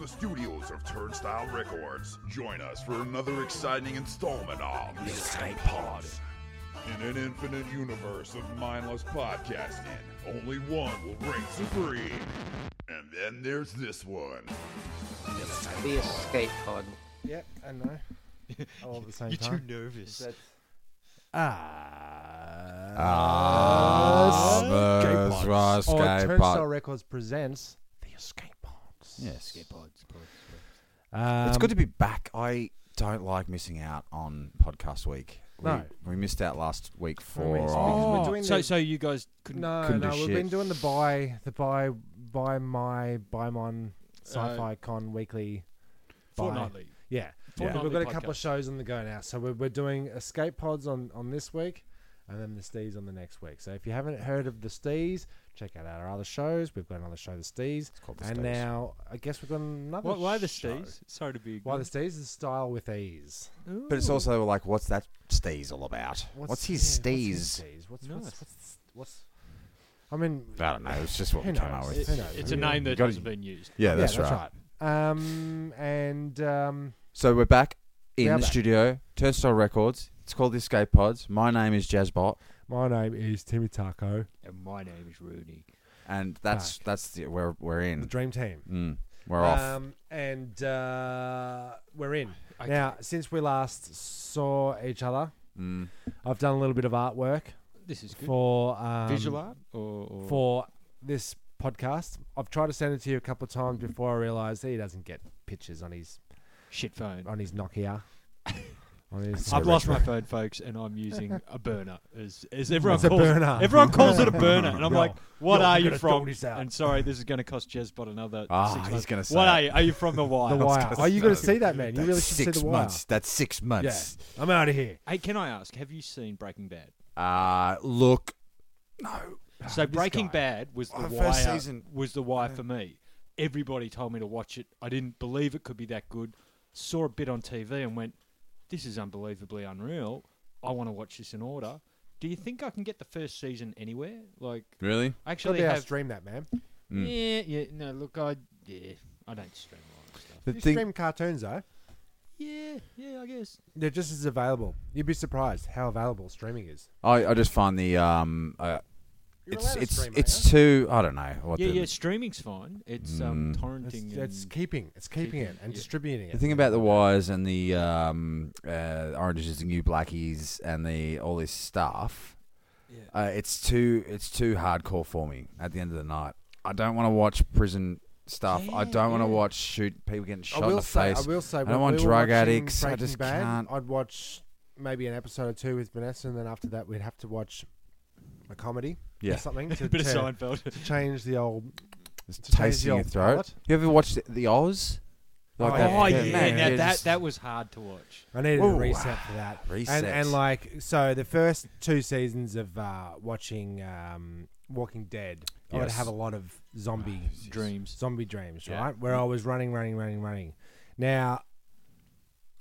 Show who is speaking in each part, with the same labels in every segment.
Speaker 1: the studios of Turnstile Records. Join us for another exciting installment of The Escape Pod. In an infinite universe of mindless podcasting, only one will reign supreme. And then there's this one.
Speaker 2: The escape pod.
Speaker 3: Yep, I know. All at the same
Speaker 4: You're too
Speaker 3: time.
Speaker 4: nervous.
Speaker 3: That's Uh,
Speaker 5: Escape pods.
Speaker 3: Ah. or
Speaker 5: Escape
Speaker 3: Turnstile
Speaker 5: pod.
Speaker 3: Records presents the Escape Box.
Speaker 5: Yeah, escape pod.
Speaker 3: Um,
Speaker 5: It's good to be back. I don't like missing out on podcast week. We,
Speaker 3: No.
Speaker 5: we missed out last week
Speaker 3: I mean,
Speaker 5: for.
Speaker 3: it's because we're doing
Speaker 4: so,
Speaker 3: the,
Speaker 4: so you guys couldn't.
Speaker 3: no,
Speaker 5: couldn't
Speaker 3: no,
Speaker 5: do
Speaker 3: we've
Speaker 5: shit.
Speaker 3: been doing the buy, the buy, buy my, buy mon, sci-fi con weekly, buy.
Speaker 4: Fortnightly.
Speaker 3: Yeah,
Speaker 4: Fortnightly
Speaker 3: we've got a couple of
Speaker 4: podcast.
Speaker 3: shows on the go now, so we're, we're doing escape pods on on this week, and then the Stees on the next week. So if you haven't heard of the Stees, check out our other shows. We've got another show, the Stees,
Speaker 5: called The
Speaker 3: and
Speaker 5: Stees.
Speaker 3: now I guess we've got another.
Speaker 4: Why, why the
Speaker 3: show.
Speaker 4: Stees? Sorry to be.
Speaker 3: Why the Stees is style with ease.
Speaker 5: But it's also like, what's that steez all about? What's, his
Speaker 3: yeah,
Speaker 5: steez?
Speaker 3: What's, his steez? What's,
Speaker 4: Nice.
Speaker 3: what's, what's, what's I mean,
Speaker 5: I don't know. It's just what
Speaker 3: Who
Speaker 5: we came up
Speaker 3: knows?
Speaker 5: with.
Speaker 3: Who knows?
Speaker 4: It's a
Speaker 3: Yeah.
Speaker 4: name that
Speaker 5: Gotta-
Speaker 4: hasn't been used.
Speaker 5: yeah,
Speaker 3: yeah,
Speaker 5: that's, right.
Speaker 3: Um, and um,
Speaker 5: So we're back in
Speaker 3: We are
Speaker 5: the
Speaker 3: back.
Speaker 5: studio, Turnstile Records. It's called the Escape Pods. My name is Jazzbot,
Speaker 3: my name is Timmy Taco,
Speaker 4: And my name is Rooney.
Speaker 5: and that's that's the, we're we're
Speaker 3: the
Speaker 5: in.
Speaker 3: Dream Team.
Speaker 5: Mm, we're off.
Speaker 3: Um, and uh, we're in
Speaker 4: Okay.
Speaker 3: now. Since we last saw each other,
Speaker 5: Mm.
Speaker 3: I've done a little bit of artwork
Speaker 4: This is good.
Speaker 3: for um,
Speaker 4: Visual art or, or
Speaker 3: for this podcast. I've tried to send it to you a couple of times before I realised he doesn't get pictures on his
Speaker 4: shit phone.
Speaker 3: on his Nokia. on his
Speaker 5: So
Speaker 4: I've lost my
Speaker 5: retro.
Speaker 4: phone, folks, and I'm using a burner. As, as everyone
Speaker 3: It's a
Speaker 4: calls it.
Speaker 3: burner.
Speaker 4: everyone calls it a burner, and I'm
Speaker 3: Yo,
Speaker 4: like, "What
Speaker 3: yo,
Speaker 4: are
Speaker 3: we're
Speaker 4: you
Speaker 3: gonna
Speaker 4: from?"
Speaker 3: sort this out.
Speaker 4: And sorry, this is going to cost Jezbot another.
Speaker 5: Ah,
Speaker 4: six
Speaker 5: he's
Speaker 4: months.
Speaker 5: gonna say
Speaker 4: What
Speaker 5: it.
Speaker 4: are you? Are you from the wire?
Speaker 3: The wire. Oh, you got to see that, man. You really
Speaker 5: That's
Speaker 3: should see
Speaker 5: six
Speaker 3: the wire.
Speaker 5: months. That's six months.
Speaker 3: I'm out of here.
Speaker 4: Hey, can I ask? Have you seen Breaking Bad?
Speaker 5: Uh, look,
Speaker 4: So Breaking
Speaker 3: guy.
Speaker 4: Bad was the
Speaker 5: Oh, first
Speaker 4: wire.
Speaker 5: season.
Speaker 4: Was the wire for me? Everybody told me to watch it. I didn't believe it could be that good. Saw a bit on TV and went, "This is unbelievably unreal. I want to watch this in order." Do you think I can get the first season anywhere? Like,
Speaker 5: really?
Speaker 4: I
Speaker 3: Should
Speaker 4: actually
Speaker 3: be our Mm.
Speaker 4: have.
Speaker 3: stream that, man.
Speaker 4: Yeah, yeah. No, look, I yeah, I don't stream a lot of stuff.
Speaker 5: The
Speaker 3: You
Speaker 5: thing.
Speaker 3: stream cartoons though.
Speaker 4: Yeah, yeah, I guess.
Speaker 3: They're just as available. You'd be surprised how available streaming is.
Speaker 5: I, I just find the um, uh, it's
Speaker 3: allowed to
Speaker 5: it's
Speaker 3: stream,
Speaker 5: it's too. I don't know. What
Speaker 4: yeah,
Speaker 5: the,
Speaker 4: yeah. Streaming's fine. It's um,
Speaker 3: That's,
Speaker 4: torrenting.
Speaker 3: that's
Speaker 4: and-
Speaker 3: keeping. It's keeping
Speaker 4: keeping
Speaker 3: it and
Speaker 4: it.
Speaker 3: distributing it.
Speaker 5: The thing about the wires and the um, uh, oranges is the new blackies and the all this stuff,
Speaker 4: Yeah.
Speaker 5: uh, it's too it's too hardcore for me. At the end of the night, I don't want to watch prison stuff. I
Speaker 4: Yeah,
Speaker 5: don't want to
Speaker 4: yeah.
Speaker 5: watch shoot people getting
Speaker 3: I
Speaker 5: shot in
Speaker 3: will
Speaker 5: the
Speaker 3: say,
Speaker 5: face.
Speaker 3: I will say,
Speaker 5: I
Speaker 3: when
Speaker 5: don't want
Speaker 3: we were
Speaker 5: drug
Speaker 3: watching
Speaker 5: addicts. I
Speaker 3: Breaking
Speaker 5: just
Speaker 3: Bad,
Speaker 5: can't.
Speaker 3: I'd watch maybe an episode or two with Vanessa, and then after that, we'd have to watch a comedy
Speaker 5: Yeah.
Speaker 3: or something to,
Speaker 4: bit of
Speaker 3: to-
Speaker 4: Seinfeld.
Speaker 3: to change the old.
Speaker 5: It's
Speaker 3: to change
Speaker 5: tasting
Speaker 3: the
Speaker 5: your
Speaker 3: old
Speaker 5: throat.
Speaker 3: palate.
Speaker 5: You ever watched the, the Oz?
Speaker 3: Oh,
Speaker 5: that-
Speaker 4: Oh yeah,
Speaker 3: yeah, man,
Speaker 4: now
Speaker 3: yeah,
Speaker 4: that
Speaker 5: just-
Speaker 4: that was hard to watch.
Speaker 3: I needed
Speaker 5: Whoa.
Speaker 3: a reset for that.
Speaker 5: Reset.
Speaker 3: And, and like so, the first two seasons of uh, watching um, Walking Dead, I would
Speaker 5: Yes.
Speaker 3: have a lot of
Speaker 4: Ah,
Speaker 3: zombie
Speaker 4: Dreams.
Speaker 3: zombie dreams,
Speaker 5: Yeah.
Speaker 3: right? Where I was running, running, running, running. Now,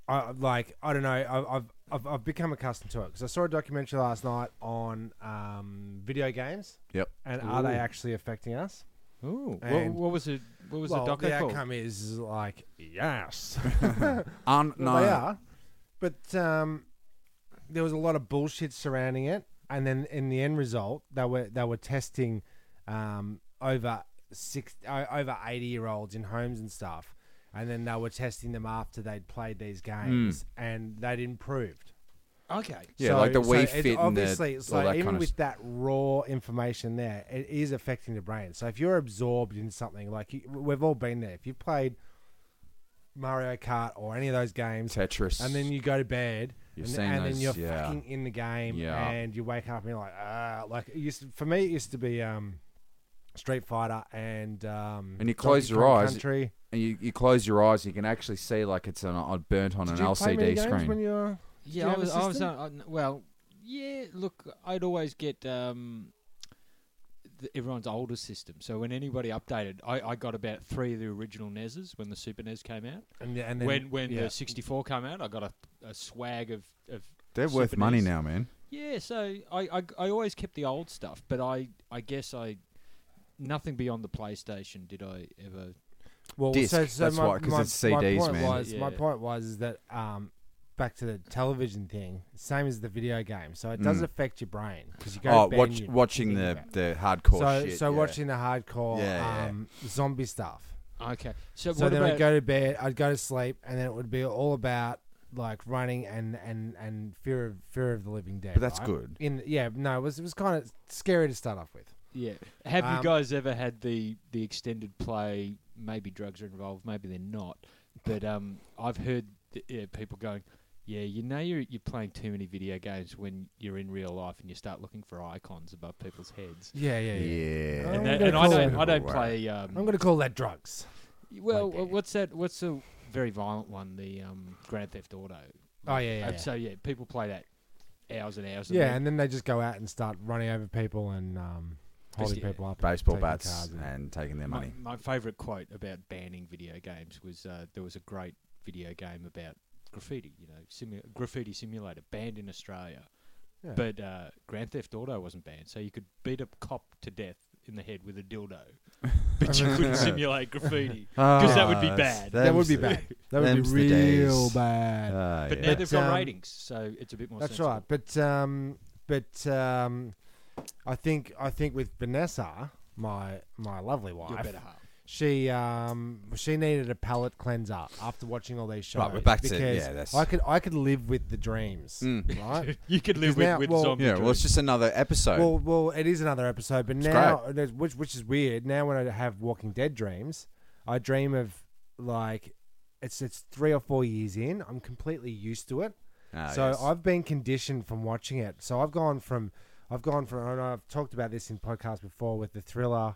Speaker 3: I like I don't know. I, I've I've I've become accustomed to it because I saw a documentary last night on um, video games
Speaker 5: Yep.
Speaker 3: and are they
Speaker 4: Ooh.
Speaker 3: actually affecting us?
Speaker 4: Ooh, what,
Speaker 3: And-
Speaker 4: what was it? What was
Speaker 3: well,
Speaker 4: the doco
Speaker 3: the
Speaker 4: called?
Speaker 3: outcome is like yes. Well,
Speaker 5: Un- no.
Speaker 3: they are. But um, there was a lot of bullshit surrounding it, and then in the end result, they were they were testing um, over six o- over eighty year olds in homes and stuff, and then they were testing them after they'd played these games, and they'd improved.
Speaker 4: Okay.
Speaker 5: Hmm. Yeah, like the Wii
Speaker 3: it's
Speaker 5: Fit and the-
Speaker 3: Obviously, it's
Speaker 5: all
Speaker 3: like
Speaker 5: that
Speaker 3: even
Speaker 5: kind of
Speaker 3: with
Speaker 5: s-
Speaker 3: that raw information there, it is affecting the brain. So if you're absorbed in something, like you, we've all been there. If you've played Mario Kart or any of those games,
Speaker 5: Tetris.
Speaker 3: and then you go to bed,
Speaker 5: You've
Speaker 3: and,
Speaker 5: seen
Speaker 3: and then
Speaker 5: those,
Speaker 3: you're
Speaker 5: yeah.
Speaker 3: fucking in the game,
Speaker 5: Yeah.
Speaker 3: and you wake up and you're like, ah, like it used to, for me, it used to be um, Street Fighter and um,
Speaker 5: And you close
Speaker 3: Donkey
Speaker 5: your
Speaker 3: Kong
Speaker 5: eyes,
Speaker 3: Country.
Speaker 5: and you, you close your eyes, you can actually see like it's on a, burnt on
Speaker 3: Did
Speaker 5: an
Speaker 3: you play many
Speaker 5: LCD
Speaker 3: games
Speaker 5: screen.
Speaker 3: when you were? Did you
Speaker 4: Yeah, I
Speaker 3: have a
Speaker 4: was. I was
Speaker 3: system?
Speaker 4: on, on- well, yeah. Look, I'd always get um, th everyone's older system. So when anybody updated, I, I got about three of the original NESs when the Super NES came out.
Speaker 3: And, and then,
Speaker 4: when when
Speaker 3: yeah.
Speaker 4: the 64 came out, I got a, a swag of, of
Speaker 5: They're
Speaker 4: Super
Speaker 5: worth money
Speaker 3: E
Speaker 4: NES.
Speaker 5: now, man.
Speaker 4: Yeah, so I, I I always kept the old stuff, but I I guess I nothing beyond the PlayStation did I ever
Speaker 3: Well,
Speaker 5: disc.
Speaker 3: so, so
Speaker 5: That's
Speaker 3: my,
Speaker 5: why, 'cause
Speaker 3: my-
Speaker 5: it's
Speaker 3: my
Speaker 5: CDs,
Speaker 3: point
Speaker 5: man.
Speaker 3: Was, My
Speaker 4: Yeah.
Speaker 3: point was is that um, back to the television thing, same as the video game. So it does
Speaker 5: Mm.
Speaker 3: affect your brain because you go
Speaker 5: Oh,
Speaker 3: bang,
Speaker 5: watch,
Speaker 3: you
Speaker 5: watching
Speaker 3: think
Speaker 5: the,
Speaker 3: about it.
Speaker 5: the hardcore
Speaker 3: so
Speaker 5: shit.
Speaker 3: so
Speaker 5: yeah.
Speaker 3: watching the hardcore
Speaker 5: Yeah, yeah.
Speaker 3: um, zombie stuff.
Speaker 4: Okay. So,
Speaker 3: So
Speaker 4: what
Speaker 3: then
Speaker 4: about
Speaker 3: I'd go to bed, I'd go to sleep, and then it would be all about like running and and and fear of fear of the living dead.
Speaker 5: But that's
Speaker 3: right?
Speaker 5: good.
Speaker 3: In yeah, no, it was it was kind of scary to start off with.
Speaker 4: yeah? Have
Speaker 3: Um,
Speaker 4: you guys ever had the the extended play? Maybe drugs are involved. Maybe they're not. But um, I've heard th- yeah, people going, "Yeah, you know, you're you're playing too many video games when you're in real life, and you start looking for icons above people's heads."
Speaker 3: Yeah, yeah, yeah.
Speaker 5: Yeah.
Speaker 3: I'm
Speaker 4: And, that,
Speaker 3: gonna
Speaker 4: and I
Speaker 3: call
Speaker 4: don't
Speaker 3: it-
Speaker 4: I don't
Speaker 5: Wow.
Speaker 4: play. Um,
Speaker 3: I'm gonna call that drugs.
Speaker 4: Well,
Speaker 3: Like, uh,
Speaker 4: what's that? What's the very violent one? The um, Grand Theft Auto.
Speaker 3: Oh yeah, yeah.
Speaker 4: And
Speaker 3: yeah.
Speaker 4: So yeah, people play that hours and hours.
Speaker 3: Yeah,
Speaker 4: and
Speaker 3: and then they just go out and start running over people and um, holding
Speaker 4: yeah,
Speaker 3: people up. and
Speaker 5: Baseball
Speaker 3: taking
Speaker 5: bats
Speaker 3: cars and-
Speaker 5: and taking their
Speaker 4: then my,
Speaker 5: money.
Speaker 4: my favorite quote about banning video games was uh, there was a great video game about graffiti. You know, simu- graffiti simulator banned in Australia,
Speaker 3: Yeah.
Speaker 4: but uh, Grand Theft Auto wasn't banned, so you could beat a cop to death in the head with a dildo, but you couldn't simulate graffiti.
Speaker 3: Ah.
Speaker 5: Because
Speaker 4: that would be bad.
Speaker 3: that would be bad. That would be
Speaker 5: them's the
Speaker 3: real
Speaker 5: days. Uh,
Speaker 3: bad.
Speaker 4: But now
Speaker 5: Ah, yeah.
Speaker 4: they've
Speaker 3: um,
Speaker 4: got ratings, so it's a bit more.
Speaker 3: That's
Speaker 4: sensible.
Speaker 3: right. But um, but um, I think I think with Vanessa, my my lovely
Speaker 4: Your
Speaker 3: wife,
Speaker 4: better half.
Speaker 3: she um she needed a palate cleanser after watching all these shows.
Speaker 5: Right, we're back to-
Speaker 3: because
Speaker 5: yeah, that's- Mm.
Speaker 3: I could I could live with the dreams, right?
Speaker 4: You could
Speaker 3: Because
Speaker 4: live with,
Speaker 3: now-
Speaker 4: with
Speaker 3: well-
Speaker 4: zombie
Speaker 5: yeah, well, it's just another episode.
Speaker 3: Well, well, it is another episode, but
Speaker 5: great.
Speaker 3: now there's- which which is weird. Now when I have Walking Dead dreams, I dream of like it's it's three or four years in. I'm completely used to it.
Speaker 5: Ah,
Speaker 3: so
Speaker 5: yes.
Speaker 3: I've been conditioned from watching it. So I've gone from I've gone from and I've talked about this in podcasts before with the thriller.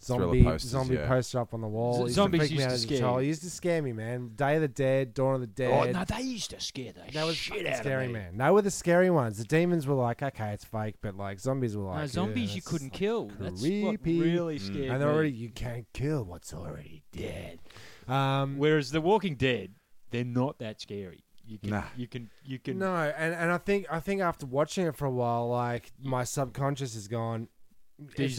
Speaker 5: Thriller
Speaker 3: Zombie,
Speaker 5: posters,
Speaker 3: zombie
Speaker 5: yeah.
Speaker 3: poster up on the wall.
Speaker 4: Z-
Speaker 3: It used
Speaker 4: zombies
Speaker 3: freak me
Speaker 4: used
Speaker 3: out
Speaker 4: to
Speaker 3: as a
Speaker 4: scare
Speaker 3: child.
Speaker 4: you.
Speaker 3: It used to scare me, man. Day of the Dead, Dawn of the Dead.
Speaker 4: Oh, no, they used to scare the
Speaker 3: That was
Speaker 4: shit
Speaker 3: fucking
Speaker 4: out
Speaker 3: scary,
Speaker 4: of me.
Speaker 3: man. They were the scary ones. The demons were like, okay, it's fake, but like zombies were like,
Speaker 4: no,
Speaker 3: "Ugh,
Speaker 4: zombies you
Speaker 3: that's
Speaker 4: couldn't kill. That's what
Speaker 3: creepy." Mm.
Speaker 4: really scared
Speaker 3: And
Speaker 4: me.
Speaker 3: already you can't kill what's already dead. Um,
Speaker 4: Whereas The Walking Dead, they're not that scary. You can,
Speaker 5: Nah.
Speaker 4: you can, you can.
Speaker 3: no, and, and I think I think after watching it for a while, like my subconscious has gone.
Speaker 4: These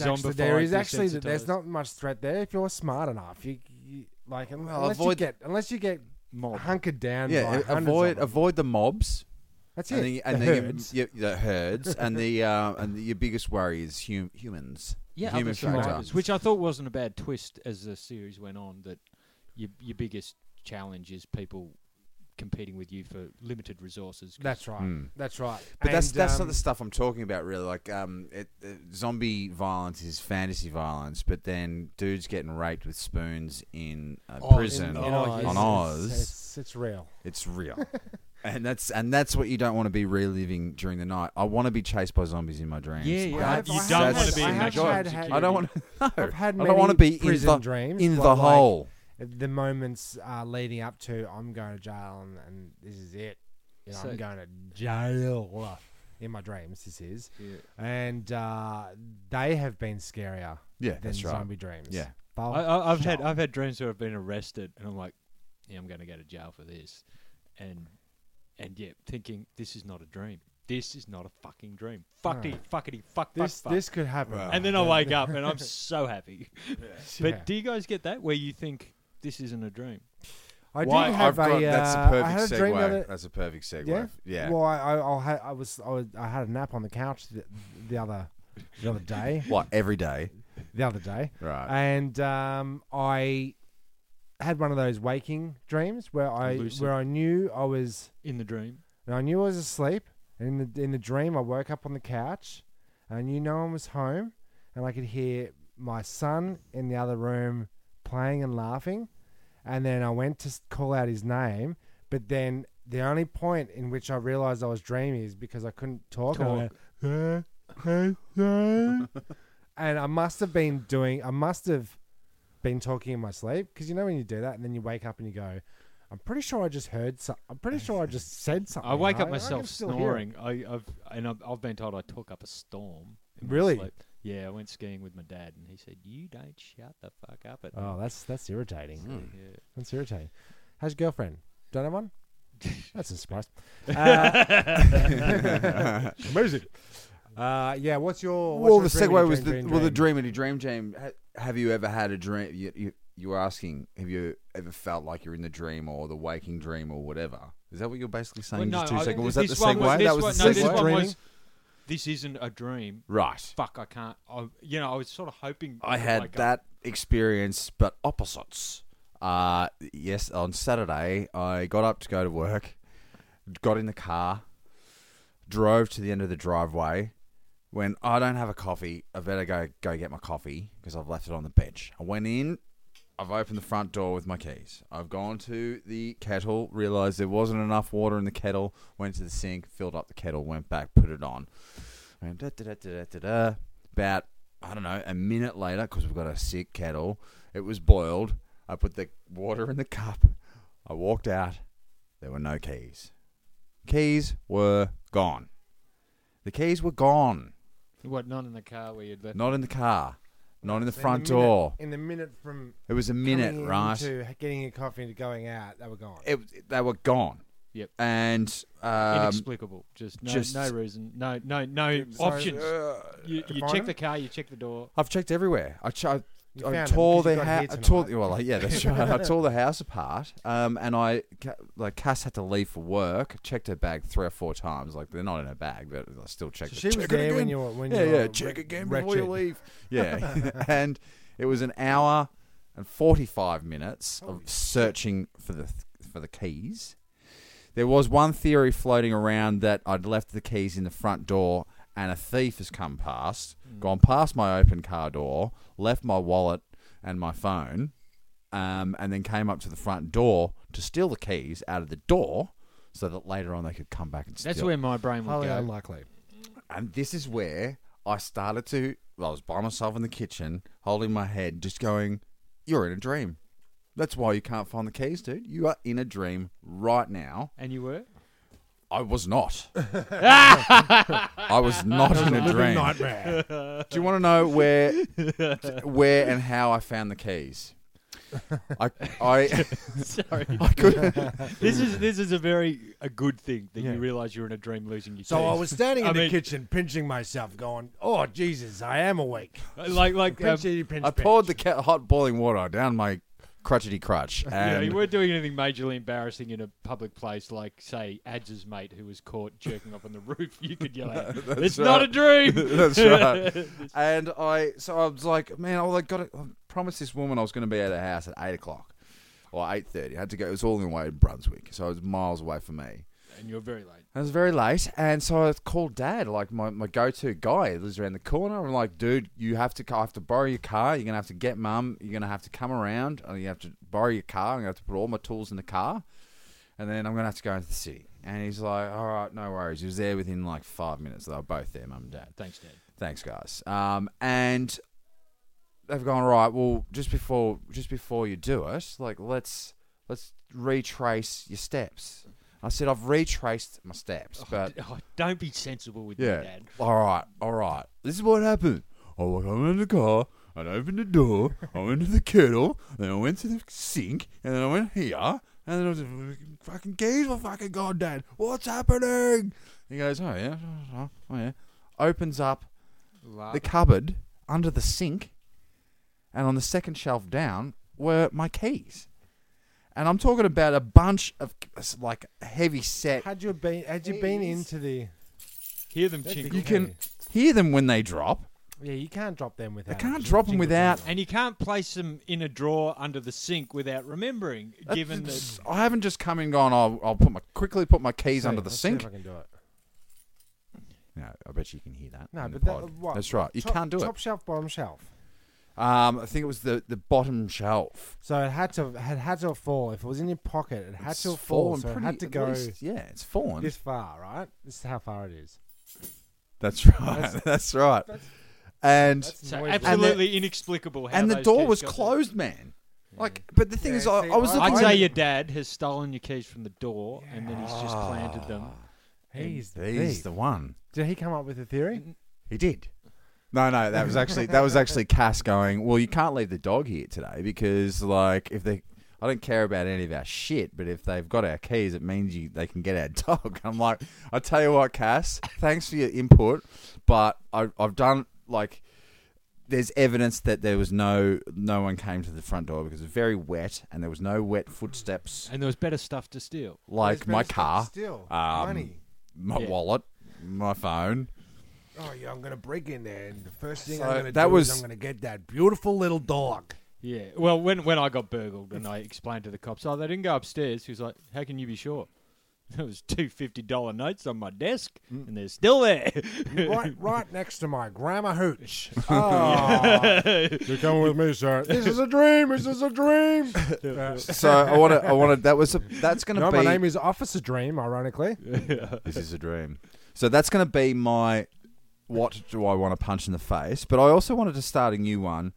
Speaker 3: "It's actually- there
Speaker 4: zombified,
Speaker 3: is actually there's
Speaker 4: desensitized."
Speaker 3: not much threat there if you're smart enough. You, you like un-
Speaker 5: Well,
Speaker 3: unless
Speaker 5: avoid- Oh.
Speaker 3: you get unless you get
Speaker 4: Mob.
Speaker 3: hunkered down. by
Speaker 5: yeah,
Speaker 3: hundreds
Speaker 5: avoid
Speaker 3: of them.
Speaker 5: avoid the mobs.
Speaker 3: That's
Speaker 5: and
Speaker 3: it.
Speaker 5: the, and
Speaker 3: the
Speaker 5: the,
Speaker 3: herds.
Speaker 5: You, you- the herds and the uh, and the, your biggest worry is hum, humans.
Speaker 4: yeah,
Speaker 5: The human
Speaker 4: other survivors,
Speaker 5: factor.
Speaker 4: which I thought wasn't a bad twist as the series went on. That your your biggest challenge is people competing with you for limited resources. 'cause
Speaker 3: That's right. That's right.
Speaker 5: Hmm. But that's
Speaker 3: And,
Speaker 5: that's
Speaker 3: um,
Speaker 5: not the stuff I'm talking about really. Like um, it, uh, zombie violence is fantasy violence, but then dudes getting raped with spoons in a
Speaker 3: Oh,
Speaker 5: prison
Speaker 3: in- in Oz.
Speaker 5: on Oz.
Speaker 3: It's, it's- it's real.
Speaker 5: It's real. and that's and that's what you don't want to be reliving during the night. I want to be chased by zombies in my dreams.
Speaker 4: Yeah, yeah.
Speaker 5: That-
Speaker 4: I've- you
Speaker 5: that's-
Speaker 4: don't
Speaker 5: that's-
Speaker 4: wanna be in
Speaker 3: I have
Speaker 4: that job
Speaker 3: had-
Speaker 4: security.
Speaker 5: I don't want to. No,
Speaker 3: I've had
Speaker 5: I don't want to
Speaker 3: many
Speaker 5: be in
Speaker 3: prison
Speaker 5: the
Speaker 3: dreams,
Speaker 5: in the
Speaker 3: but, like,
Speaker 5: hole.
Speaker 3: the moments uh, leading up to I'm going to jail and, and this is it. You know,
Speaker 4: So-
Speaker 3: I'm going to jail uh, in my dreams. This is,
Speaker 4: Yeah.
Speaker 3: and uh, they have been scarier
Speaker 5: Yeah,
Speaker 3: than
Speaker 5: that's right.
Speaker 3: zombie dreams.
Speaker 5: Yeah.
Speaker 3: They'll
Speaker 4: I, I, I've had
Speaker 3: shut up.
Speaker 4: I've had dreams where I've been arrested, and I'm like, yeah, I'm going to go to jail for this, and and yeah, thinking this is not a dream. This is not a fucking dream. Fuckity, fuckity, fuck,
Speaker 3: this.
Speaker 4: fuck, fuck.
Speaker 3: This could happen.
Speaker 5: Wow.
Speaker 4: and then I wake up and I'm so happy.
Speaker 3: Yeah.
Speaker 4: But do you guys get that where you think this isn't a dream?
Speaker 3: I did
Speaker 5: Why-
Speaker 3: have
Speaker 5: I've
Speaker 3: a.
Speaker 5: got- that's
Speaker 3: uh,
Speaker 5: a
Speaker 3: I
Speaker 5: perfect
Speaker 3: had a
Speaker 5: segue.
Speaker 3: dream the other-
Speaker 5: that's a perfect segue.
Speaker 3: Yeah?
Speaker 5: Yeah.
Speaker 3: Well, I I, I'll ha- I was I was I had a nap on the couch the, the other the other day
Speaker 5: What every day?
Speaker 3: the other day.
Speaker 5: Right.
Speaker 3: and um, I had one of those waking dreams where I
Speaker 4: Lucid.
Speaker 3: where I knew I was
Speaker 4: In the dream,
Speaker 3: and I knew I was asleep. And in the in the dream, I woke up on the couch, and I knew no one was home, and I could hear my son in the other room playing and laughing. And then I went to s- call out his name, but then the only point in which I realized I was dreaming is because I couldn't talk. and I went, "Huh? Huh? Huh?" and I must have been doing. I must have been talking in my sleep because you know when you do that, and then you wake up and you go. I'm pretty sure I just heard some. I'm pretty sure I just said something.
Speaker 4: I wake up
Speaker 3: can
Speaker 4: myself
Speaker 3: still hear it.
Speaker 4: snoring. I, I've and I've, I've been told I took up a storm. in my
Speaker 3: Really?
Speaker 4: sleep. Yeah, I went skiing with my dad, and he said, "You don't shut the fuck up at
Speaker 3: Oh, that's that's irritating.
Speaker 4: night." Yeah.
Speaker 3: That's irritating. How's your girlfriend? Don't have one? That's a surprise. Uh, amazing. Uh, yeah, what's your.
Speaker 5: Well, the
Speaker 3: what's your
Speaker 5: segue
Speaker 3: dream,
Speaker 5: was
Speaker 3: dream,
Speaker 5: the
Speaker 3: dream,
Speaker 5: well the
Speaker 3: dream?
Speaker 5: dream and a dream dream. Ha- Have you ever had a dream? You, you, you were asking, have you ever felt like you're in the dream or the waking dream or whatever? Is that what you're basically saying?
Speaker 4: Well,
Speaker 5: just two
Speaker 4: no, I-
Speaker 5: seconds. Was that
Speaker 4: this
Speaker 5: the
Speaker 4: one
Speaker 5: segue?
Speaker 4: was-
Speaker 5: that
Speaker 4: this
Speaker 5: was
Speaker 4: one-
Speaker 5: the
Speaker 4: no,
Speaker 5: segue.
Speaker 4: this one
Speaker 5: Dreaming?
Speaker 4: was- This isn't a dream.
Speaker 5: right.
Speaker 4: Fuck, I can't. I, you know, I was sort of hoping.
Speaker 5: I had
Speaker 4: like a-
Speaker 5: that experience, but opposites. Uh, yes, on Saturday, I got up to go to work, got in the car, drove to the end of the driveway. When I don't have a coffee, I better go go get my coffee because I've left it on the bench. I went in, I've opened the front door with my keys. I've gone to the kettle, realised there wasn't enough water in the kettle, went to the sink, filled up the kettle, went back, put it on. And da, da, da, da, da, da, da. About, I don't know, a minute later, because we've got a sick kettle, it was boiled. I put the water in the cup. I walked out. There were no keys. Keys were gone. The keys were gone.
Speaker 4: What? Not in the car where you'd left.
Speaker 5: Not in the car. Not in the
Speaker 3: So
Speaker 5: front
Speaker 3: minute-
Speaker 5: door.
Speaker 3: In the minute from
Speaker 5: It was a minute,
Speaker 3: coming in
Speaker 5: right?
Speaker 3: To getting your coffee to going out, they were gone.
Speaker 5: It, they were gone.
Speaker 4: Yep.
Speaker 5: And um,
Speaker 4: Inexplicable. Just no,
Speaker 5: just-
Speaker 4: no reason. No, no, no
Speaker 3: Sorry,
Speaker 4: options.
Speaker 5: uh,
Speaker 4: you you
Speaker 3: find
Speaker 4: check
Speaker 3: them?
Speaker 4: the car. You check the door.
Speaker 5: I've checked everywhere. I, ch- I
Speaker 3: You
Speaker 5: I
Speaker 3: found them
Speaker 5: tore
Speaker 3: 'cause you
Speaker 5: the
Speaker 3: got
Speaker 5: house.
Speaker 3: here
Speaker 5: I tore
Speaker 3: tonight.
Speaker 5: well, like, yeah, that's right. I tore the house apart. Um, and I ca- like Cass had to leave for work. Checked her bag three or four times. Like they're not in her bag, but I still checked.
Speaker 3: So
Speaker 5: it.
Speaker 3: she was
Speaker 5: Check it
Speaker 3: there when
Speaker 5: again.
Speaker 3: you were when
Speaker 5: yeah,
Speaker 3: you
Speaker 5: yeah.
Speaker 3: were
Speaker 5: Check
Speaker 3: wre-
Speaker 5: again before you
Speaker 3: wretched.
Speaker 5: leave. Yeah, and it was an hour and forty-five minutes of searching for the th- for the keys. There was one theory floating around that I'd left the keys in the front door and a thief has come past, gone past my open car door, left my wallet and my phone, um, and then came up to the front door to steal the keys out of the door so that later on they could come back and steal.
Speaker 4: That's where my brain would
Speaker 3: Highly
Speaker 4: go.
Speaker 3: unlikely.
Speaker 5: and this is where I started to, I was by myself in the kitchen, holding my head, just going, You're in a dream. That's why you can't find the keys, dude. You are in a dream right now.
Speaker 4: And you were.
Speaker 5: I was not. I was not in a dream.
Speaker 3: Nightmare.
Speaker 5: Do you want to know where, where and how I found the keys? I, I,
Speaker 4: Sorry.
Speaker 5: I couldn't.
Speaker 4: this is this is a very a good thing that
Speaker 3: Yeah.
Speaker 4: you realize you're in a dream losing your.
Speaker 3: so I
Speaker 4: keys.
Speaker 3: was standing in
Speaker 4: I
Speaker 3: the
Speaker 4: mean-
Speaker 3: kitchen, pinching myself, going, "Oh Jesus, I am awake."
Speaker 4: like like um,
Speaker 3: Pinchy, pinch,
Speaker 5: I
Speaker 3: pinch.
Speaker 5: poured the ca- hot boiling water down my crutchety crutch,
Speaker 4: you, know,
Speaker 5: and
Speaker 4: you weren't doing anything majorly embarrassing in a public place, like say Ads's mate who was caught jerking off on the roof. You could yell, out, "It's not a
Speaker 5: right.
Speaker 4: dream."
Speaker 5: That's right. and I, so I was like, man, I got to I promised this woman I was going to be at her house at eight o'clock or eight thirty. I had to go. It was all the way to Brunswick, so it was miles away from me.
Speaker 4: and you're very late.
Speaker 5: It was very late, and so I called Dad, like my, my go to guy, who lives around the corner. I'm like, dude, you have to, I have to borrow your car. You're gonna have to get Mum. You're gonna have to come around. and You have to borrow your car. I'm gonna have to put all my tools in the car, and then I'm gonna have to go into the city. And he's like, all right, no worries. He was there within like five minutes. They were both there, Mum and Dad.
Speaker 4: Thanks, Dad.
Speaker 5: Thanks, guys. Um, and they've gone right. Well, just before just before you do it, like let's let's retrace your steps. I said I've retraced my steps, but
Speaker 4: Oh, don't be sensible with your
Speaker 5: yeah.
Speaker 4: dad.
Speaker 5: All right, all right. This is what happened. I walked home in the car. I opened the door. I went to the kettle. Then I went to the sink, and then I went here. And then I was like, fucking keys were fucking gone, Dad. What's happening? He goes, oh yeah, oh yeah. Opens up the cupboard under the sink, and on the second shelf down were my keys. And I'm talking about a bunch of like heavy set
Speaker 3: Had you been? Had you been into the?
Speaker 4: Hear them
Speaker 3: That'd be
Speaker 4: jingle.
Speaker 5: You can hear them when they drop.
Speaker 3: Yeah, you can't drop them
Speaker 5: I
Speaker 3: without.
Speaker 5: can't
Speaker 3: a
Speaker 5: drop them
Speaker 3: jingle
Speaker 5: without.
Speaker 4: And you can't place them in a drawer under the sink without remembering, given that.
Speaker 5: I haven't just come and gone. I'll, I'll put my quickly put my keys
Speaker 3: See,
Speaker 5: under the
Speaker 3: let's see if
Speaker 5: sink.
Speaker 3: I can do it.
Speaker 5: No, I bet you can hear that.
Speaker 3: No,
Speaker 5: in the
Speaker 3: but that- uh,
Speaker 5: pod.
Speaker 3: what-
Speaker 5: that's right. You
Speaker 3: Top-
Speaker 5: can't do
Speaker 3: Top shelf, bottom shelf.
Speaker 5: it. Um, I think it was the, the bottom shelf.
Speaker 3: So it had to had had to fall. If it was in your pocket, it had
Speaker 5: It's
Speaker 3: to fall.
Speaker 5: fallen
Speaker 3: So it
Speaker 5: pretty-
Speaker 3: had to
Speaker 5: at
Speaker 3: go
Speaker 5: least- yeah, it's fallen.
Speaker 3: this far, right? This is how far it is.
Speaker 5: that's right. That's, right. and
Speaker 4: So
Speaker 3: noisy.
Speaker 4: absolutely inexplicable. How
Speaker 5: and the
Speaker 4: those
Speaker 5: door
Speaker 4: keys
Speaker 5: was
Speaker 4: got there.
Speaker 5: closed, man. Like, but the thing
Speaker 3: Yeah,
Speaker 5: is, I,
Speaker 3: see,
Speaker 5: I was
Speaker 3: I-
Speaker 5: looking.
Speaker 4: I'd say your dad has stolen your keys from the door, and then he's just planted them.
Speaker 3: He's the
Speaker 5: He's
Speaker 3: thief.
Speaker 5: the one.
Speaker 3: Did he come up with a theory?
Speaker 5: He did. No, no, that was actually that was actually Cass going. Well, you can't leave the dog here today because, like, if they, I don't care about any of our shit, but if they've got our keys, it means you they can get our dog. I'm like, I tell you what, Cass, thanks for your input, but I, I've done like there's evidence that there was no no one came to the front door because it was very wet and there was no wet footsteps
Speaker 4: And there was better stuff to steal.
Speaker 5: like my car,
Speaker 3: Still.
Speaker 5: um,
Speaker 3: Money.
Speaker 5: my
Speaker 4: Yeah.
Speaker 5: wallet, my phone.
Speaker 3: Oh, yeah, I'm going to break in there. And the first thing
Speaker 5: So
Speaker 3: I'm going to
Speaker 5: that
Speaker 3: do
Speaker 5: was-
Speaker 3: is I'm going to get that beautiful little dog.
Speaker 4: Yeah. Well, when when I got burgled and I explained to the cops, oh, they didn't go upstairs. He was like, "How can you be sure?" There was two fifty dollar notes on my desk,
Speaker 5: Mm.
Speaker 4: and they're still there.
Speaker 3: Right right next to my grandma hooch. Oh. You're coming with me, sir. This is a dream. This is a dream. Uh,
Speaker 5: So I want to. I want to. That was. A, that's going to
Speaker 3: no,
Speaker 5: be.
Speaker 3: my name is Officer Dream, ironically.
Speaker 5: this is a dream. So that's going to be my. What do I want to punch in the face? But I also wanted to start a new one.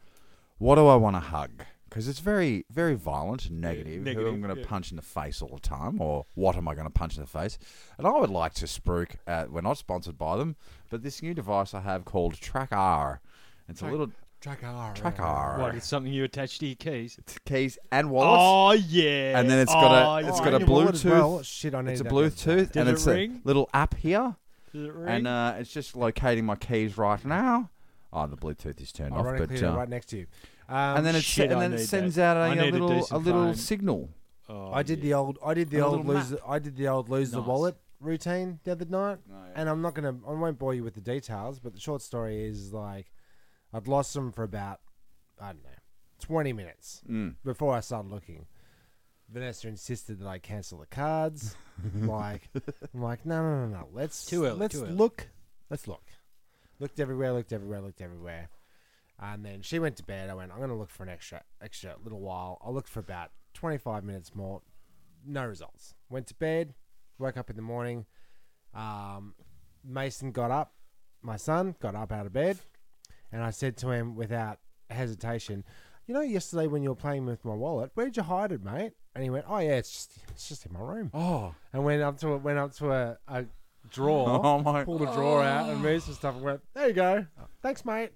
Speaker 5: What do I want to hug? Because it's very, very violent and negative. Who
Speaker 4: negative,
Speaker 5: I'm going to
Speaker 4: yeah.
Speaker 5: punch in the face all the time, or what am I going to punch in the face? And I would like to spruik. Uh, we're not sponsored by them, but this new device I have called Track R. It's a little
Speaker 3: Track R.
Speaker 5: Track
Speaker 4: what?
Speaker 5: R
Speaker 4: It's something you attach to your keys.
Speaker 5: keys and wallets.
Speaker 4: Oh yeah.
Speaker 5: And then it's got a-
Speaker 4: Oh,
Speaker 5: it's
Speaker 4: yeah.
Speaker 5: got a
Speaker 3: And your wallet as
Speaker 5: Bluetooth.
Speaker 3: Well. Shit, I need
Speaker 5: It's a
Speaker 3: that one.
Speaker 5: Bluetooth,
Speaker 4: Does
Speaker 5: and
Speaker 4: it
Speaker 5: it's a
Speaker 4: ring?
Speaker 5: little app here,
Speaker 4: Does it ring?
Speaker 5: and uh, it's just locating my keys right now. Oh, the Bluetooth is turned off,
Speaker 3: Ironically,
Speaker 5: but
Speaker 3: they're
Speaker 5: uh,
Speaker 3: right next to you. Um,
Speaker 5: and then it
Speaker 4: Shit,
Speaker 5: and
Speaker 4: I
Speaker 5: then it
Speaker 4: need
Speaker 5: sends
Speaker 4: that. I
Speaker 5: out a, a
Speaker 4: need a
Speaker 5: little a,
Speaker 4: decent
Speaker 5: little
Speaker 4: phone.
Speaker 5: signal.
Speaker 4: Oh,
Speaker 3: I did
Speaker 4: yeah.
Speaker 3: the old, I did the
Speaker 5: And a
Speaker 3: old
Speaker 5: little
Speaker 3: lose, I did the old lose the
Speaker 4: Nice.
Speaker 3: wallet routine the other night,
Speaker 5: Oh, yeah.
Speaker 3: and I'm not gonna, I won't bore you with the details, but the short story is like, I'd lost them for about, I don't know, twenty minutes before I started looking. Vanessa insisted that I cancel the cards. like, I'm like, no, no, no, no. Let's
Speaker 4: Too early,
Speaker 3: let's
Speaker 4: too early."
Speaker 3: look, let's look. Looked everywhere, looked everywhere, looked everywhere. And then she went to bed. I went, I'm going to look for an extra extra little while. I looked for about 25 minutes more. No results. Went to bed, woke up in the morning. Um, Mason got up. My son got up out of bed. And I said to him without hesitation, You know, yesterday when you were playing with my wallet, where'd you hide it, mate? And he went, Oh, yeah, it's just, it's just in my room.
Speaker 5: Oh,
Speaker 3: And went up to, went up to a, a drawer
Speaker 5: oh my!
Speaker 3: pulled a drawer out and moved some stuff and went, there you go. Thanks, mate.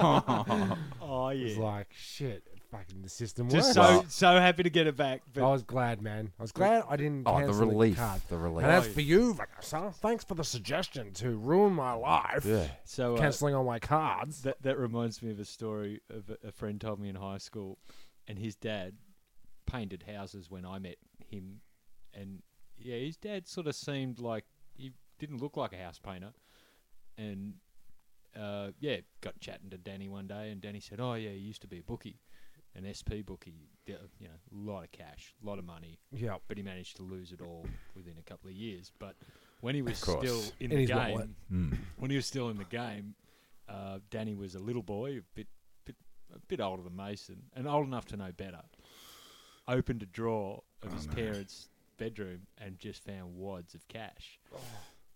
Speaker 4: Oh
Speaker 3: It's
Speaker 4: yeah.
Speaker 3: like, shit, fucking the system
Speaker 4: Just
Speaker 3: works.
Speaker 4: so so happy to get it back.
Speaker 3: I
Speaker 4: But
Speaker 3: was glad, man. I was glad I didn't
Speaker 5: Oh, the
Speaker 3: cancel the
Speaker 5: relief,
Speaker 3: card.
Speaker 5: the relief.
Speaker 3: And as
Speaker 4: Oh,
Speaker 3: for you, Vanessa, thanks for the suggestion to ruin my life.
Speaker 5: Yeah.
Speaker 4: so uh,
Speaker 3: Cancelling all my cards.
Speaker 4: That that reminds me of a story of a, a friend told me in high school, and his dad painted houses when I met him, and yeah, his dad sort of seemed like he didn't look like a house painter, and uh, yeah, got chatting to Danny one day, and Danny said, "Oh yeah, he used to be a bookie, an SP bookie, d- you know, a lot of cash, a lot of money,
Speaker 3: Yeah.
Speaker 4: but he managed to lose it all within a couple of years. But when he was
Speaker 5: course.
Speaker 4: still in,
Speaker 3: In
Speaker 4: the
Speaker 3: his
Speaker 4: game,
Speaker 3: wallet.
Speaker 4: when he was still in the game, uh, Danny was a little boy, a bit, bit, a bit older than Mason, and old enough to know better. Opened a drawer of his parents' bedroom and just found wads of cash.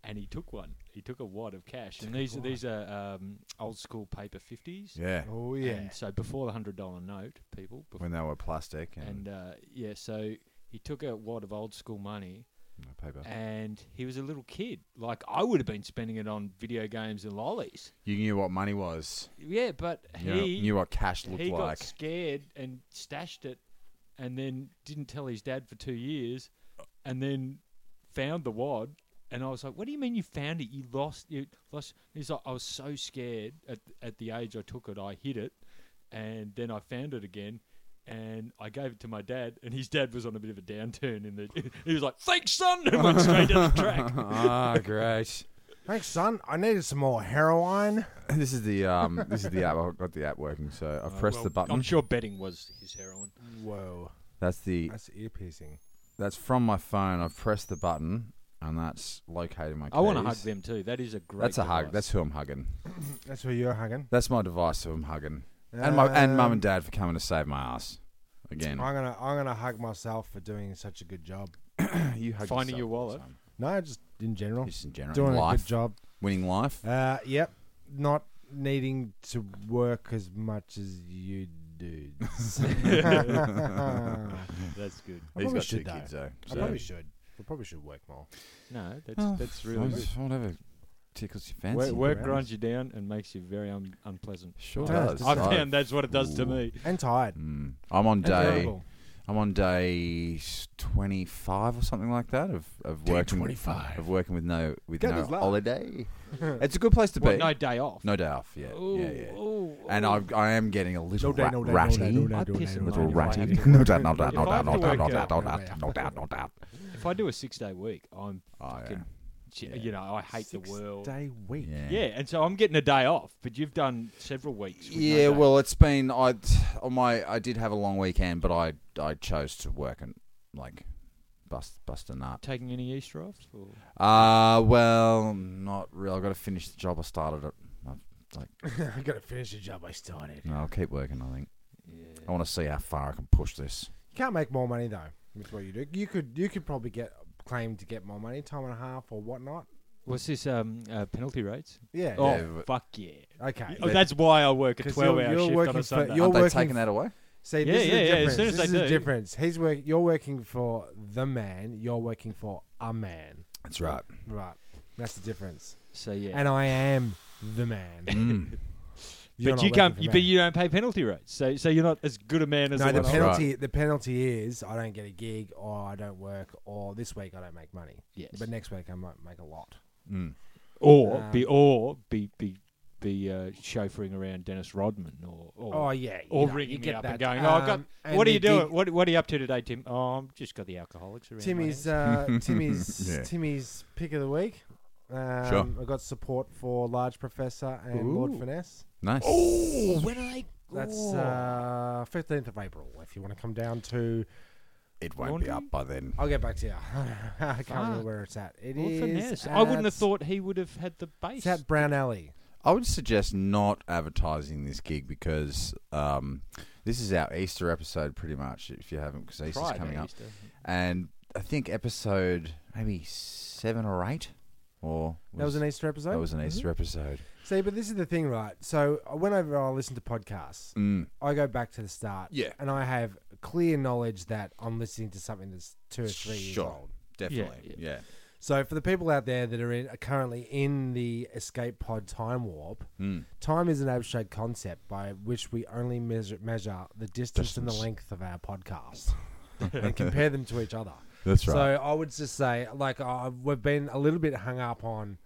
Speaker 4: And he took one. He took a wad of cash, and these are these are um, old school paper fifties.
Speaker 5: Yeah,
Speaker 3: Oh, yeah.
Speaker 4: And so before the hundred dollar note, people, before
Speaker 5: when they were plastic and,
Speaker 4: and uh, yeah, so he took a wad of old school money,
Speaker 5: no paper,
Speaker 4: and he was a little kid. Like I would have been spending it on video games and lollies.
Speaker 5: you knew what money was.
Speaker 4: Yeah, but
Speaker 5: You know,
Speaker 4: he
Speaker 5: knew what cash looked
Speaker 4: he got
Speaker 5: like.
Speaker 4: scared and stashed it, and then didn't tell his dad for two years, and then found the wad. And I was like, "What do you mean you found it? You lost? You lost?" He's like, "I was so scared at at the age I took it. I hid it, and then I found it again." And I gave it to my dad, and his dad was on a bit of a downturn. In the, he was like, "Thanks, son," and went straight down the track.
Speaker 5: Ah, great.
Speaker 3: Thanks, son. I needed some more heroin.
Speaker 5: This is the um, this is the app. I've got the app working, so I've pressed
Speaker 4: Uh, Well,
Speaker 5: the button.
Speaker 4: I'm sure betting was his heroin.
Speaker 3: Whoa.
Speaker 5: That's the
Speaker 3: That's ear piercing.
Speaker 5: that's from my phone. I've pressed the button, and that's locating my. Keys.
Speaker 4: I want to hug them too. That is a great.
Speaker 5: That's a hug.
Speaker 4: device.
Speaker 5: That's who I'm hugging.
Speaker 3: That's where you're hugging.
Speaker 5: That's my device who I'm hugging. And my and
Speaker 3: Um,
Speaker 5: mum and dad for coming to save my ass. Again,
Speaker 3: I'm gonna I'm gonna hug myself for doing such a good job.
Speaker 5: you hug
Speaker 4: Finding
Speaker 5: yourself
Speaker 4: your
Speaker 5: all the
Speaker 4: wallet.
Speaker 5: time.
Speaker 3: No, just in general.
Speaker 5: Just in general,
Speaker 3: doing
Speaker 5: life,
Speaker 3: a good job.
Speaker 5: winning life.
Speaker 3: Uh, yep. Not needing to work as much as you dudes. I
Speaker 4: That's
Speaker 5: He's
Speaker 4: good.
Speaker 3: probably
Speaker 5: got
Speaker 3: should,
Speaker 5: two
Speaker 3: though.
Speaker 5: kids though. so-
Speaker 3: probably should. I probably should work more.
Speaker 4: No, that's
Speaker 5: Oh,
Speaker 4: that's
Speaker 5: fine,
Speaker 4: really good.
Speaker 5: Whatever tickles your fancy.
Speaker 4: Work, work
Speaker 3: around.
Speaker 4: grinds you down and makes you very un- unpleasant.
Speaker 5: Sure
Speaker 3: does,
Speaker 5: does.
Speaker 4: I
Speaker 3: doesn't
Speaker 5: I-
Speaker 4: found that's what it does to
Speaker 5: Ooh.
Speaker 4: me.
Speaker 3: And tired.
Speaker 5: Mm. I'm on
Speaker 3: And
Speaker 5: day.
Speaker 3: terrible.
Speaker 5: I'm on day 25 or something like that of, of
Speaker 6: Day
Speaker 5: working
Speaker 6: 25.
Speaker 5: of working with no with
Speaker 3: Good
Speaker 5: no
Speaker 3: as luck.
Speaker 5: holiday. it's a good place to
Speaker 4: What,
Speaker 5: be.
Speaker 4: no day off.
Speaker 5: No day off. Yeah,
Speaker 4: Ooh,
Speaker 5: yeah, yeah.
Speaker 4: ooh,
Speaker 5: And I
Speaker 4: ooh.
Speaker 5: I am getting a little
Speaker 3: day,
Speaker 5: ra-
Speaker 3: no day, no
Speaker 5: ratty.
Speaker 3: day, no day.
Speaker 4: I'd piss in
Speaker 5: Little
Speaker 4: mine if I had
Speaker 5: ratty.
Speaker 4: to.
Speaker 5: No doubt, no doubt,
Speaker 4: If
Speaker 5: no
Speaker 4: I
Speaker 5: doubt,
Speaker 4: had
Speaker 5: no
Speaker 4: to
Speaker 5: doubt,
Speaker 4: work
Speaker 5: no
Speaker 4: out-
Speaker 5: doubt, no doubt, no doubt, no doubt.
Speaker 4: If I do a six day week, I'm
Speaker 5: Oh, yeah.
Speaker 4: fucking. j- You know, I hate the world.
Speaker 3: Day week.
Speaker 4: Yeah, and so I'm getting a day off, but you've done several weeks. With no
Speaker 5: Yeah,
Speaker 4: day.
Speaker 5: well, it's been I on my I did have a long weekend, but I I chose to work and like bust bust a nut.
Speaker 4: taking any Easter offs? Or?
Speaker 5: Uh well, not real. I got to finish the job I started it.
Speaker 3: I gotta finish the job I started. You
Speaker 5: No, I'll keep working. I think I
Speaker 4: Yeah.
Speaker 5: want to see how far I can push this.
Speaker 3: can't make more money though with what you do. You could you could probably get claim to get more money, time and a half or whatnot.
Speaker 4: What's this um uh, penalty rates?
Speaker 3: Yeah.
Speaker 4: Oh
Speaker 5: Yeah, but-
Speaker 4: fuck yeah!
Speaker 3: Okay.
Speaker 4: Oh, that's why I work a
Speaker 3: 'Cause
Speaker 4: twelve
Speaker 3: you're-
Speaker 4: hour
Speaker 3: you're
Speaker 4: shift
Speaker 3: working
Speaker 4: on
Speaker 3: for-
Speaker 4: a Sunday.
Speaker 3: You're
Speaker 5: Aren't they
Speaker 3: working
Speaker 5: taking that away?
Speaker 3: See,
Speaker 4: Yeah,
Speaker 3: this
Speaker 4: yeah,
Speaker 3: is
Speaker 4: yeah,
Speaker 3: the
Speaker 4: as
Speaker 3: difference.
Speaker 4: soon as
Speaker 3: this
Speaker 4: they
Speaker 3: is the
Speaker 4: do.
Speaker 3: difference. He's work. You're working for the man. You're working for a man.
Speaker 5: That's right.
Speaker 3: Right. That's the difference.
Speaker 4: So yeah,
Speaker 3: And I am the man.
Speaker 5: Mm.
Speaker 3: You're
Speaker 4: but
Speaker 3: not
Speaker 4: you
Speaker 3: working
Speaker 4: can't.
Speaker 3: for
Speaker 4: You,
Speaker 3: man.
Speaker 4: but you don't pay penalty rates, so so you're not as good a man as
Speaker 3: No,
Speaker 4: the
Speaker 3: the
Speaker 4: one I-
Speaker 5: pen-
Speaker 3: penalty. The penalty is I don't get a gig, or I don't work, or this week I don't make money.
Speaker 4: Yes.
Speaker 3: But next week I might make a lot.
Speaker 5: Mm.
Speaker 4: or
Speaker 3: Um,
Speaker 4: be or be be be uh, chauffeuring around Dennis Rodman or or,
Speaker 3: Oh yeah. you
Speaker 4: or
Speaker 3: know,
Speaker 4: ringing
Speaker 3: you
Speaker 4: me
Speaker 3: get
Speaker 4: up
Speaker 3: that.
Speaker 4: and going, oh, I've got.
Speaker 3: Um, and
Speaker 4: What are
Speaker 3: the
Speaker 4: you doing?
Speaker 3: gig-
Speaker 4: What what are you up to today, Tim? Oh, I'm just got the alcoholics around. my
Speaker 3: Timmy's
Speaker 4: house."
Speaker 3: uh, Timmy's
Speaker 5: Yeah.
Speaker 3: Timmy's pick of the week. Um, I got support for Large Professor and Lord
Speaker 4: Ooh.
Speaker 3: Finesse.
Speaker 5: Nice.
Speaker 4: oh, when are they?
Speaker 3: That's
Speaker 4: oh.
Speaker 3: uh fifteenth of April. If you want to come down to,
Speaker 5: It won't
Speaker 4: Laundry?
Speaker 5: be up by then.
Speaker 3: I'll get back to you. I can't remember
Speaker 4: Fuck.
Speaker 3: where it's at. It
Speaker 4: Lord
Speaker 3: uh, is
Speaker 4: Finesse. I wouldn't have
Speaker 3: at-
Speaker 4: thought he would have had the base.
Speaker 3: It's at Brown Alley.
Speaker 5: I would suggest not advertising this gig because um, this is our Easter episode, pretty much. If you haven't, because Easter's
Speaker 4: Pride,
Speaker 5: coming
Speaker 4: eh,
Speaker 5: up,
Speaker 4: Easter.
Speaker 5: and I think episode maybe seven or eight, or
Speaker 3: That was an Easter episode. Mm-hmm.
Speaker 5: that was an Easter episode.
Speaker 3: See, but this is the thing, right? So whenever I listen to podcasts,
Speaker 5: Mm.
Speaker 3: I go back to the start.
Speaker 5: Yeah.
Speaker 3: And I have clear knowledge that I'm listening to something that's two or three years
Speaker 5: Sure.
Speaker 3: old.
Speaker 5: Definitely,
Speaker 4: Yeah,
Speaker 5: yeah.
Speaker 3: So for the people out there that are, in, are currently in the escape pod time warp,
Speaker 5: Mm.
Speaker 3: time is an abstract concept by which we only measure, measure the distance, and the length
Speaker 5: Distance.
Speaker 3: of our podcast and compare them to each other.
Speaker 5: That's
Speaker 3: So I would just say, like, uh, we've been a little bit hung up on.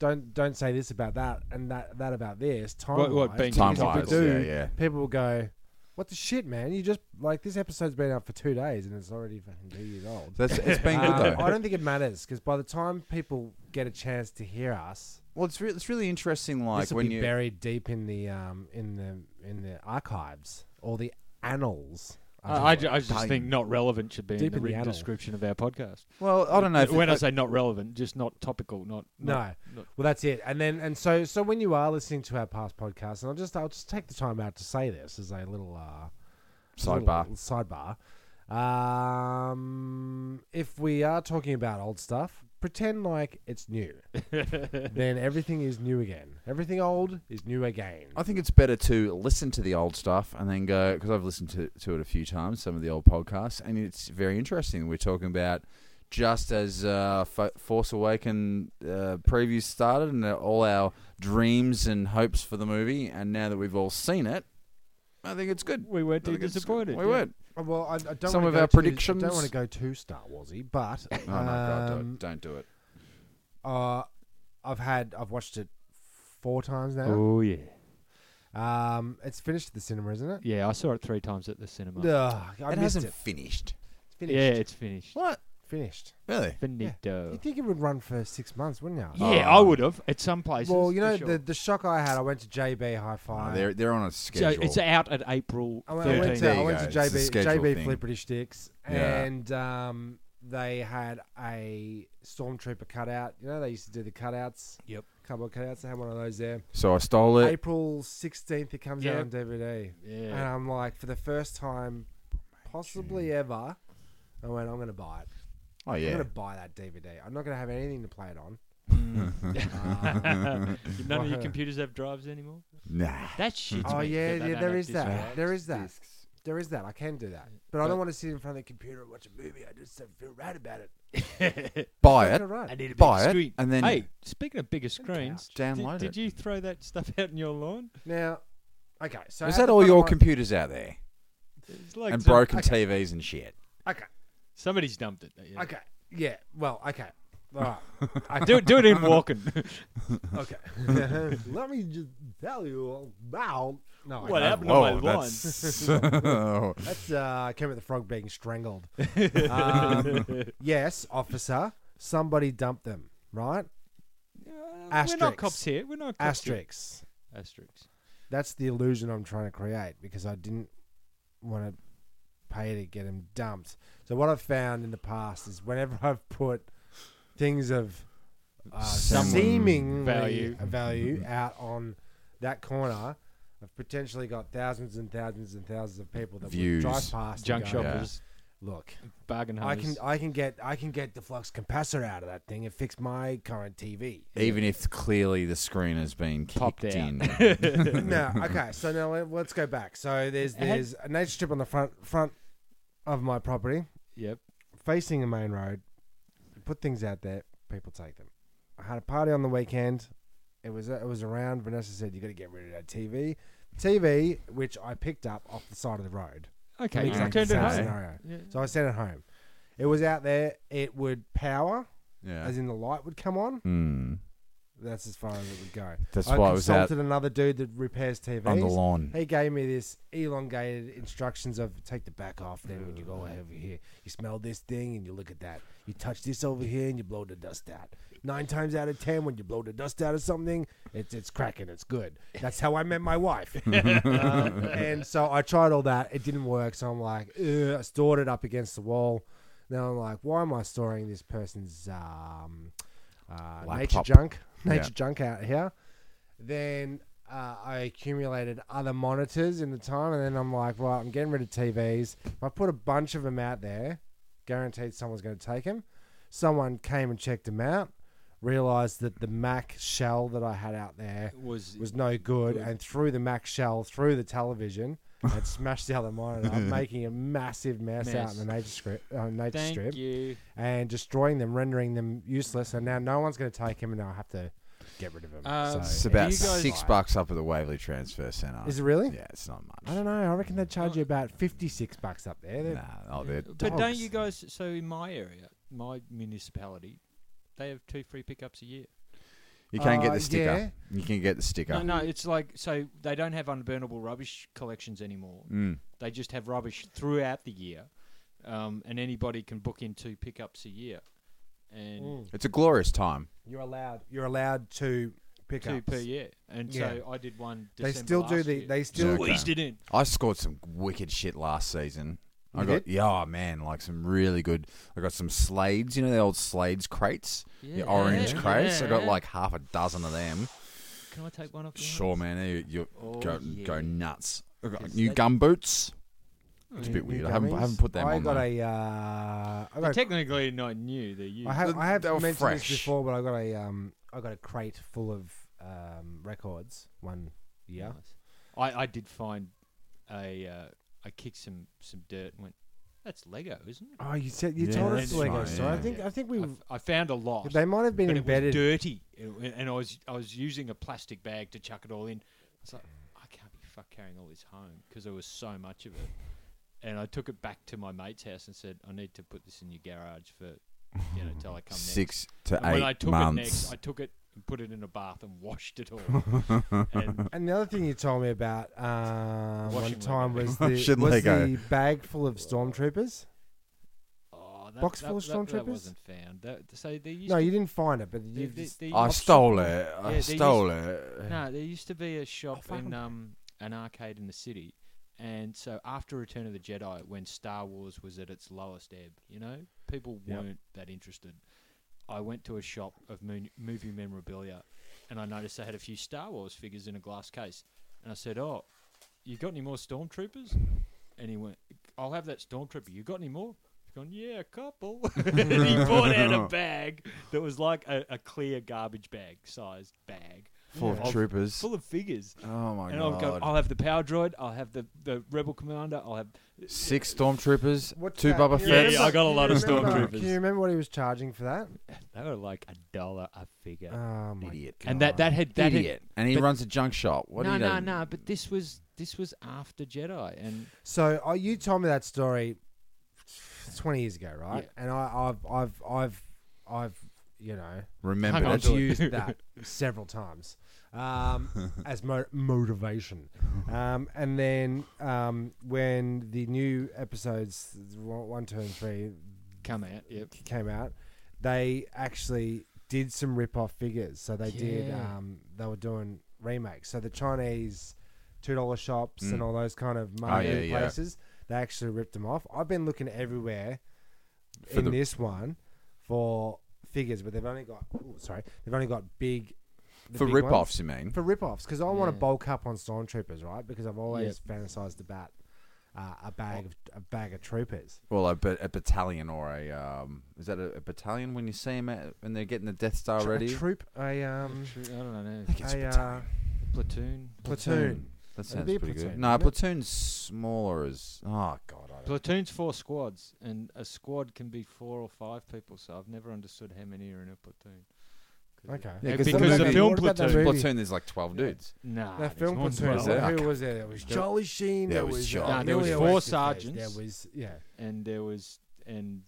Speaker 3: Don't don't say this about that and that that about this. Time
Speaker 4: What- what, being
Speaker 5: Time
Speaker 3: because if
Speaker 5: wise,
Speaker 3: we do,
Speaker 5: yeah, yeah.
Speaker 3: people will go, "What the shit, man? You just like this episode's been out for two days and it's already fucking two years old."
Speaker 5: That's it's been good
Speaker 3: Um,
Speaker 5: though.
Speaker 3: I don't think it matters because by the time people get a chance to hear us,
Speaker 5: Well, it's re- it's really interesting. Like
Speaker 3: this will
Speaker 5: when
Speaker 3: be
Speaker 5: you
Speaker 3: buried deep in the um in the in the archives or the annals.
Speaker 4: Uh, I, I ju- I just
Speaker 5: Time.
Speaker 4: think not relevant should be in
Speaker 3: Deep
Speaker 4: the
Speaker 3: in the
Speaker 4: written
Speaker 3: adult.
Speaker 4: description of our podcast.
Speaker 5: well, I don't know if
Speaker 4: when
Speaker 5: it,
Speaker 4: I say not relevant, just not topical, not
Speaker 3: no,
Speaker 4: not-
Speaker 3: well that's it. And then and so so when you are listening to our past podcasts, and I'll just I'll just take the time out to say this as a little uh,
Speaker 5: sidebar.
Speaker 3: little sidebar. Um, if we are talking about old stuff, pretend like it's new. then everything is new again. Everything old is new again.
Speaker 5: I think it's better to listen to the old stuff and then go because I've listened to, to it a few times, some of the old podcasts, and it's very interesting. We're talking about just as uh, Fo- Force Awaken uh, previews started and all our dreams and hopes for the movie, and now that we've all seen it, I think it's good.
Speaker 4: we weren't
Speaker 5: I
Speaker 4: too
Speaker 5: think it's good.
Speaker 4: disappointed.
Speaker 5: We
Speaker 4: yeah.
Speaker 5: weren't.
Speaker 3: Uh, Well, I, I don't
Speaker 5: Some
Speaker 3: wanna
Speaker 5: of
Speaker 3: go
Speaker 5: our
Speaker 3: too- I
Speaker 5: predictions. Oh,
Speaker 3: don't want to go too Star Warsy, but
Speaker 5: No, no, God,
Speaker 3: um,
Speaker 5: don't, don't do it.
Speaker 3: uh, I've had I've watched it four times now.
Speaker 4: Oh yeah,
Speaker 3: Um, it's finished at the cinema, isn't it?
Speaker 4: yeah. I saw it three times at the cinema.
Speaker 3: Ugh, I
Speaker 5: it
Speaker 3: missed
Speaker 5: hasn't
Speaker 3: it.
Speaker 5: finished.
Speaker 3: It's finished.
Speaker 4: yeah, it's finished. uh,
Speaker 5: What?
Speaker 3: Finished.
Speaker 5: Really?
Speaker 3: You
Speaker 4: Finito.
Speaker 3: think it would run for six months, wouldn't you?
Speaker 4: Yeah, I would have at some places.
Speaker 3: Well, you
Speaker 4: for
Speaker 3: know
Speaker 4: sure.
Speaker 3: the the shock I had. I went to JB Hi-Fi.
Speaker 5: No, Oh, they're they're on a
Speaker 4: so
Speaker 5: schedule.
Speaker 4: it's out at April
Speaker 3: I went, I went
Speaker 5: Yeah,
Speaker 3: to,
Speaker 5: there
Speaker 3: I
Speaker 5: you
Speaker 4: thirteenth.
Speaker 3: went
Speaker 5: go.
Speaker 3: to
Speaker 5: It's a
Speaker 3: JB,
Speaker 5: schedule
Speaker 3: JB
Speaker 5: thing.
Speaker 3: Flipperty Sticks,
Speaker 5: Yeah.
Speaker 3: and um, they had a stormtrooper cutout. You know, they used to do the cutouts.
Speaker 4: Yep.
Speaker 3: couple of cutouts. They had one of those there.
Speaker 5: so I stole it.
Speaker 3: April sixteenth, it comes out
Speaker 4: Yeah.
Speaker 3: on DVD, and
Speaker 4: Yeah.
Speaker 3: I'm like, for the first time, possibly ever, I went, I'm going to buy it.
Speaker 5: Oh
Speaker 3: I'm
Speaker 5: yeah.
Speaker 3: going to buy that DVD. I'm not going to have anything to play it on.
Speaker 4: None of your computers have drives anymore.
Speaker 5: Nah.
Speaker 4: That shit.
Speaker 3: Oh yeah,
Speaker 4: that they
Speaker 3: yeah,
Speaker 4: don't
Speaker 3: there
Speaker 4: have
Speaker 3: is that.
Speaker 4: disc
Speaker 3: There
Speaker 4: drives.
Speaker 3: is that. There is that. I can do that, but, I don't want to sit in front of the computer and watch a movie. I just don't feel right about it.
Speaker 5: Buy it.
Speaker 3: You're right.
Speaker 4: I need a
Speaker 5: Buy
Speaker 4: bigger
Speaker 5: it,
Speaker 4: screen.
Speaker 5: and then-
Speaker 4: hey, speaking of bigger screens, did,
Speaker 5: Download
Speaker 4: did
Speaker 5: it.
Speaker 4: you throw that stuff out in your lawn?
Speaker 3: Now, okay. So
Speaker 5: Is
Speaker 3: at
Speaker 5: that
Speaker 3: the
Speaker 5: all
Speaker 3: front of
Speaker 5: your
Speaker 3: my-
Speaker 5: computers out there?
Speaker 4: It's like
Speaker 5: and
Speaker 4: some-
Speaker 5: broken TVs and shit.
Speaker 3: Okay.
Speaker 4: Somebody's dumped it. Yeah.
Speaker 3: Okay. Yeah. Well. Okay. All right. I
Speaker 4: Do it. Do it in walking.
Speaker 3: Okay. Let me just tell you all about. No. I
Speaker 6: What
Speaker 3: can't.
Speaker 6: happened to my
Speaker 5: Whoa,
Speaker 6: lawn?
Speaker 5: that's-
Speaker 3: That's uh, Kermit the Frog being strangled. um, yes, officer. Somebody dumped them. Right.
Speaker 4: We're
Speaker 3: Asterix.
Speaker 4: not cops here. We're not cops here.
Speaker 3: Asterix.
Speaker 4: Asterix.
Speaker 3: That's the illusion I'm trying to create because I didn't want to pay to get him dumped. So what I've found in the past is whenever I've put things of uh,
Speaker 5: Some
Speaker 3: seeming
Speaker 4: value.
Speaker 3: value value out on that corner, I've potentially got thousands and thousands and thousands of people that
Speaker 5: Views.
Speaker 3: would drive past. and
Speaker 4: Junk
Speaker 3: go,
Speaker 4: shoppers.
Speaker 3: Look,
Speaker 4: Bargain
Speaker 3: I
Speaker 4: hunters.
Speaker 3: can I can get I can get the flux capacitor out of that thing and fix my current TV.
Speaker 5: Even if clearly the screen has been kicked
Speaker 4: Popped out.
Speaker 5: in.
Speaker 3: no, okay. So now let- let's go back. So there's there's a nature strip on the front front of my property,
Speaker 4: Yep.
Speaker 3: facing the main road. Put things out there, people take them. I had a party on the weekend. It was it was around. Vanessa said you got to get rid of that TV, TV which I picked up off the side of the road.
Speaker 4: Okay. You
Speaker 3: Exactly
Speaker 4: turned it
Speaker 3: same
Speaker 5: home.
Speaker 3: scenario.
Speaker 4: Yeah.
Speaker 3: So I sent it home. It was out there. It would power,
Speaker 5: yeah.
Speaker 3: as in the light would come on.
Speaker 5: Mm.
Speaker 3: That's as far as it would go.
Speaker 5: That's
Speaker 3: I
Speaker 5: why it was out
Speaker 3: consulted another dude that repairs TVs.
Speaker 5: on the lawn.
Speaker 3: He gave me this elongated instructions of take the back off. Then when you go
Speaker 5: Mm-hmm.
Speaker 3: over here, you smell this thing and you look at that. You touch this over here and you blow the dust out. Nine times out of ten, when you blow the dust out of something, it's it's cracking. It's good. That's how I met my wife.
Speaker 5: Uh,
Speaker 3: Um, and so I tried all that. It didn't work. So I'm like, "Ugh," I stored it up against the wall. Now I'm like, why am I storing this person's um, uh, nature
Speaker 5: Laptop.
Speaker 3: junk? Nature
Speaker 5: Yeah.
Speaker 3: junk out here then uh, I accumulated other monitors in the time, and then I'm like, right, I'm getting rid of TVs. If I put a bunch of them out there, guaranteed someone's going to take them. Someone came and checked them out, realized that the Mac shell that I had out there
Speaker 4: Was
Speaker 3: was no good, and threw the Mac shell through the television and smashed the other monitor, up, making a massive mess, out in the nature strip, uh, nature
Speaker 4: Thank
Speaker 3: strip
Speaker 4: you.
Speaker 3: and destroying them, rendering them useless. And now no one's going to take them, and now I have to get rid of them.
Speaker 4: Um,
Speaker 5: It's
Speaker 3: so,
Speaker 4: Are
Speaker 5: about
Speaker 4: you guys-
Speaker 5: six bucks up at the Waverley Transfer Centre.
Speaker 3: is it really?
Speaker 5: Yeah, it's not much.
Speaker 3: I don't know. I reckon they charge
Speaker 4: Oh.
Speaker 3: you about fifty-six bucks up there. They're-
Speaker 5: Nah, oh, they're
Speaker 4: But don't
Speaker 3: Dogs.
Speaker 4: you guys? So in my area, my municipality, they have two free pickups a year.
Speaker 5: You can't get
Speaker 3: Uh,
Speaker 5: the sticker.
Speaker 3: yeah.
Speaker 5: You can get the sticker.
Speaker 4: No, no, it's like so they don't have unburnable rubbish collections anymore.
Speaker 5: Mm.
Speaker 4: They just have rubbish throughout the year, um, and anybody can book in two pickups a year, and
Speaker 5: It's a glorious time.
Speaker 3: You're allowed. You're allowed to pick
Speaker 4: two
Speaker 3: up.
Speaker 4: per year. And
Speaker 3: Yeah.
Speaker 4: so I did one.
Speaker 3: They
Speaker 4: December
Speaker 3: still do
Speaker 4: last
Speaker 3: the.
Speaker 4: year.
Speaker 3: They still.
Speaker 5: Yeah.
Speaker 4: squeezed it in.
Speaker 5: I scored some wicked shit last season. I
Speaker 3: You
Speaker 5: got
Speaker 3: did?
Speaker 5: yeah, oh, man, like some really good. I got some Slades, you know the old Slades crates, the orange
Speaker 4: Yeah.
Speaker 5: crates. I got
Speaker 4: Yeah.
Speaker 5: like half a dozen of them.
Speaker 4: Can I take one off? your
Speaker 5: Sure,
Speaker 4: hands?
Speaker 5: man, you, you
Speaker 4: Oh,
Speaker 5: go
Speaker 4: yeah.
Speaker 5: go nuts. I got
Speaker 4: Is
Speaker 5: new
Speaker 4: that-
Speaker 5: gum boots. It's a
Speaker 3: New-
Speaker 5: bit
Speaker 3: Oh, new
Speaker 5: weird. I haven't, I
Speaker 3: gummies.
Speaker 5: haven't put them
Speaker 3: I
Speaker 5: on.
Speaker 3: got
Speaker 5: though.
Speaker 3: a. Uh, I
Speaker 4: They're
Speaker 3: got. a-
Speaker 4: technically not new. They're used.
Speaker 3: I have. I have
Speaker 5: They were
Speaker 3: mentioned
Speaker 5: fresh.
Speaker 3: this before, but I got a. Um, I got a crate full of um, records one year.
Speaker 4: Nice. I, I did find a. Uh, I kicked some some dirt and went. That's Lego, isn't it?
Speaker 3: Oh, you said you
Speaker 5: Yeah,
Speaker 3: told us
Speaker 4: that's
Speaker 3: the Lego
Speaker 5: right,
Speaker 3: story. I
Speaker 5: yeah.
Speaker 3: think. I think we.
Speaker 4: I f- I found a lot.
Speaker 3: They might have been
Speaker 4: but
Speaker 3: embedded.
Speaker 4: It was dirty, It- and I was I was using a plastic bag to chuck it all in. I was like, I can't be fuck carrying all this home because there was so much of it. And I took it back to my mate's house and said, I need to put this in your garage for, you know, till I come next.
Speaker 5: Six to
Speaker 4: and
Speaker 5: eight
Speaker 4: when I took
Speaker 5: months.
Speaker 4: it next, I took it and put it in a bath and washed it all. and
Speaker 3: And the other thing you told me about um, one
Speaker 4: Washing
Speaker 3: time
Speaker 4: Lego.
Speaker 3: was the, was
Speaker 5: Washing Lego.
Speaker 3: the bag full of stormtroopers.
Speaker 4: oh, that,
Speaker 3: Box
Speaker 4: that,
Speaker 3: full of
Speaker 4: that, that,
Speaker 3: stormtroopers?
Speaker 4: wasn't found. That, so there used
Speaker 3: No,
Speaker 4: to,
Speaker 3: you didn't find it, but
Speaker 4: there,
Speaker 3: you
Speaker 4: there,
Speaker 3: just
Speaker 4: there
Speaker 5: I
Speaker 4: used-
Speaker 5: stole it.
Speaker 4: Yeah,
Speaker 5: I
Speaker 4: they
Speaker 5: stole it.
Speaker 4: No, there used to be a shop
Speaker 3: fuck
Speaker 4: in
Speaker 3: 'em.
Speaker 4: um, an arcade in the city, and so after Return of the Jedi, when Star Wars was at its lowest ebb, you know, people
Speaker 3: Yep.
Speaker 4: weren't that interested. I went to a shop of moon movie memorabilia, and I noticed they had a few Star Wars figures in a glass case, and I said, "Oh, you got any more stormtroopers?" And he went, "I'll have that stormtrooper. You got any more?" He's gone, "Yeah, a couple." and he brought out a bag that was like a, a clear garbage bag sized bag
Speaker 5: full of troopers.
Speaker 4: full of figures.
Speaker 5: oh my
Speaker 4: and
Speaker 5: god!
Speaker 4: I've got, I'll have the power droid. I'll have the, the rebel commander. I'll have
Speaker 5: Six stormtroopers,
Speaker 3: What's
Speaker 5: two
Speaker 3: that?
Speaker 5: Boba
Speaker 3: Yeah,
Speaker 5: Fetts.
Speaker 4: yeah, I got a lot of
Speaker 3: Remember-
Speaker 4: stormtroopers.
Speaker 3: Can you remember what he was charging for that?
Speaker 4: they were like a dollar a figure.
Speaker 3: Oh my
Speaker 5: Idiot.
Speaker 4: and that that had that
Speaker 5: idiot. and he
Speaker 4: but-
Speaker 5: runs a junk shop. What do
Speaker 4: Had, no,
Speaker 5: you
Speaker 4: no, no. But this was this was after Jedi, and
Speaker 3: So uh, you told me that story twenty years ago, right?
Speaker 4: Yeah.
Speaker 3: And I, I've, I've, I've, I've, you know,
Speaker 5: Remember
Speaker 4: Hang on
Speaker 5: that's
Speaker 4: to it.
Speaker 3: used that several times um, as mo- motivation. Um, and then um, when the new episodes one, one, two, and three
Speaker 4: come out. Yep.
Speaker 3: came out, they actually did some rip-off figures. So they did.
Speaker 4: Yeah.
Speaker 3: Um, they were doing remakes. So the Chinese two dollar shops and all those kind of market
Speaker 5: Mm. Oh, yeah, yeah.
Speaker 3: places, they actually ripped them off. I've been looking everywhere
Speaker 5: For
Speaker 3: in
Speaker 5: the-
Speaker 3: this one for figures, but they've only got. ooh, sorry, they've only got big. the
Speaker 5: for
Speaker 3: big ones.
Speaker 5: rip-offs. You mean?
Speaker 3: For rip-offs, because I want to
Speaker 4: Yeah.
Speaker 3: bulk up on stormtroopers, right? Because I've always fantasized about uh, a bag of a bag of troopers.
Speaker 5: Well, a, ba- a battalion or a um, is that a, a battalion when you see them at, when they're getting the Death Star
Speaker 3: Tro-
Speaker 5: ready?
Speaker 3: A troop, a um,
Speaker 4: True, I don't know.
Speaker 5: it's
Speaker 3: a, uh,
Speaker 5: battalion.
Speaker 4: Platoon.
Speaker 3: platoon.
Speaker 5: That
Speaker 3: It'd
Speaker 5: sounds
Speaker 3: be
Speaker 5: pretty
Speaker 3: a
Speaker 5: good.
Speaker 3: platoon,
Speaker 5: No, a
Speaker 3: wouldn't it?
Speaker 5: platoon's smaller is. Oh god, I don't.
Speaker 4: Platoon's four squads, and a squad can be four or five people. So I've never understood how many are in a platoon. 'Cause it-
Speaker 3: Okay.
Speaker 5: Yeah,
Speaker 4: And
Speaker 5: 'cause the
Speaker 4: because the,
Speaker 5: movie-
Speaker 4: film
Speaker 3: What about that
Speaker 4: platoon.
Speaker 3: movie?
Speaker 5: Platoon, there's like twelve dudes.
Speaker 4: Nah,
Speaker 3: That
Speaker 4: there's
Speaker 3: film
Speaker 4: more than
Speaker 3: platoon.
Speaker 5: Was
Speaker 4: 12.
Speaker 5: there?
Speaker 3: Who was there? There was
Speaker 4: There-
Speaker 3: Charlie Sheen.
Speaker 5: there
Speaker 3: There
Speaker 5: was
Speaker 3: was
Speaker 5: Charlie.
Speaker 3: uh,
Speaker 4: Nah, there was
Speaker 3: Emilio
Speaker 4: four
Speaker 3: Estevez,
Speaker 4: sergeants.
Speaker 3: There was yeah.
Speaker 4: and there was and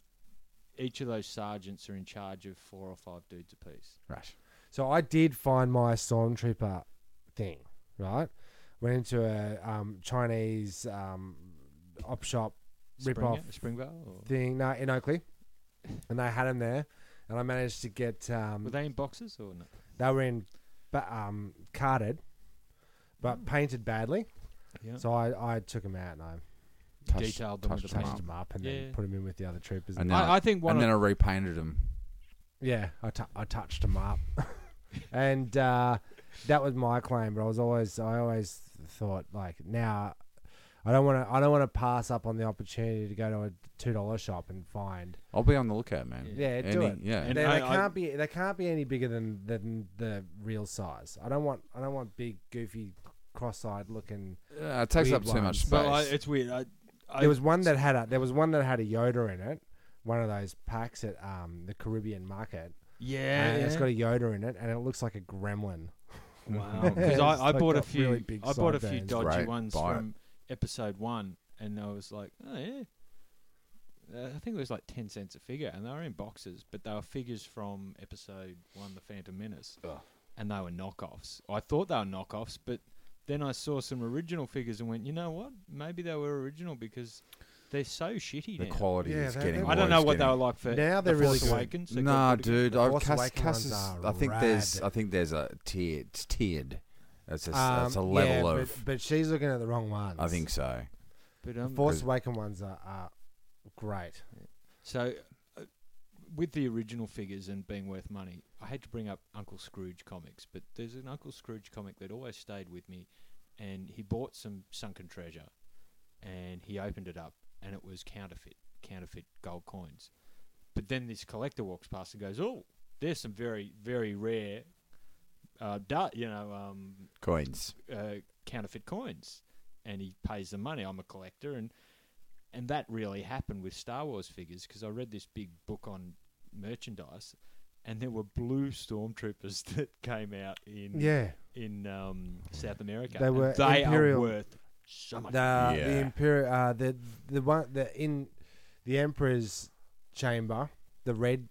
Speaker 4: each of those sergeants are in charge of four or five dudes apiece.
Speaker 5: Right.
Speaker 3: So I did find my stormtrooper thing. Right, went into a um, Chinese um, op shop rip
Speaker 4: Springer,
Speaker 3: off
Speaker 4: Springvale. Or?
Speaker 3: thing no, in Oakley, and they had him there, and I managed to get um,
Speaker 4: Were they in boxes or no?
Speaker 3: they were in ba- um, carded, but painted badly.
Speaker 4: Mm. Yeah.
Speaker 3: So I, I took him out and I
Speaker 5: Touch-
Speaker 4: Detailed them with
Speaker 5: touched
Speaker 4: the
Speaker 5: them
Speaker 3: touched
Speaker 4: paint.
Speaker 5: up.
Speaker 3: him up and then
Speaker 4: Yeah.
Speaker 3: put him in with the other troopers.
Speaker 5: And then
Speaker 4: I, I think one
Speaker 5: and
Speaker 4: of
Speaker 5: then I repainted them.
Speaker 3: Yeah, I tou- I touched them up, and uh, that was my claim. But I was always I always thought like now I don't want to I don't want to pass up on the opportunity to go to a two dollar shop and find
Speaker 5: I'll be on the lookout, man.
Speaker 3: yeah do
Speaker 5: Any-
Speaker 3: it
Speaker 5: Yeah.
Speaker 4: And
Speaker 3: they,
Speaker 4: I-
Speaker 3: they
Speaker 4: I-
Speaker 3: can't be they can't be any bigger than than the real size. I don't want I don't want big goofy cross eyed looking.
Speaker 5: Uh, it takes
Speaker 3: Weird
Speaker 5: up too much
Speaker 3: ones.
Speaker 5: space.
Speaker 4: Well, I, it's weird. I, I
Speaker 3: There was one that had a there was one that had a Yoda in it, one of those packs at um, the Caribbean market.
Speaker 4: yeah,
Speaker 3: and it's
Speaker 4: yeah.
Speaker 3: got a Yoda in it, and it looks like a gremlin.
Speaker 4: wow. Because
Speaker 3: Yeah, it's
Speaker 4: I, I
Speaker 3: like
Speaker 4: bought a
Speaker 3: got
Speaker 4: few.
Speaker 3: really big
Speaker 4: I bought a few
Speaker 3: sideburns.
Speaker 4: dodgy
Speaker 5: Great,
Speaker 4: ones
Speaker 5: buy it.
Speaker 4: from episode one, and I was like, oh yeah. Uh, I think it was like ten cents a figure, and they were in boxes, but they were figures from episode one, The Phantom Menace,
Speaker 5: Ugh.
Speaker 4: and they were knockoffs. I thought they were knockoffs, but then I saw some original figures and went, you know what? Maybe they were original because they're so shitty
Speaker 5: the
Speaker 4: now.
Speaker 5: quality
Speaker 3: Yeah,
Speaker 5: is
Speaker 3: they-
Speaker 5: getting.
Speaker 3: they-
Speaker 4: I don't
Speaker 5: worse,
Speaker 4: know what
Speaker 5: getting-
Speaker 4: they were like for
Speaker 3: Now
Speaker 4: The
Speaker 3: they're really
Speaker 4: Force
Speaker 3: good.
Speaker 4: Awakens. They got
Speaker 5: Nah,
Speaker 4: pretty good-
Speaker 5: dude. I've
Speaker 3: Force
Speaker 5: Cass,
Speaker 3: Awakens
Speaker 5: Cass is,
Speaker 3: are
Speaker 5: I think there's.
Speaker 3: rad.
Speaker 5: I think there's a tiered. It's tiered. That's a, s- that's a
Speaker 3: Um,
Speaker 5: level
Speaker 3: yeah,
Speaker 5: of.
Speaker 3: But, but she's looking at the wrong ones.
Speaker 5: I think so.
Speaker 4: But
Speaker 3: the
Speaker 4: um,
Speaker 3: Force Awaken ones are, are great.
Speaker 4: so uh, with the original figures and being worth money, I had to bring up Uncle Scrooge comics. But there's an Uncle Scrooge comic that always stayed with me, and he bought some sunken treasure, and he opened it up, and it was counterfeit, counterfeit gold coins. But then this collector walks past and goes, "Oh, there's some very, very rare." Uh, da- you know, um,
Speaker 5: Coins.
Speaker 4: uh, counterfeit coins, and he pays the money. I'm a collector, and and that really happened with Star Wars figures because I read this big book on merchandise, and there were blue stormtroopers that came out in
Speaker 3: Yeah,
Speaker 4: in um, South America.
Speaker 3: They
Speaker 4: and
Speaker 3: were
Speaker 4: they
Speaker 3: Imperial-
Speaker 4: are worth so much.
Speaker 3: the the
Speaker 5: Yeah.
Speaker 3: imperial uh, the the one the in the Emperor's chamber, the red.
Speaker 4: oh,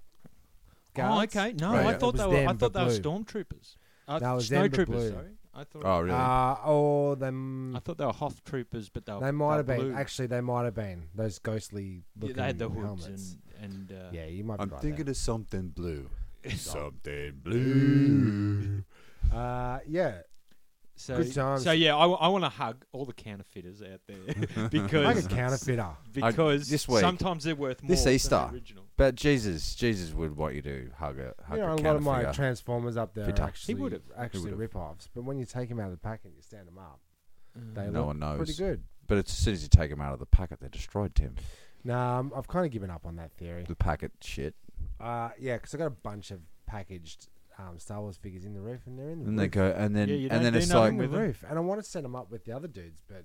Speaker 3: guards.
Speaker 4: okay. No,
Speaker 5: Right,
Speaker 4: I
Speaker 5: yeah.
Speaker 4: thought
Speaker 3: That
Speaker 4: they
Speaker 3: was
Speaker 4: were. I
Speaker 3: them,
Speaker 4: thought
Speaker 3: but
Speaker 4: they were
Speaker 3: blue.
Speaker 4: stormtroopers. Uh,
Speaker 3: That was
Speaker 4: snow
Speaker 3: them, but
Speaker 4: troopers.
Speaker 3: blue.
Speaker 4: Sorry, I thought.
Speaker 5: Oh, really?
Speaker 3: Uh, or them.
Speaker 4: I thought they were Hoth troopers, but they were,
Speaker 3: they might
Speaker 4: were
Speaker 3: have been.
Speaker 4: blue.
Speaker 3: Actually, they might have been those ghostly
Speaker 4: Yeah,
Speaker 3: looking
Speaker 4: they had the hoods
Speaker 3: helmets.
Speaker 4: and and uh,
Speaker 3: yeah, you might be right
Speaker 5: of something blue. something
Speaker 3: there. Uh, yeah,
Speaker 4: So,
Speaker 3: Good times.
Speaker 4: so yeah, I, want to hug all the counterfeiters out there
Speaker 3: like a
Speaker 4: because
Speaker 3: counterfeiter.
Speaker 4: because
Speaker 5: this week-
Speaker 4: sometimes they're worth more
Speaker 5: this
Speaker 4: than the
Speaker 5: Easter.
Speaker 4: original.
Speaker 5: But Jesus, Jesus would want you to hug a hug
Speaker 3: you know, a
Speaker 5: a,
Speaker 3: lot of my
Speaker 5: counterfigure.
Speaker 3: Transformers up there
Speaker 5: Fitter.
Speaker 3: are
Speaker 5: He
Speaker 3: actually,
Speaker 4: would've.
Speaker 3: actually
Speaker 5: would've.
Speaker 3: rip-offs. But when you take them out of the pack and you stand them up, they
Speaker 5: No
Speaker 3: look
Speaker 5: one knows.
Speaker 3: pretty good.
Speaker 5: But it's as soon as you take them out of the packet, they're destroyed, Tim.
Speaker 3: Nah, um, I've kind of given up on that theory.
Speaker 5: The packet shit.
Speaker 3: Uh, yeah, because I got a bunch of packaged um, Star Wars figures in the roof, and they're in the
Speaker 5: And they
Speaker 3: roof.
Speaker 5: go, and then
Speaker 4: Yeah, you don't
Speaker 5: and then
Speaker 4: do
Speaker 5: it's
Speaker 3: They're
Speaker 5: like
Speaker 4: nothing
Speaker 3: in the
Speaker 4: with them.
Speaker 3: roof, and I want to set them up with the other dudes, but